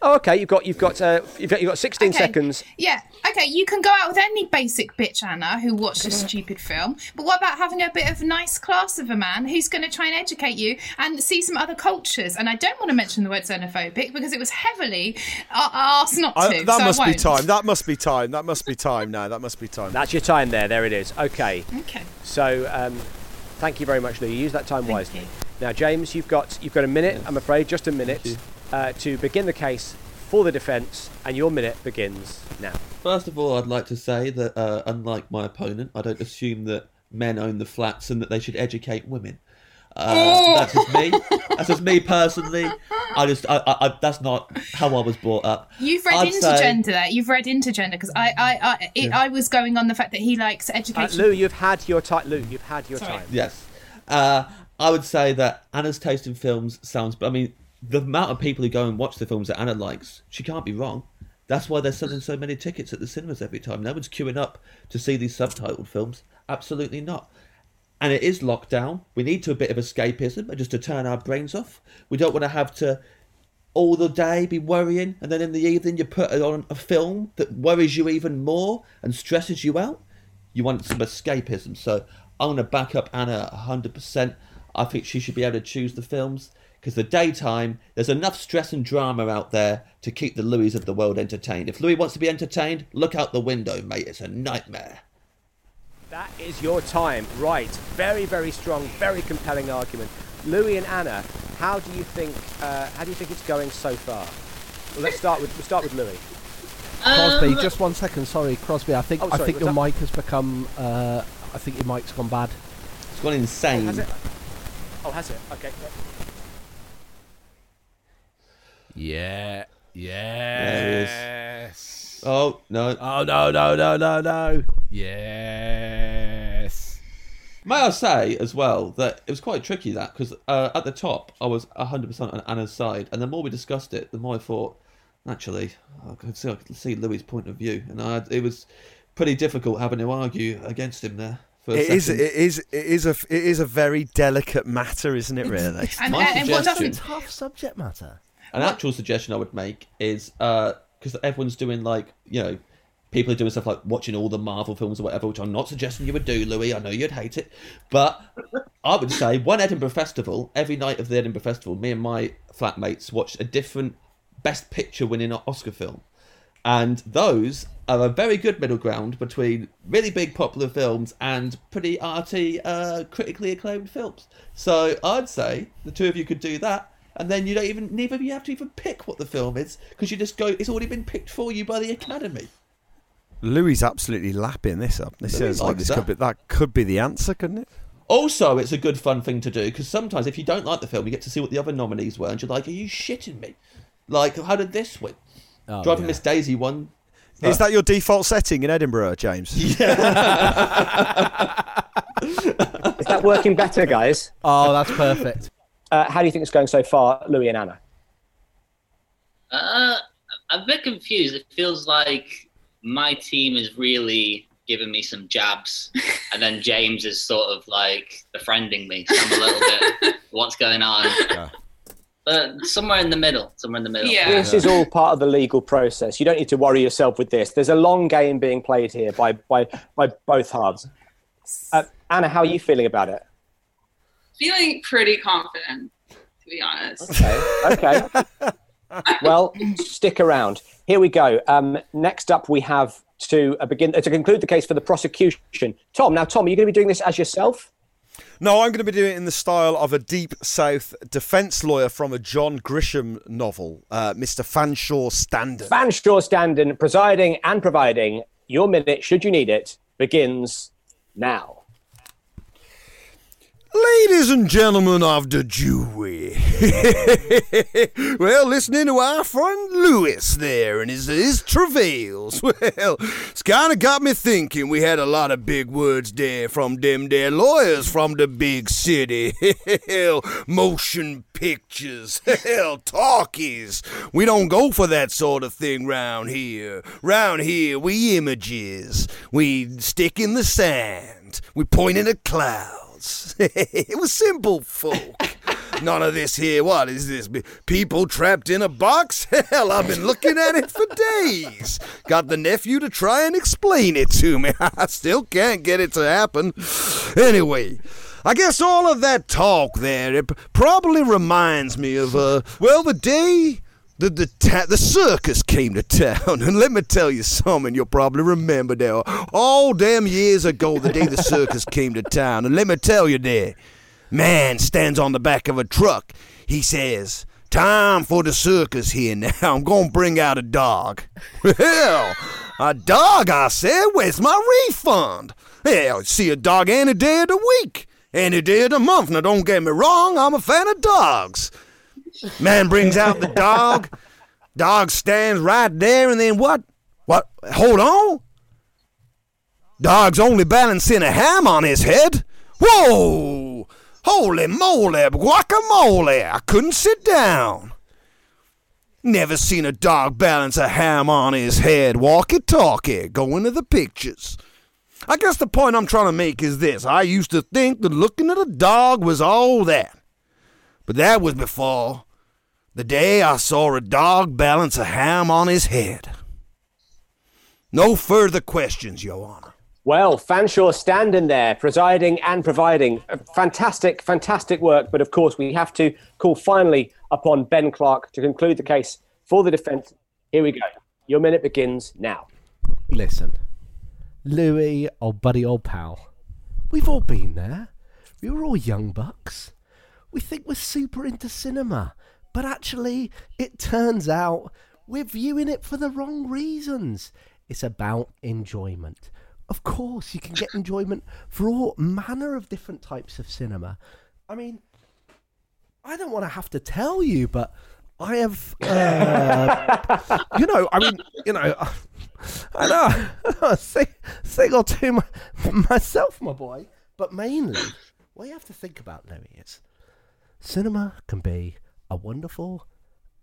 [SPEAKER 3] oh, okay. You've got you've got uh, you've got you've got 16
[SPEAKER 6] Okay.
[SPEAKER 3] seconds.
[SPEAKER 6] Yeah, okay, you can go out with any basic bitch, Anna, who watched a stupid film. But what about having a bit of nice class of a man who's going to try and educate you and see some other cultures? And I don't want to mention the word xenophobic because it was heavily uh, asked not to.
[SPEAKER 1] I, that
[SPEAKER 6] so I
[SPEAKER 1] must be
[SPEAKER 6] won't.
[SPEAKER 1] time. That must be time. That must be time now. That must be time.
[SPEAKER 3] That's your time there. There it is. Okay.
[SPEAKER 6] Okay.
[SPEAKER 3] So, um, thank you very much, Lou. You used that time wisely. Now, James, you've got you've got a minute. I'm afraid, just a minute, uh, to begin the case for the defence, and your minute begins now.
[SPEAKER 5] First of all, I'd like to say that uh, unlike my opponent, I don't assume that men own the flats and that they should educate women. Uh,
[SPEAKER 9] Oh.
[SPEAKER 5] that's just me. That's just me personally. I just I, I, I that's not how I was brought up.
[SPEAKER 6] You've read
[SPEAKER 5] I'd say-
[SPEAKER 6] intergender there. You've read intergender because I, I, I, it,
[SPEAKER 5] Yeah.
[SPEAKER 6] I was going on the fact that he likes
[SPEAKER 3] Uh,
[SPEAKER 6] education.
[SPEAKER 3] Lou, you've had your time. Lou, you've had your
[SPEAKER 6] Sorry.
[SPEAKER 3] time.
[SPEAKER 5] Yes. Uh, I would say that Anna's taste in films sounds. I mean, the amount of people who go and watch the films that Anna likes, she can't be wrong. That's why they're selling so many tickets at the cinemas every time. No one's queuing up to see these subtitled films. Absolutely not. And it is lockdown. We need to a bit of escapism and just to turn our brains off. We don't want to have to all the day be worrying, and then in the evening you put on a film that worries you even more and stresses you out. You want some escapism, so I'm going to back up Anna 100%. I think she should be able to choose the films because the daytime, there's enough stress and drama out there to keep the Louis of the world entertained. If Louis wants to be entertained, look out the window, mate. It's a nightmare.
[SPEAKER 3] That is your time, right? Very, very strong, very compelling argument. Louis and Anna, how do you think? Uh, how do you think it's going so far? Well, let's start with we'll start with Louis.
[SPEAKER 2] Crosby,
[SPEAKER 3] Um,
[SPEAKER 2] just one second. Sorry, Crosby. I think
[SPEAKER 3] Oh, sorry,
[SPEAKER 2] I think your
[SPEAKER 3] what's
[SPEAKER 2] mic has become. Uh, I think your mic's gone bad.
[SPEAKER 5] It's gone insane.
[SPEAKER 3] Has it? Oh, has it? Okay.
[SPEAKER 11] Yeah.
[SPEAKER 5] There
[SPEAKER 11] Yes.
[SPEAKER 5] Oh, no.
[SPEAKER 11] Oh, no, no, no, no, no. Yes.
[SPEAKER 5] May I say as well that it was quite tricky that because uh, at the top I was 100% on Anna's side, and the more we discussed it, the more I thought, actually, I could see, I could see Louis' point of view, and I, it was pretty difficult having to argue against him there. For a
[SPEAKER 1] It is. It
[SPEAKER 5] second.
[SPEAKER 1] is. It is a. It is a very delicate matter, isn't it? Really.
[SPEAKER 5] And- My and what suggestion- doesn't-
[SPEAKER 11] Tough subject matter.
[SPEAKER 5] An actual suggestion I would make is because everyone's doing like you know, people are doing stuff like watching all the Marvel films or whatever, which I'm not suggesting you would do, Louis. I know you'd hate it, but I would say one Edinburgh Festival every night of the Edinburgh Festival, me and my flatmates watched a different Best Picture winning Oscar film, and those are a very good middle ground between really big popular films and pretty arty, uh, critically acclaimed films. So I'd say the two of you could do that, and then you don't even neither of you have to even pick what the film is because you just go. It's already been picked for you by the Academy.
[SPEAKER 1] Louis is absolutely lapping this up. This
[SPEAKER 5] Louis
[SPEAKER 1] sounds like
[SPEAKER 5] likes
[SPEAKER 1] this
[SPEAKER 5] that.
[SPEAKER 1] could be that could be the answer, couldn't it?
[SPEAKER 5] Also, it's a good fun thing to do because sometimes if you don't like the film, you get to see what the other nominees were, and you're like, "Are you shitting me? Like, how did this win?" Driving
[SPEAKER 12] yeah.
[SPEAKER 5] Miss Daisy won.
[SPEAKER 12] Is that your default setting in Edinburgh, James?
[SPEAKER 3] Is that working better, guys?
[SPEAKER 2] Oh, that's perfect.
[SPEAKER 3] Uh, how do you think it's going so far, Louis and Anna?
[SPEAKER 10] Uh, I'm a bit confused. It feels like my team is really giving me some jabs, and then James is sort of like befriending me. So I'm a little bit, what's going on? But somewhere in the middle. Somewhere in the middle.
[SPEAKER 3] This is all part of the legal process. You don't need to worry yourself with this. There's a long game being played here by by by both halves. Uh, Anna, how are you feeling about it?
[SPEAKER 7] Feeling pretty confident, to be honest.
[SPEAKER 3] Okay. well, stick around. Here we go. Um, next up, we have to uh, begin to conclude the case for the prosecution. Tom, now, Tom, are you going to be doing this as yourself?
[SPEAKER 12] No, I'm going to be doing it in the style of a deep south defence lawyer from a John Grisham novel, uh, Mr. Fanshawe Standard.
[SPEAKER 3] Fanshawe Standing, presiding and providing your minute, should you need it, begins now.
[SPEAKER 12] Ladies and gentlemen of the jury. well, listening to our friend Lewis there and his, his travails. Well, it's kind of got me thinking. We had a lot of big words there from them there lawyers from the big city. Hell, motion pictures. Hell, talkies. We don't go for that sort of thing round here. Round here, we images. We stick in the sand. We point in the clouds. it was simple, folk. None of this here. What is this? B- People trapped in a box? Hell, I've been looking at it for days. Got the nephew to try and explain it to me. I still can't get it to happen. Anyway. I guess all of that talk there, it p- probably reminds me of, uh, well, the day the the, ta- the circus came to town, and let me tell you something you'll probably remember now. All damn years ago, the day the circus came to town, and let me tell you there, man stands on the back of a truck. He says, "Time for the circus here now. I'm gonna bring out a dog." Well, a dog, I said. Where's my refund? Hell, see a dog any day of the week, any day of the month. Now, don't get me wrong, I'm a fan of dogs. Man brings out the dog. Dog stands right there, and then what? What? Hold on. Dog's only balancing a ham on his head. Whoa! Holy moly, guacamole! I couldn't sit down. Never seen a dog balance a ham on his head. Walkie talkie, go into the pictures. I guess the point I'm trying to make is this I used to think that looking at a dog was all that. But that was before the day I saw a dog balance a ham on his head. No further questions, Your Honor.
[SPEAKER 3] Well, Fanshawe standing there, presiding and providing. Uh, Fantastic, fantastic work. But of course, we have to call finally upon Ben Clark to conclude the case for the defence. Here we go. Your minute begins now.
[SPEAKER 2] Listen, Louis, old buddy, old pal, we've all been there. We were all young bucks. We think we're super into cinema, but actually, it turns out we're viewing it for the wrong reasons. It's about enjoyment. Of course, you can get enjoyment for all manner of different types of cinema. I mean, I don't want to have to tell you, but I have, uh, you know, I mean, you know, I know, I know a thing, thing or two my, myself, my boy, but mainly, what you have to think about, Louis, is cinema can be a wonderful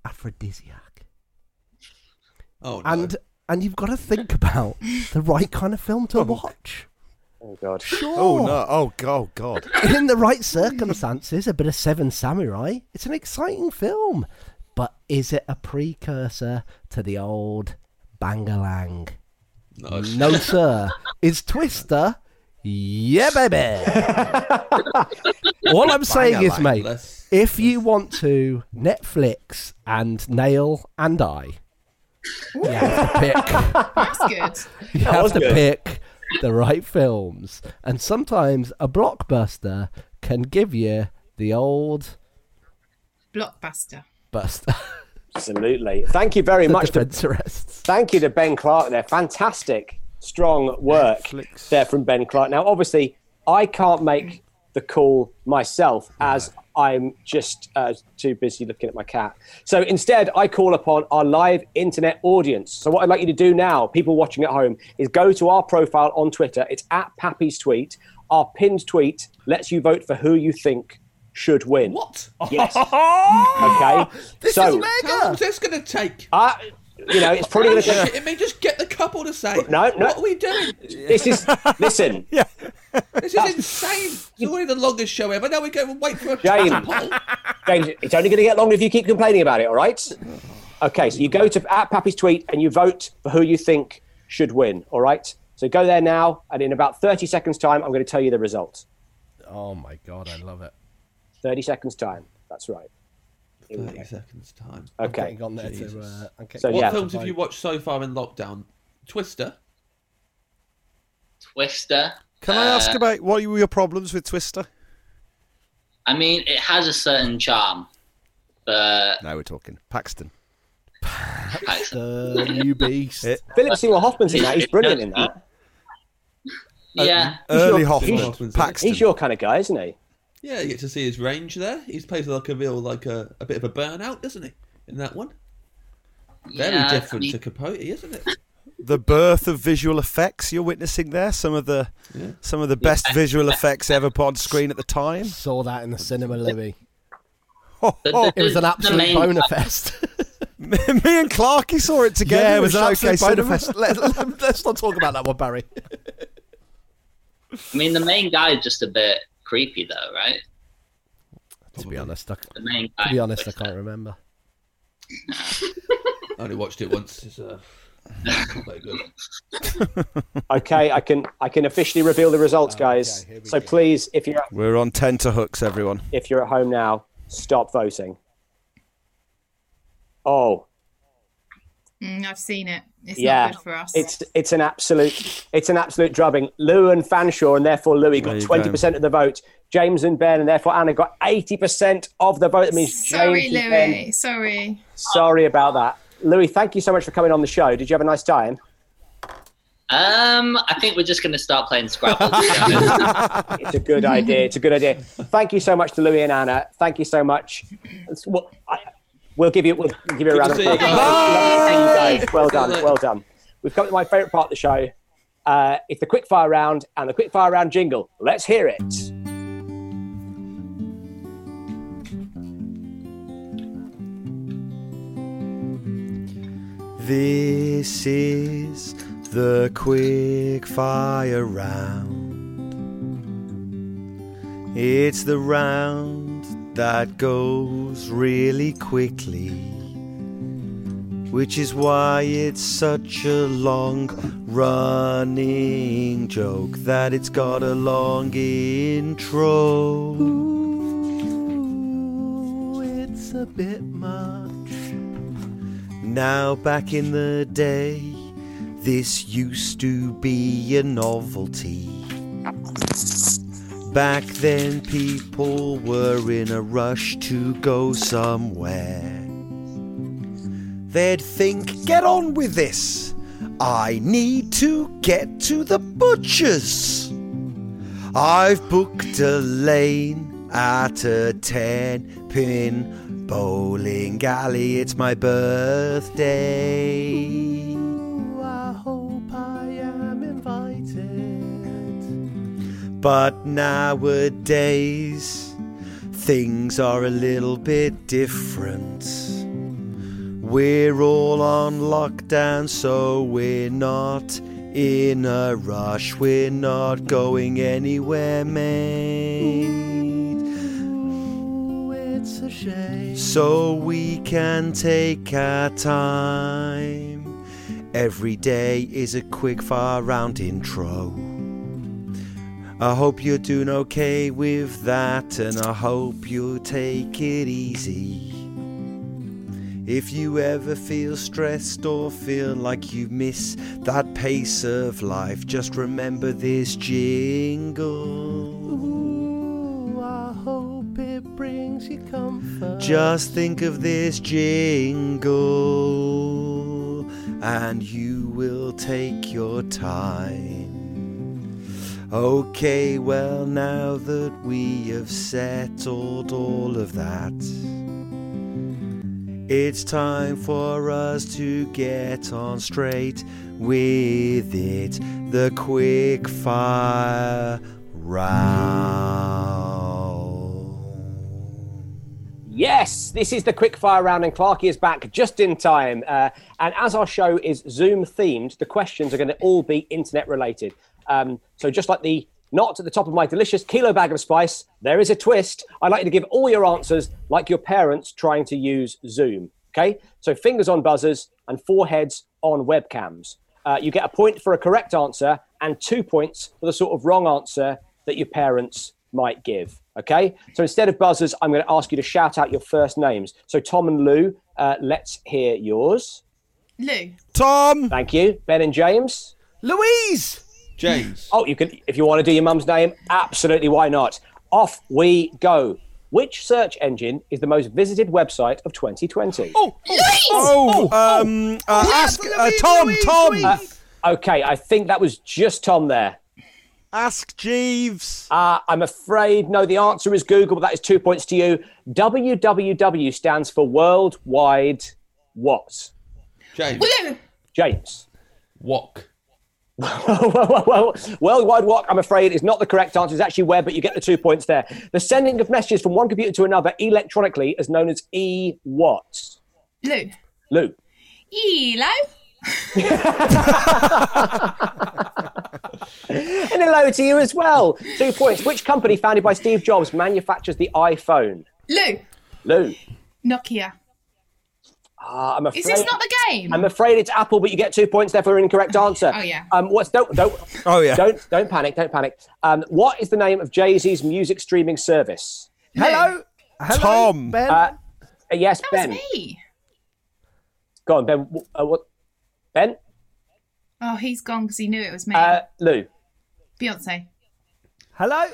[SPEAKER 2] aphrodisiac.
[SPEAKER 5] Oh,
[SPEAKER 2] And and you've got to think about the right kind of film to watch.
[SPEAKER 3] Oh God!
[SPEAKER 2] Sure.
[SPEAKER 12] Oh, no. Oh, God. God.
[SPEAKER 2] in the right circumstances, a bit of Seven Samurai. It's an exciting film, but is it a precursor to the old Bangalang?
[SPEAKER 5] No,
[SPEAKER 2] sir. Is Twister? Yeah, baby. All I'm saying is, mate, if you want to Netflix and Nail and I, you have to pick.
[SPEAKER 13] That's good.
[SPEAKER 2] You
[SPEAKER 13] That was
[SPEAKER 2] have to
[SPEAKER 13] good.
[SPEAKER 2] pick the right films, and sometimes a blockbuster can give you the old
[SPEAKER 13] Blockbuster.
[SPEAKER 2] buster.
[SPEAKER 3] Absolutely. Thank you very
[SPEAKER 2] The
[SPEAKER 3] much. To,
[SPEAKER 2] defence arrests.
[SPEAKER 3] thank you to Ben Clark there. Fantastic, strong work there from Ben Clark. Now, obviously, I can't make the call myself, as I'm just uh, too busy looking at my cat. So instead, I call upon our live internet audience. So what I'd like you to do now, people watching at home, is go to our profile on Twitter. It's at Pappy's Tweet. Our pinned tweet lets you vote for who you think should win. What? Yes. okay.
[SPEAKER 5] This
[SPEAKER 3] so,
[SPEAKER 5] is mega. How long's this going to take?
[SPEAKER 3] Uh, you know, it's probably going to take.
[SPEAKER 5] I mean, just get the couple to say.
[SPEAKER 3] No, no.
[SPEAKER 5] What are we doing?
[SPEAKER 3] This is listen.
[SPEAKER 5] This is insane. It's already the longest show ever. Now we go and wait for a
[SPEAKER 3] James.
[SPEAKER 5] James. poll.
[SPEAKER 3] James, it's only going to get longer if you keep complaining about it. All right. Okay, so you go to at Pappy's tweet and you vote for who you think should win. All right. So go there now, and in about thirty seconds' time, I'm going to tell you the result.
[SPEAKER 2] Oh my god, I love it.
[SPEAKER 3] Thirty seconds' time. That's right. Here we go.
[SPEAKER 5] Thirty seconds time.
[SPEAKER 3] Okay.
[SPEAKER 2] getting on there to, uh, I'm getting
[SPEAKER 3] so
[SPEAKER 5] what
[SPEAKER 3] yeah.
[SPEAKER 5] films have you watched so far in lockdown? Twister.
[SPEAKER 10] Twister.
[SPEAKER 11] Can I ask
[SPEAKER 10] Uh,
[SPEAKER 11] about what were your problems with Twister?
[SPEAKER 10] I mean, it has a certain charm, but
[SPEAKER 11] Now we're talking Paxton.
[SPEAKER 2] The new beast.
[SPEAKER 3] Philip Seymour Hoffman's in that. He's brilliant in that.
[SPEAKER 10] yeah,
[SPEAKER 3] He's
[SPEAKER 11] Early
[SPEAKER 3] your-
[SPEAKER 11] Hoffman,
[SPEAKER 3] he's your-
[SPEAKER 11] Paxton.
[SPEAKER 3] He's your kind of guy, isn't he?
[SPEAKER 5] Yeah, you get to see his range there. He's plays like a real, like a, a bit of a burnout, doesn't he? In that one. Very
[SPEAKER 10] Yeah, I
[SPEAKER 5] different
[SPEAKER 10] mean-
[SPEAKER 5] to Capote, isn't it?
[SPEAKER 11] The birth of visual effects you're witnessing there. Some of the some of the best visual effects ever put on screen at the time.
[SPEAKER 2] Saw that in the cinema, Louis.
[SPEAKER 10] But
[SPEAKER 11] oh,
[SPEAKER 2] it was an
[SPEAKER 10] the
[SPEAKER 2] absolute
[SPEAKER 10] main-
[SPEAKER 2] boner fest.
[SPEAKER 11] Me and Clarky saw it together.
[SPEAKER 2] yeah, it
[SPEAKER 11] at
[SPEAKER 2] was an absolute
[SPEAKER 11] Showcase Cinema.
[SPEAKER 2] boner fest. Let, us not talk about that one, Barry.
[SPEAKER 10] I mean, the main guy is just a bit creepy, though, right?
[SPEAKER 2] to be honest, I,
[SPEAKER 10] The main
[SPEAKER 2] to
[SPEAKER 10] guy.
[SPEAKER 2] be honest, I can't remember.
[SPEAKER 5] I only watched it once. It's uh, not very good.
[SPEAKER 3] Okay, I can I can officially reveal the results, guys. so please, if you're
[SPEAKER 11] We're on tenterhooks, everyone.
[SPEAKER 3] if you're at home now, stop voting. Oh,
[SPEAKER 6] Mm, I've seen it. It's
[SPEAKER 3] yeah,
[SPEAKER 6] not good for us.
[SPEAKER 3] it's it's an absolute it's an absolute drubbing. Lou and Fanshawe, and therefore Louis
[SPEAKER 11] There
[SPEAKER 3] got
[SPEAKER 11] you go.
[SPEAKER 3] twenty percent of the vote. James and Ben, and therefore Anna got eighty percent of the vote. That means
[SPEAKER 6] Sorry,
[SPEAKER 3] James and Ben-
[SPEAKER 6] Louis. Sorry.
[SPEAKER 3] Sorry about that, Louis. Thank you so much for coming on the show. Did you have a nice time?
[SPEAKER 10] Um, I think we're just going to start playing Scrabble. to be honest.
[SPEAKER 3] It's a good idea. It's a good idea. Thank you so much to Louis and Anna. Thank you so much. It's- well, I, we'll give you we'll give you a
[SPEAKER 5] Good
[SPEAKER 3] round
[SPEAKER 5] to
[SPEAKER 3] of
[SPEAKER 5] see you
[SPEAKER 3] applause. Thank you guys. Well done. Well done. We've come to my favourite part of the show. Uh, it's the quick fire round and the quick fire round jingle. Let's hear it.
[SPEAKER 11] This is the quick fire round. It's the round that goes really quickly, which is why it's such a long running joke that it's got a long intro.
[SPEAKER 9] It's a bit much.
[SPEAKER 11] Now, back in the day, this used to be a novelty. Back then, people were in a rush to go somewhere. They'd think, get on with this! I need to get to the butcher's! I've booked a lane at a 10 pin bowling alley. It's my birthday.
[SPEAKER 9] I hope I am invited.
[SPEAKER 11] But nowadays, things are a little bit different. We're all on lockdown, so we're not in a rush. We're not going anywhere, mate.
[SPEAKER 9] It's a shame.
[SPEAKER 11] So we can take our time. Every day is a quick fire round intro. I hope you're doing okay with that, and I hope you'll take it easy. If you ever feel stressed or feel like you miss that pace of life, just remember this jingle.
[SPEAKER 9] Ooh, I hope it brings you comfort.
[SPEAKER 11] Just think of this jingle, and you will take your time. Okay, well, now that we have settled all of that, it's time for us to get on straight with it. The quick fire round.
[SPEAKER 3] Yes, this is the quickfire round, and Clarky is back just in time. Uh, and as our show is Zoom themed, the questions are going to all be internet related. Um, so just like the not at the top of my delicious kilo bag of spice, there is a twist. I'd like you to give all your answers like your parents trying to use Zoom. Okay, so fingers on buzzers and foreheads on webcams. Uh, you get a point for a correct answer and two points for the sort of wrong answer that your parents might give. Okay, so instead of buzzers, I'm going to ask you to shout out your first names. So, Tom and Lou, uh, let's hear yours.
[SPEAKER 6] Lou.
[SPEAKER 1] Tom.
[SPEAKER 3] Thank you. Ben and James.
[SPEAKER 1] Louise.
[SPEAKER 5] James.
[SPEAKER 3] Oh, you can if you want to do your mum's name, absolutely why not? Off we go. Which search engine is the most visited website of 2020? Oh,
[SPEAKER 1] Oh, um, uh, ask uh, Tom. Tom.
[SPEAKER 3] Uh, okay, I think that was just Tom there.
[SPEAKER 1] Ask Jeeves.
[SPEAKER 3] Uh, I'm afraid no. The answer is Google, but that is two points to you. WWW stands for worldwide what?
[SPEAKER 5] James.
[SPEAKER 3] James.
[SPEAKER 5] Wok.
[SPEAKER 3] well, worldwide walk, I'm afraid, is not the correct answer. It's actually web, but you get the two points there. The sending of messages from one computer to another electronically is known as e what?
[SPEAKER 6] Lou.
[SPEAKER 3] Lou.
[SPEAKER 6] Elo.
[SPEAKER 3] And hello to you as well. Two points. Which company founded by Steve Jobs manufactures the iPhone?
[SPEAKER 6] Lou.
[SPEAKER 3] Lou.
[SPEAKER 6] Nokia.
[SPEAKER 3] Ah, I'm afraid.
[SPEAKER 6] Is this not the game?
[SPEAKER 3] I'm afraid it's Apple, but you get two points there for an incorrect answer.
[SPEAKER 6] Oh, yeah.
[SPEAKER 3] Um, what's don't don't
[SPEAKER 1] oh yeah
[SPEAKER 3] don't don't panic don't panic. Um, what is the name of Jay Z's music streaming service?
[SPEAKER 1] Hello. Hello. Tom.
[SPEAKER 3] Ben. Uh, yes, Ben.
[SPEAKER 6] Me.
[SPEAKER 3] Go on, Ben. W- Uh, what? Ben.
[SPEAKER 6] Oh, he's gone because he knew it was me.
[SPEAKER 3] Uh, Lou.
[SPEAKER 6] Beyonce.
[SPEAKER 1] Hello.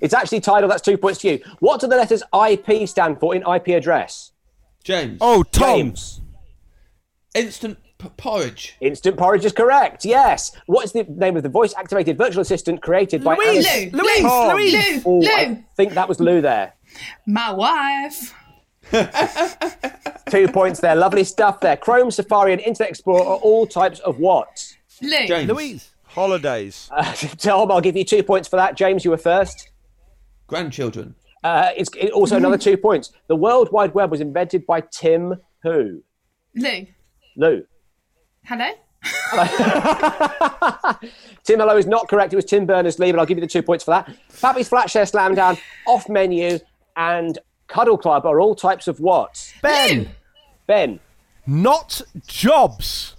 [SPEAKER 3] It's actually titled. That's two points to you. What do the letters IP stand for in IP address?
[SPEAKER 5] James.
[SPEAKER 1] Oh, Tom.
[SPEAKER 5] Instant p- porridge.
[SPEAKER 3] Instant porridge is correct. Yes. What is the name of the voice-activated virtual assistant created by?
[SPEAKER 1] Louise.
[SPEAKER 3] Alice-
[SPEAKER 1] Lou. Louise.
[SPEAKER 6] Lou.
[SPEAKER 1] Louise.
[SPEAKER 3] Oh,
[SPEAKER 6] Lou.
[SPEAKER 3] I think that was Lou there.
[SPEAKER 6] My wife.
[SPEAKER 3] Two points there. Lovely stuff there. Chrome, Safari, and Internet Explorer are all types of what?
[SPEAKER 6] Lou.
[SPEAKER 5] James.
[SPEAKER 1] Louise. Holidays.
[SPEAKER 3] Uh, Tom, I'll give you two points for that. James, you were first.
[SPEAKER 5] Grandchildren.
[SPEAKER 3] Uh, it's it, also another two points. The World Wide Web was invented by Tim who?
[SPEAKER 6] Lou.
[SPEAKER 3] Lou.
[SPEAKER 6] Hello.
[SPEAKER 3] Tim Hello is not correct. It was Tim Berners-Lee, but I'll give you the two points for that. Pappy's Flatshare Slam Down, Off Menu, and Cuddle Club are all types of what?
[SPEAKER 1] Ben.
[SPEAKER 3] Ben.
[SPEAKER 1] Not Jobs.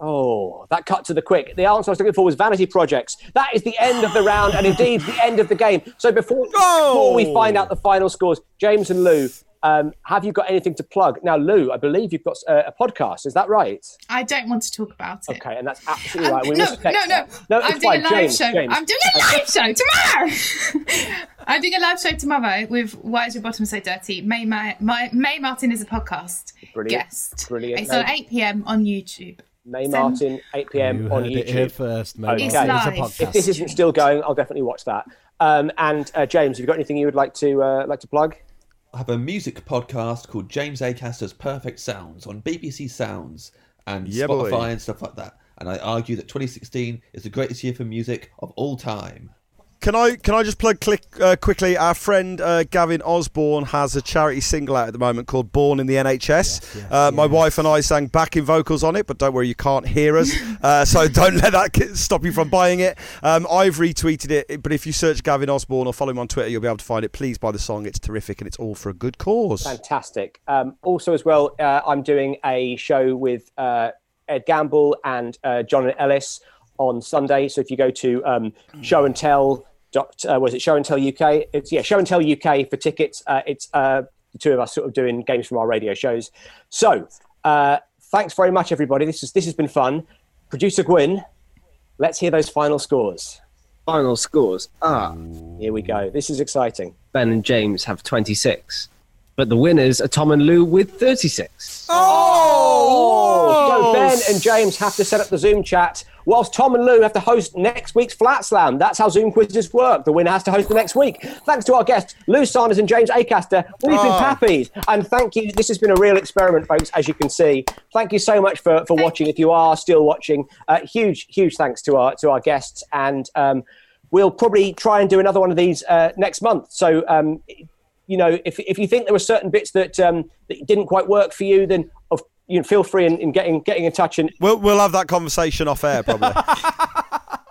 [SPEAKER 3] Oh, that cut to the quick. The answer I was looking for was Vanity Projects. That is the end of the round and indeed the end of the game. So before, before we find out the final scores, James and Lou, um, have you got anything to plug? Now, Lou, I believe you've got uh, a podcast. Is that right?
[SPEAKER 6] I don't want to talk about it. Um,
[SPEAKER 3] Okay, and that's absolutely right. We
[SPEAKER 6] no, no,
[SPEAKER 3] respect
[SPEAKER 6] no,
[SPEAKER 3] that.
[SPEAKER 6] I'm
[SPEAKER 3] it's
[SPEAKER 6] doing
[SPEAKER 3] fine.
[SPEAKER 6] a live
[SPEAKER 3] James,
[SPEAKER 6] show.
[SPEAKER 3] James.
[SPEAKER 6] I'm doing a live show tomorrow. I'm doing a live show tomorrow with Why Is Your Bottom So Dirty? May, my, my, May Martin is a podcast
[SPEAKER 3] Brilliant.
[SPEAKER 6] guest.
[SPEAKER 3] Brilliant.
[SPEAKER 6] It's on 8 p.m. on YouTube.
[SPEAKER 3] May
[SPEAKER 6] So-
[SPEAKER 3] Martin, 8 p.m.
[SPEAKER 14] You
[SPEAKER 3] on
[SPEAKER 14] heard
[SPEAKER 3] YouTube.
[SPEAKER 14] it here first, mate.
[SPEAKER 3] Okay. It's
[SPEAKER 6] live.
[SPEAKER 14] podcast.
[SPEAKER 3] If this isn't still going, I'll definitely watch that. Um, and uh, James, have you got anything you would like to uh, like to plug?
[SPEAKER 5] I have a music podcast called James Acaster's Perfect Sounds on BBC Sounds and
[SPEAKER 1] Yeah,
[SPEAKER 5] Spotify
[SPEAKER 1] boy.
[SPEAKER 5] and stuff like that. And I argue that 2016 is the greatest year for music of all time.
[SPEAKER 1] Can I can I just plug click, uh, quickly? Our friend uh, Gavin Osborne has a charity single out at the moment called "Born in the NHS." uh, My wife and I sang backing vocals on it, but don't worry, you can't hear us, uh, so don't let that get- stop you from buying it. Um, I've retweeted it, but if you search Gavin Osborne or follow him on Twitter, you'll be able to find it. Please buy the song; it's terrific, and it's all for a good cause.
[SPEAKER 3] Fantastic. Um, also, as well, uh, I'm doing a show with uh, Ed Gamble and uh, John and Ellis on Sunday. So if you go to um, Show and Tell, dot, uh, was it Show and Tell UK? It's yeah, Show and Tell UK for tickets. Uh, it's uh, the two of us sort of doing games from our radio shows. So uh, thanks very much, everybody. This is this has been fun. Producer Gwyn, let's hear those final scores.
[SPEAKER 2] Final scores Ah. are
[SPEAKER 3] Here we go. This is exciting.
[SPEAKER 2] Ben and James have 26, but the winners are Tom and Lou with 36.
[SPEAKER 3] So Ben
[SPEAKER 15] and James have to set up the Zoom chat, whilst Tom and Lou have to host next week's Flat Slam. That's how Zoom quizzes work. The winner has to host the next week. Thanks to our guests, Lou Sanders and James Acaster. We've been
[SPEAKER 16] Oh.
[SPEAKER 15] pappies. And thank you. This has been a real experiment, folks, as you can see. Thank you so much for, for watching. If you are still watching, uh, huge, huge thanks to our, to our guests. And um, we'll probably try and do another one of these uh, next month. So um, you know, if, if you think there were certain bits that um, that didn't quite work for you, then of you know, feel free in, in getting getting in touch and
[SPEAKER 1] we'll we'll have that conversation off air probably.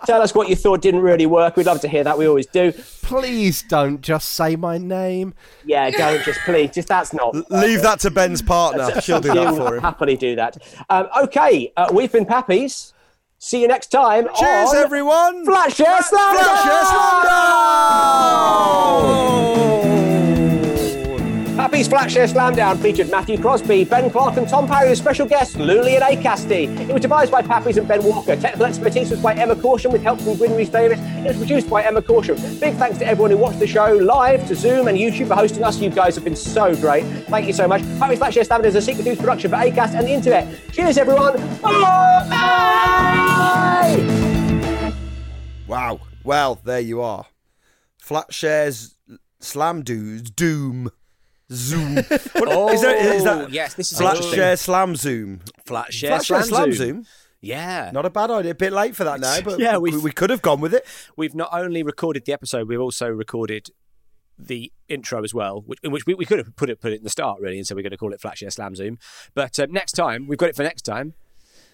[SPEAKER 15] tell us what you thought didn't really work. We'd love to hear that. We always do.
[SPEAKER 2] Please don't just say my name.
[SPEAKER 15] Yeah, don't just please. Just that's not.
[SPEAKER 1] Leave that to Ben's partner. She'll do that for him.
[SPEAKER 15] Happily do that. Um, okay, uh, we've been pappies. See you next time.
[SPEAKER 1] Cheers,
[SPEAKER 15] on
[SPEAKER 1] everyone.
[SPEAKER 15] Flash Air Slam. Happy's Flash Air Slamdown featured Matthew Crosby, Ben Clark, and Tom Parry with special guests Lulian Acasti. It was devised by Pappies and Ben Walker. Technical expertise was by Emma Caution with help from Gwyn Rhys Davis. It was produced by Emma Caution. Big thanks to everyone who watched the show live, to Zoom and YouTube for hosting us. You guys have been so great. Thank you so much. Happy's Flash Air Slamdown is a secret news production for Acast and the internet. Cheers, everyone. Bye.
[SPEAKER 1] Wow. Well, there you are. Flat shares, slam dudes, doom, zoom. What- is that- is that
[SPEAKER 3] Oh, yes, this is
[SPEAKER 1] flat
[SPEAKER 3] interesting.
[SPEAKER 1] share slam zoom?
[SPEAKER 3] Flat share,
[SPEAKER 1] Flat share
[SPEAKER 3] slam
[SPEAKER 1] slam
[SPEAKER 3] zoom.
[SPEAKER 1] zoom.
[SPEAKER 3] Yeah.
[SPEAKER 1] Not a bad idea. A bit late for that now, but
[SPEAKER 3] Yeah,
[SPEAKER 1] we,
[SPEAKER 3] we've-
[SPEAKER 1] we could have gone with it.
[SPEAKER 3] We've not only recorded the episode, we've also recorded the intro as well, which, in which we, we could have put it put it in the start really, and so we're going to call it Flat Share Slam Zoom. But uh, next time, we've got it for next time.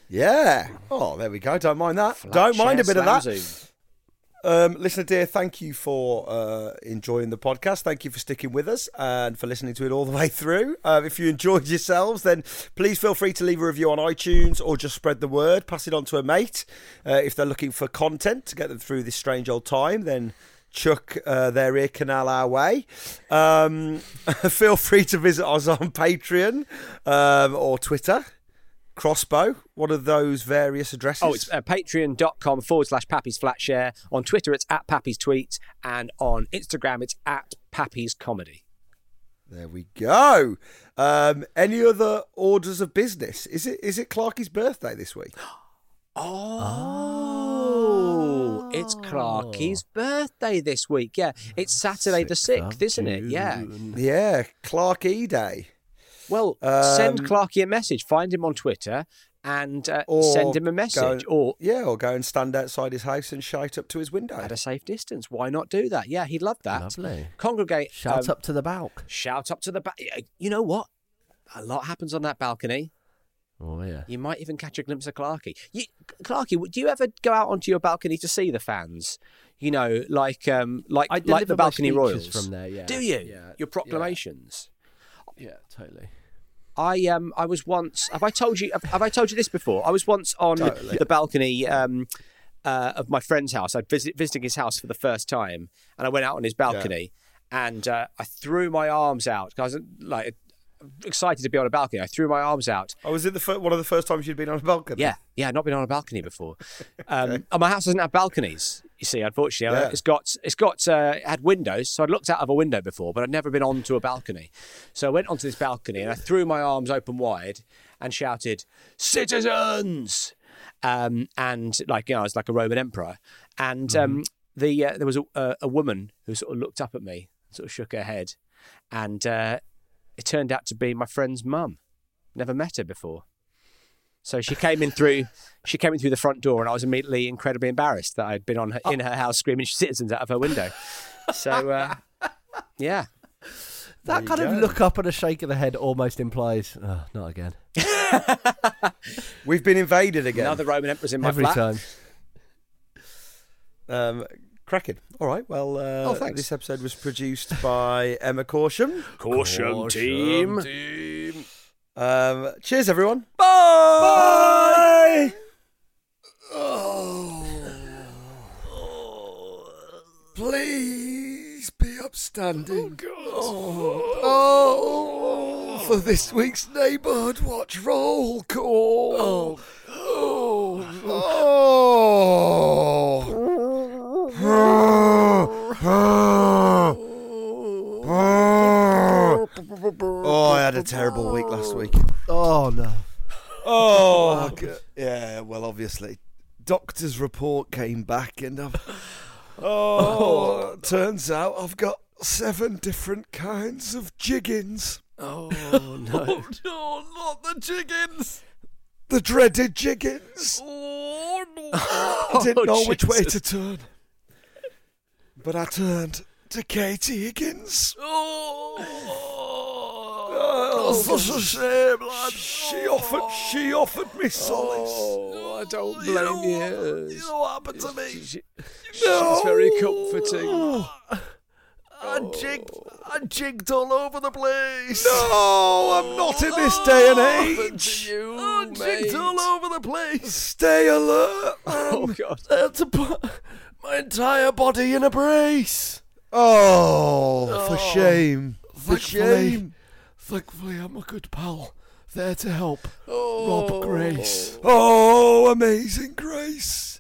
[SPEAKER 1] Yeah. Oh, there we go. Don't mind that.
[SPEAKER 3] Flat
[SPEAKER 1] Don't mind a
[SPEAKER 3] share
[SPEAKER 1] bit of that.
[SPEAKER 3] slam zoom.
[SPEAKER 1] Um, listener dear, thank you for uh, enjoying the podcast. Thank you for sticking with us and for listening to it all the way through. Uh, if you enjoyed yourselves, then please feel free to leave a review on iTunes or just spread the word. Pass it on to a mate uh, if they're looking for content to get them through this strange old time. Then chuck uh, their ear canal our way. Um, feel free to visit us on Patreon um, or Twitter. Crossbow, one of those various addresses.
[SPEAKER 3] Oh, it's uh, patreon.com forward slash Pappy's Flat Share. On Twitter, it's at Pappy's Tweets. And on Instagram, it's at Pappy's Comedy.
[SPEAKER 1] There we go. Um, any other orders of business? Is it is it Clarky's birthday this week?
[SPEAKER 3] Oh, it's Clarky's birthday this week. Yeah, it's Saturday the 6th, isn't it? Yeah.
[SPEAKER 1] Yeah, Clarky Day. Um,
[SPEAKER 3] Well, Send Clarky a message. Find him on Twitter and uh, send him a message. or
[SPEAKER 1] yeah, or go and stand outside his house and shout up to his window
[SPEAKER 3] at a safe distance. Why not do that? Yeah, he'd love that. Lovely. Congregate.
[SPEAKER 2] Shout
[SPEAKER 3] um,
[SPEAKER 2] up to the balk.
[SPEAKER 3] Shout up to the back. You know what? A lot happens on that balcony.
[SPEAKER 2] Oh yeah.
[SPEAKER 3] You might even catch a glimpse of Clarky. You, Clarky, w- do you ever go out onto your balcony to see the fans? You know, like um, like
[SPEAKER 2] I
[SPEAKER 3] like
[SPEAKER 2] deliver
[SPEAKER 3] the
[SPEAKER 2] my
[SPEAKER 3] balcony royals
[SPEAKER 2] speeches from there, yeah.
[SPEAKER 3] Do you?
[SPEAKER 2] Yeah,
[SPEAKER 3] Your proclamations.
[SPEAKER 2] Yeah, totally.
[SPEAKER 3] I um I was once. Have I told you? Have, have I told you this before? I was once on
[SPEAKER 2] Totally.
[SPEAKER 3] the balcony um, uh, of my friend's house. I visit visiting his house for the first time, and I went out on his balcony, and uh, I threw my arms out. 'cause I was like excited to be on a balcony. I threw my arms out.
[SPEAKER 1] Oh, was it the fir- one of the first times you'd been on a balcony?
[SPEAKER 3] Yeah, yeah, I'd not been on a balcony before. Um, and my house doesn't have balconies. You see, unfortunately,
[SPEAKER 1] Yeah.
[SPEAKER 3] it's got it's got uh, it had windows. So I'd looked out of a window before, but I'd never been onto a balcony. So I went onto this balcony and I threw my arms open wide and shouted, "Citizens!" Um, and like you know, I was like a Roman emperor. And
[SPEAKER 1] Mm-hmm.
[SPEAKER 3] um, the uh, there was a, a, a woman who sort of looked up at me, sort of shook her head, and uh, it turned out to be my friend's mum. Never met her before. So she came in through she came in through the front door, and I was immediately incredibly embarrassed that I'd been on her, in her house screaming citizens out of her window. So uh, yeah,
[SPEAKER 2] That kind of look up and a shake of the head almost implies, oh, not again.
[SPEAKER 1] We've been invaded again.
[SPEAKER 3] Another Roman emperor's in my
[SPEAKER 2] Every
[SPEAKER 3] flat.
[SPEAKER 2] time.
[SPEAKER 1] Um, cracking. All right. Well, uh,
[SPEAKER 3] Oh, thanks.
[SPEAKER 1] this episode was produced by Emma Caution.
[SPEAKER 3] Caution Caution team.
[SPEAKER 1] Um, cheers, everyone.
[SPEAKER 11] Oh!
[SPEAKER 1] Bye.
[SPEAKER 9] Oh. Please be upstanding. Oh, for this week's Neighbourhood Watch roll call. Oh.
[SPEAKER 1] Oh, I had a terrible week last week.
[SPEAKER 2] Oh, no.
[SPEAKER 9] Oh, g- yeah. Well, obviously, doctor's report came back, and I've. Oh, turns out I've got seven different kinds of jiggins.
[SPEAKER 12] Oh
[SPEAKER 9] no!
[SPEAKER 2] no, not the chickens.
[SPEAKER 9] the dreaded jiggins.
[SPEAKER 2] Oh, no.
[SPEAKER 9] I didn't know which way to turn, but I turned to Katie Higgins. Oh, such a shame, lad. She offered, she offered me solace.
[SPEAKER 2] Oh,
[SPEAKER 15] Oh. I don't
[SPEAKER 9] You know
[SPEAKER 15] blame you.
[SPEAKER 9] You know what happened to me?
[SPEAKER 15] It's very comforting.
[SPEAKER 2] Oh.
[SPEAKER 9] I jigged, I jigged all over the place. No, I'm not in this day and age.
[SPEAKER 2] Oh, jigged all over the place.
[SPEAKER 9] Stay alert.
[SPEAKER 2] Oh God! I had to put my entire body in a brace.
[SPEAKER 9] Oh, for shame. For
[SPEAKER 2] Thankfully,
[SPEAKER 9] shame.
[SPEAKER 2] thankfully, I'm a good pal there to help. Rob Grace.
[SPEAKER 9] Oh, amazing grace.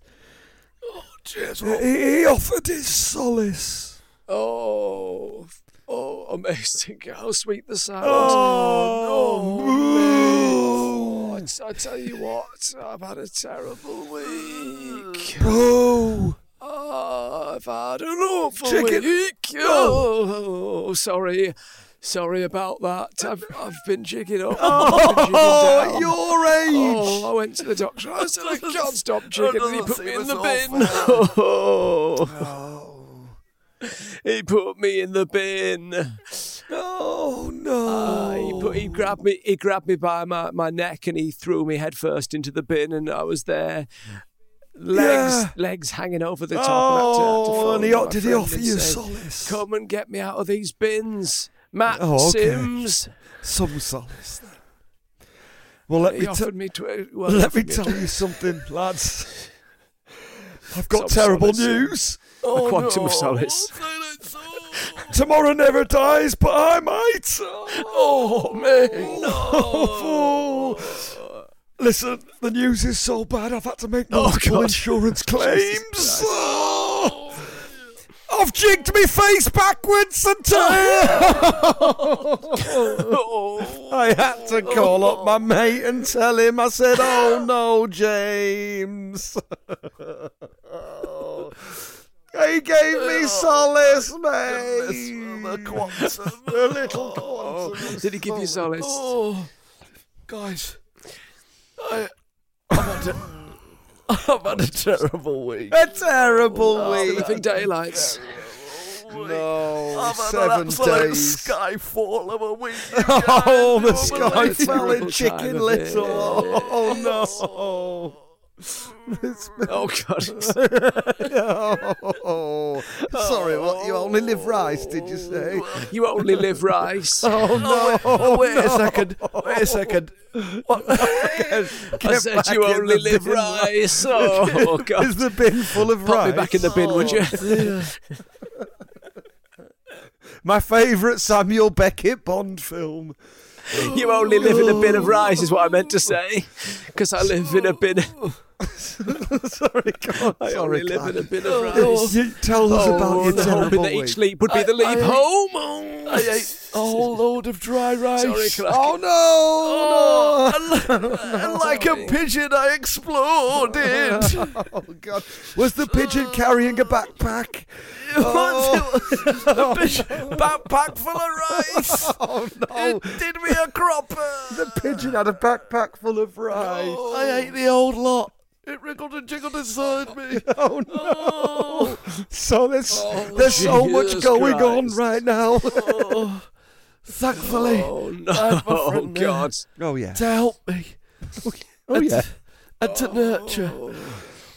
[SPEAKER 2] Oh, cheers, Rob.
[SPEAKER 9] He, he offered his solace.
[SPEAKER 15] Oh, oh, amazing! How sweet the sound!
[SPEAKER 2] Oh,
[SPEAKER 15] no! mate. Oh, I, I tell you what, I've had a terrible week.
[SPEAKER 9] Boo!
[SPEAKER 15] Oh, I've had an awful
[SPEAKER 2] Chicken.
[SPEAKER 15] week.
[SPEAKER 2] No.
[SPEAKER 15] Oh, sorry, sorry about that. I've I've been jigging up. I've been jigging
[SPEAKER 2] Oh,
[SPEAKER 15] down.
[SPEAKER 2] your age.
[SPEAKER 15] Oh, I went to the doctor. I said I can't stop jigging, and he put me in the bin.
[SPEAKER 2] Oh.
[SPEAKER 15] He put me in the bin. Uh,
[SPEAKER 9] Oh no!
[SPEAKER 15] he, put, he grabbed me. He grabbed me by my, my neck and he threw me headfirst into the bin, and I was there, legs
[SPEAKER 9] Yeah.
[SPEAKER 15] legs hanging over the top.
[SPEAKER 9] Oh,
[SPEAKER 15] and, I had to- had to
[SPEAKER 9] and he
[SPEAKER 15] phone
[SPEAKER 9] o-
[SPEAKER 15] my
[SPEAKER 9] did he
[SPEAKER 15] friend
[SPEAKER 9] offer
[SPEAKER 15] and
[SPEAKER 9] you
[SPEAKER 15] say,
[SPEAKER 9] solace?
[SPEAKER 15] Come and get me out of these bins, Matt
[SPEAKER 9] Oh, okay.
[SPEAKER 15] Sims.
[SPEAKER 9] Some solace. then. Well, let
[SPEAKER 15] He
[SPEAKER 9] me,
[SPEAKER 15] offered me twi- well, he
[SPEAKER 9] let me
[SPEAKER 15] offered me-
[SPEAKER 9] tell you something, lads. I've got
[SPEAKER 15] Some
[SPEAKER 9] terrible
[SPEAKER 15] solace.
[SPEAKER 9] news.
[SPEAKER 15] Oh, A quantum of no. solace.
[SPEAKER 9] Tomorrow never dies, but I might. Oh, man. No. Listen, the news is so bad, I've had to make
[SPEAKER 15] Oh,
[SPEAKER 9] multiple insurance claims. Oh. I've jigged my face backwards and turned. I had to call up my mate and tell him. I said, "Oh no, James." He gave me solace, mate. A quantum, a little quantum.
[SPEAKER 15] Did he give you solace?
[SPEAKER 2] Oh, guys, I, I've had a,
[SPEAKER 15] Oh.
[SPEAKER 2] I've had a terrible week.
[SPEAKER 9] A terrible
[SPEAKER 2] week.
[SPEAKER 15] Living daylights. Oh,
[SPEAKER 9] Oh, No,
[SPEAKER 2] I've had an
[SPEAKER 9] seven
[SPEAKER 2] absolute
[SPEAKER 9] days.
[SPEAKER 2] skyfall of a week.
[SPEAKER 9] Oh, the
[SPEAKER 2] Guys,
[SPEAKER 9] sky
[SPEAKER 2] it's
[SPEAKER 9] fell in
[SPEAKER 2] terrible time
[SPEAKER 9] chicken
[SPEAKER 2] of
[SPEAKER 9] little.
[SPEAKER 2] it.
[SPEAKER 9] Oh no!
[SPEAKER 15] oh god!
[SPEAKER 9] oh, sorry, what? You only live rice, did Oh, you say?
[SPEAKER 15] You only live rice.
[SPEAKER 9] Oh no!
[SPEAKER 2] Oh, wait a
[SPEAKER 9] no.
[SPEAKER 2] second. Wait a second. What?
[SPEAKER 15] I said you only live rice. Oh god!
[SPEAKER 9] Is the bin full of
[SPEAKER 15] Pop
[SPEAKER 9] rice?
[SPEAKER 15] me back in the bin, would you?
[SPEAKER 9] My favourite Samuel Beckett Bond film.
[SPEAKER 15] You only live in a bin of rice, is what I meant to say. Because I live in a bin.
[SPEAKER 9] sorry, God,
[SPEAKER 15] I
[SPEAKER 9] sorry,
[SPEAKER 15] only live in a bin of
[SPEAKER 9] Oh,
[SPEAKER 15] rice.
[SPEAKER 9] you tell us
[SPEAKER 15] Oh,
[SPEAKER 9] about your
[SPEAKER 15] and hoping
[SPEAKER 9] terrible
[SPEAKER 15] that
[SPEAKER 9] week.
[SPEAKER 15] each leap would be the leap
[SPEAKER 2] I-
[SPEAKER 15] home.
[SPEAKER 2] I ate a whole load of dry rice.
[SPEAKER 15] Sorry, Clark.
[SPEAKER 9] Oh no! no.
[SPEAKER 2] And like a pigeon, I exploded.
[SPEAKER 9] oh God! Was the pigeon carrying a backpack? Oh,
[SPEAKER 2] a pigeon backpack full of rice.
[SPEAKER 9] oh, no!
[SPEAKER 2] It did me a cropper.
[SPEAKER 9] The pigeon had a backpack full of rice.
[SPEAKER 2] I ate the old lot. It wriggled and jiggled inside me. Oh.
[SPEAKER 9] Oh no! So there's
[SPEAKER 15] Oh,
[SPEAKER 9] there's so much
[SPEAKER 2] Jesus
[SPEAKER 9] going on
[SPEAKER 2] Christ.
[SPEAKER 9] right now.
[SPEAKER 2] Oh, thankfully,
[SPEAKER 15] Oh no!
[SPEAKER 2] I had my
[SPEAKER 15] Oh
[SPEAKER 2] friend there
[SPEAKER 15] god!
[SPEAKER 9] Oh yeah.
[SPEAKER 2] to help me.
[SPEAKER 12] Oh yeah.
[SPEAKER 2] and to nurture.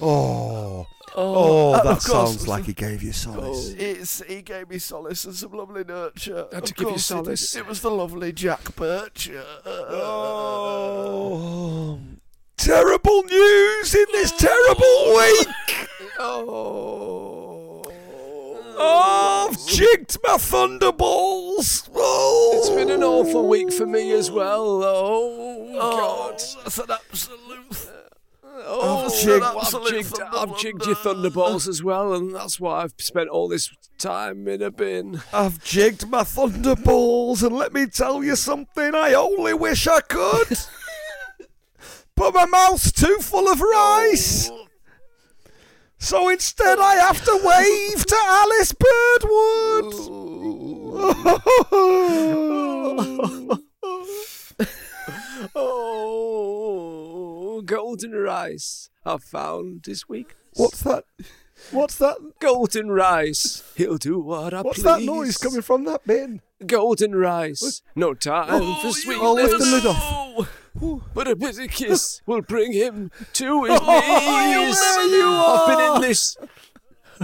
[SPEAKER 9] Oh.
[SPEAKER 2] and
[SPEAKER 9] Oh,
[SPEAKER 2] of
[SPEAKER 9] that
[SPEAKER 2] course-
[SPEAKER 9] sounds like he gave you solace.
[SPEAKER 2] It's, he gave me solace and some lovely nurture.
[SPEAKER 15] Had to
[SPEAKER 2] Of
[SPEAKER 15] give you
[SPEAKER 2] course he did.
[SPEAKER 15] solace.
[SPEAKER 2] It was the lovely Jack Bircher.
[SPEAKER 9] Oh. Terrible news in this terrible week.
[SPEAKER 2] Oh.
[SPEAKER 9] Oh, I've jigged my thunderballs. Oh.
[SPEAKER 15] It's been an awful week for me as well. Oh, god!
[SPEAKER 2] That's an absolute.
[SPEAKER 15] Oh,
[SPEAKER 2] I've
[SPEAKER 15] jigged,
[SPEAKER 2] jigged-
[SPEAKER 15] I've, jigged, I've jigged your thunderballs as well, and that's why I've spent all this time in a bin.
[SPEAKER 9] I've jigged my thunderballs, and let me tell you something. I only wish I could. my mouth's too full of rice. So instead, I have to wave to Alice Birdwood.
[SPEAKER 15] Oh, golden rice I found this week.
[SPEAKER 9] What's that? What's that?
[SPEAKER 15] Golden rice. He'll do what I
[SPEAKER 9] What's
[SPEAKER 15] please.
[SPEAKER 9] that noise coming from that bin?
[SPEAKER 15] Golden rice. No time for sweetness.
[SPEAKER 9] Oh, I'll lift the lid off.
[SPEAKER 15] But a bitter kiss will bring him to his knees.
[SPEAKER 9] Oh, you
[SPEAKER 15] I've
[SPEAKER 9] are.
[SPEAKER 15] been in this.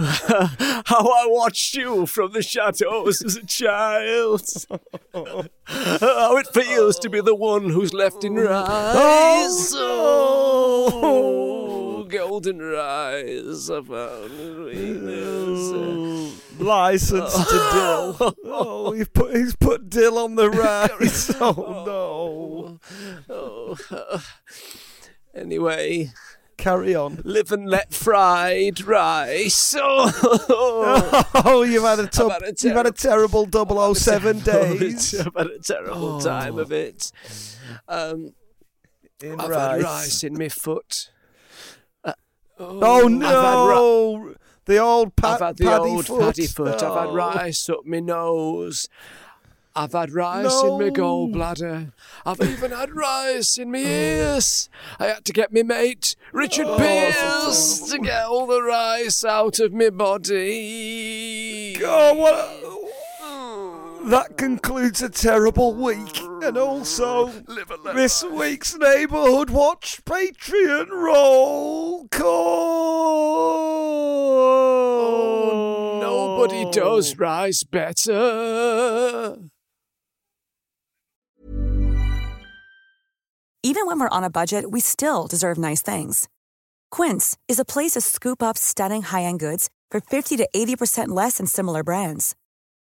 [SPEAKER 15] How I watched you from the shadows as a child. How it feels to be the one who's left in rise. Oh, golden rise. I found
[SPEAKER 9] License to dill. Oh, he's put he's put dill on the rice. Oh
[SPEAKER 15] no. Oh. Anyway,
[SPEAKER 9] carry on.
[SPEAKER 15] Live and let fried rice. Oh,
[SPEAKER 9] Oh, you've had a,
[SPEAKER 15] I've
[SPEAKER 9] tub,
[SPEAKER 15] had a
[SPEAKER 9] you've had a terrible 007 days.
[SPEAKER 15] Oh, I've had a terrible
[SPEAKER 9] Oh.
[SPEAKER 15] time of it. Um,
[SPEAKER 9] In
[SPEAKER 15] I've
[SPEAKER 9] rice.
[SPEAKER 15] had rice in my foot. Uh,
[SPEAKER 9] Oh,
[SPEAKER 15] I've
[SPEAKER 9] no! the old
[SPEAKER 15] had, ri-
[SPEAKER 9] pa-
[SPEAKER 15] I've had the
[SPEAKER 9] paddy
[SPEAKER 15] old
[SPEAKER 9] foot.
[SPEAKER 15] paddy foot. I've
[SPEAKER 9] No.
[SPEAKER 15] had rice up my nose. I've had rice in my
[SPEAKER 9] No. Oh.
[SPEAKER 15] gallbladder. I've even had rice in my ears. I had to get my mate Richard
[SPEAKER 17] Oh,
[SPEAKER 15] Pierce to get all the rice out of my body.
[SPEAKER 9] God, what That concludes a terrible week. And also, this week's Neighbourhood Watch Patreon roll call.
[SPEAKER 15] Oh, Nobody does rice better.
[SPEAKER 16] Even when we're on a budget, we still deserve nice things. Quince is a place to scoop up stunning high end goods for 50 to 80% less than similar brands.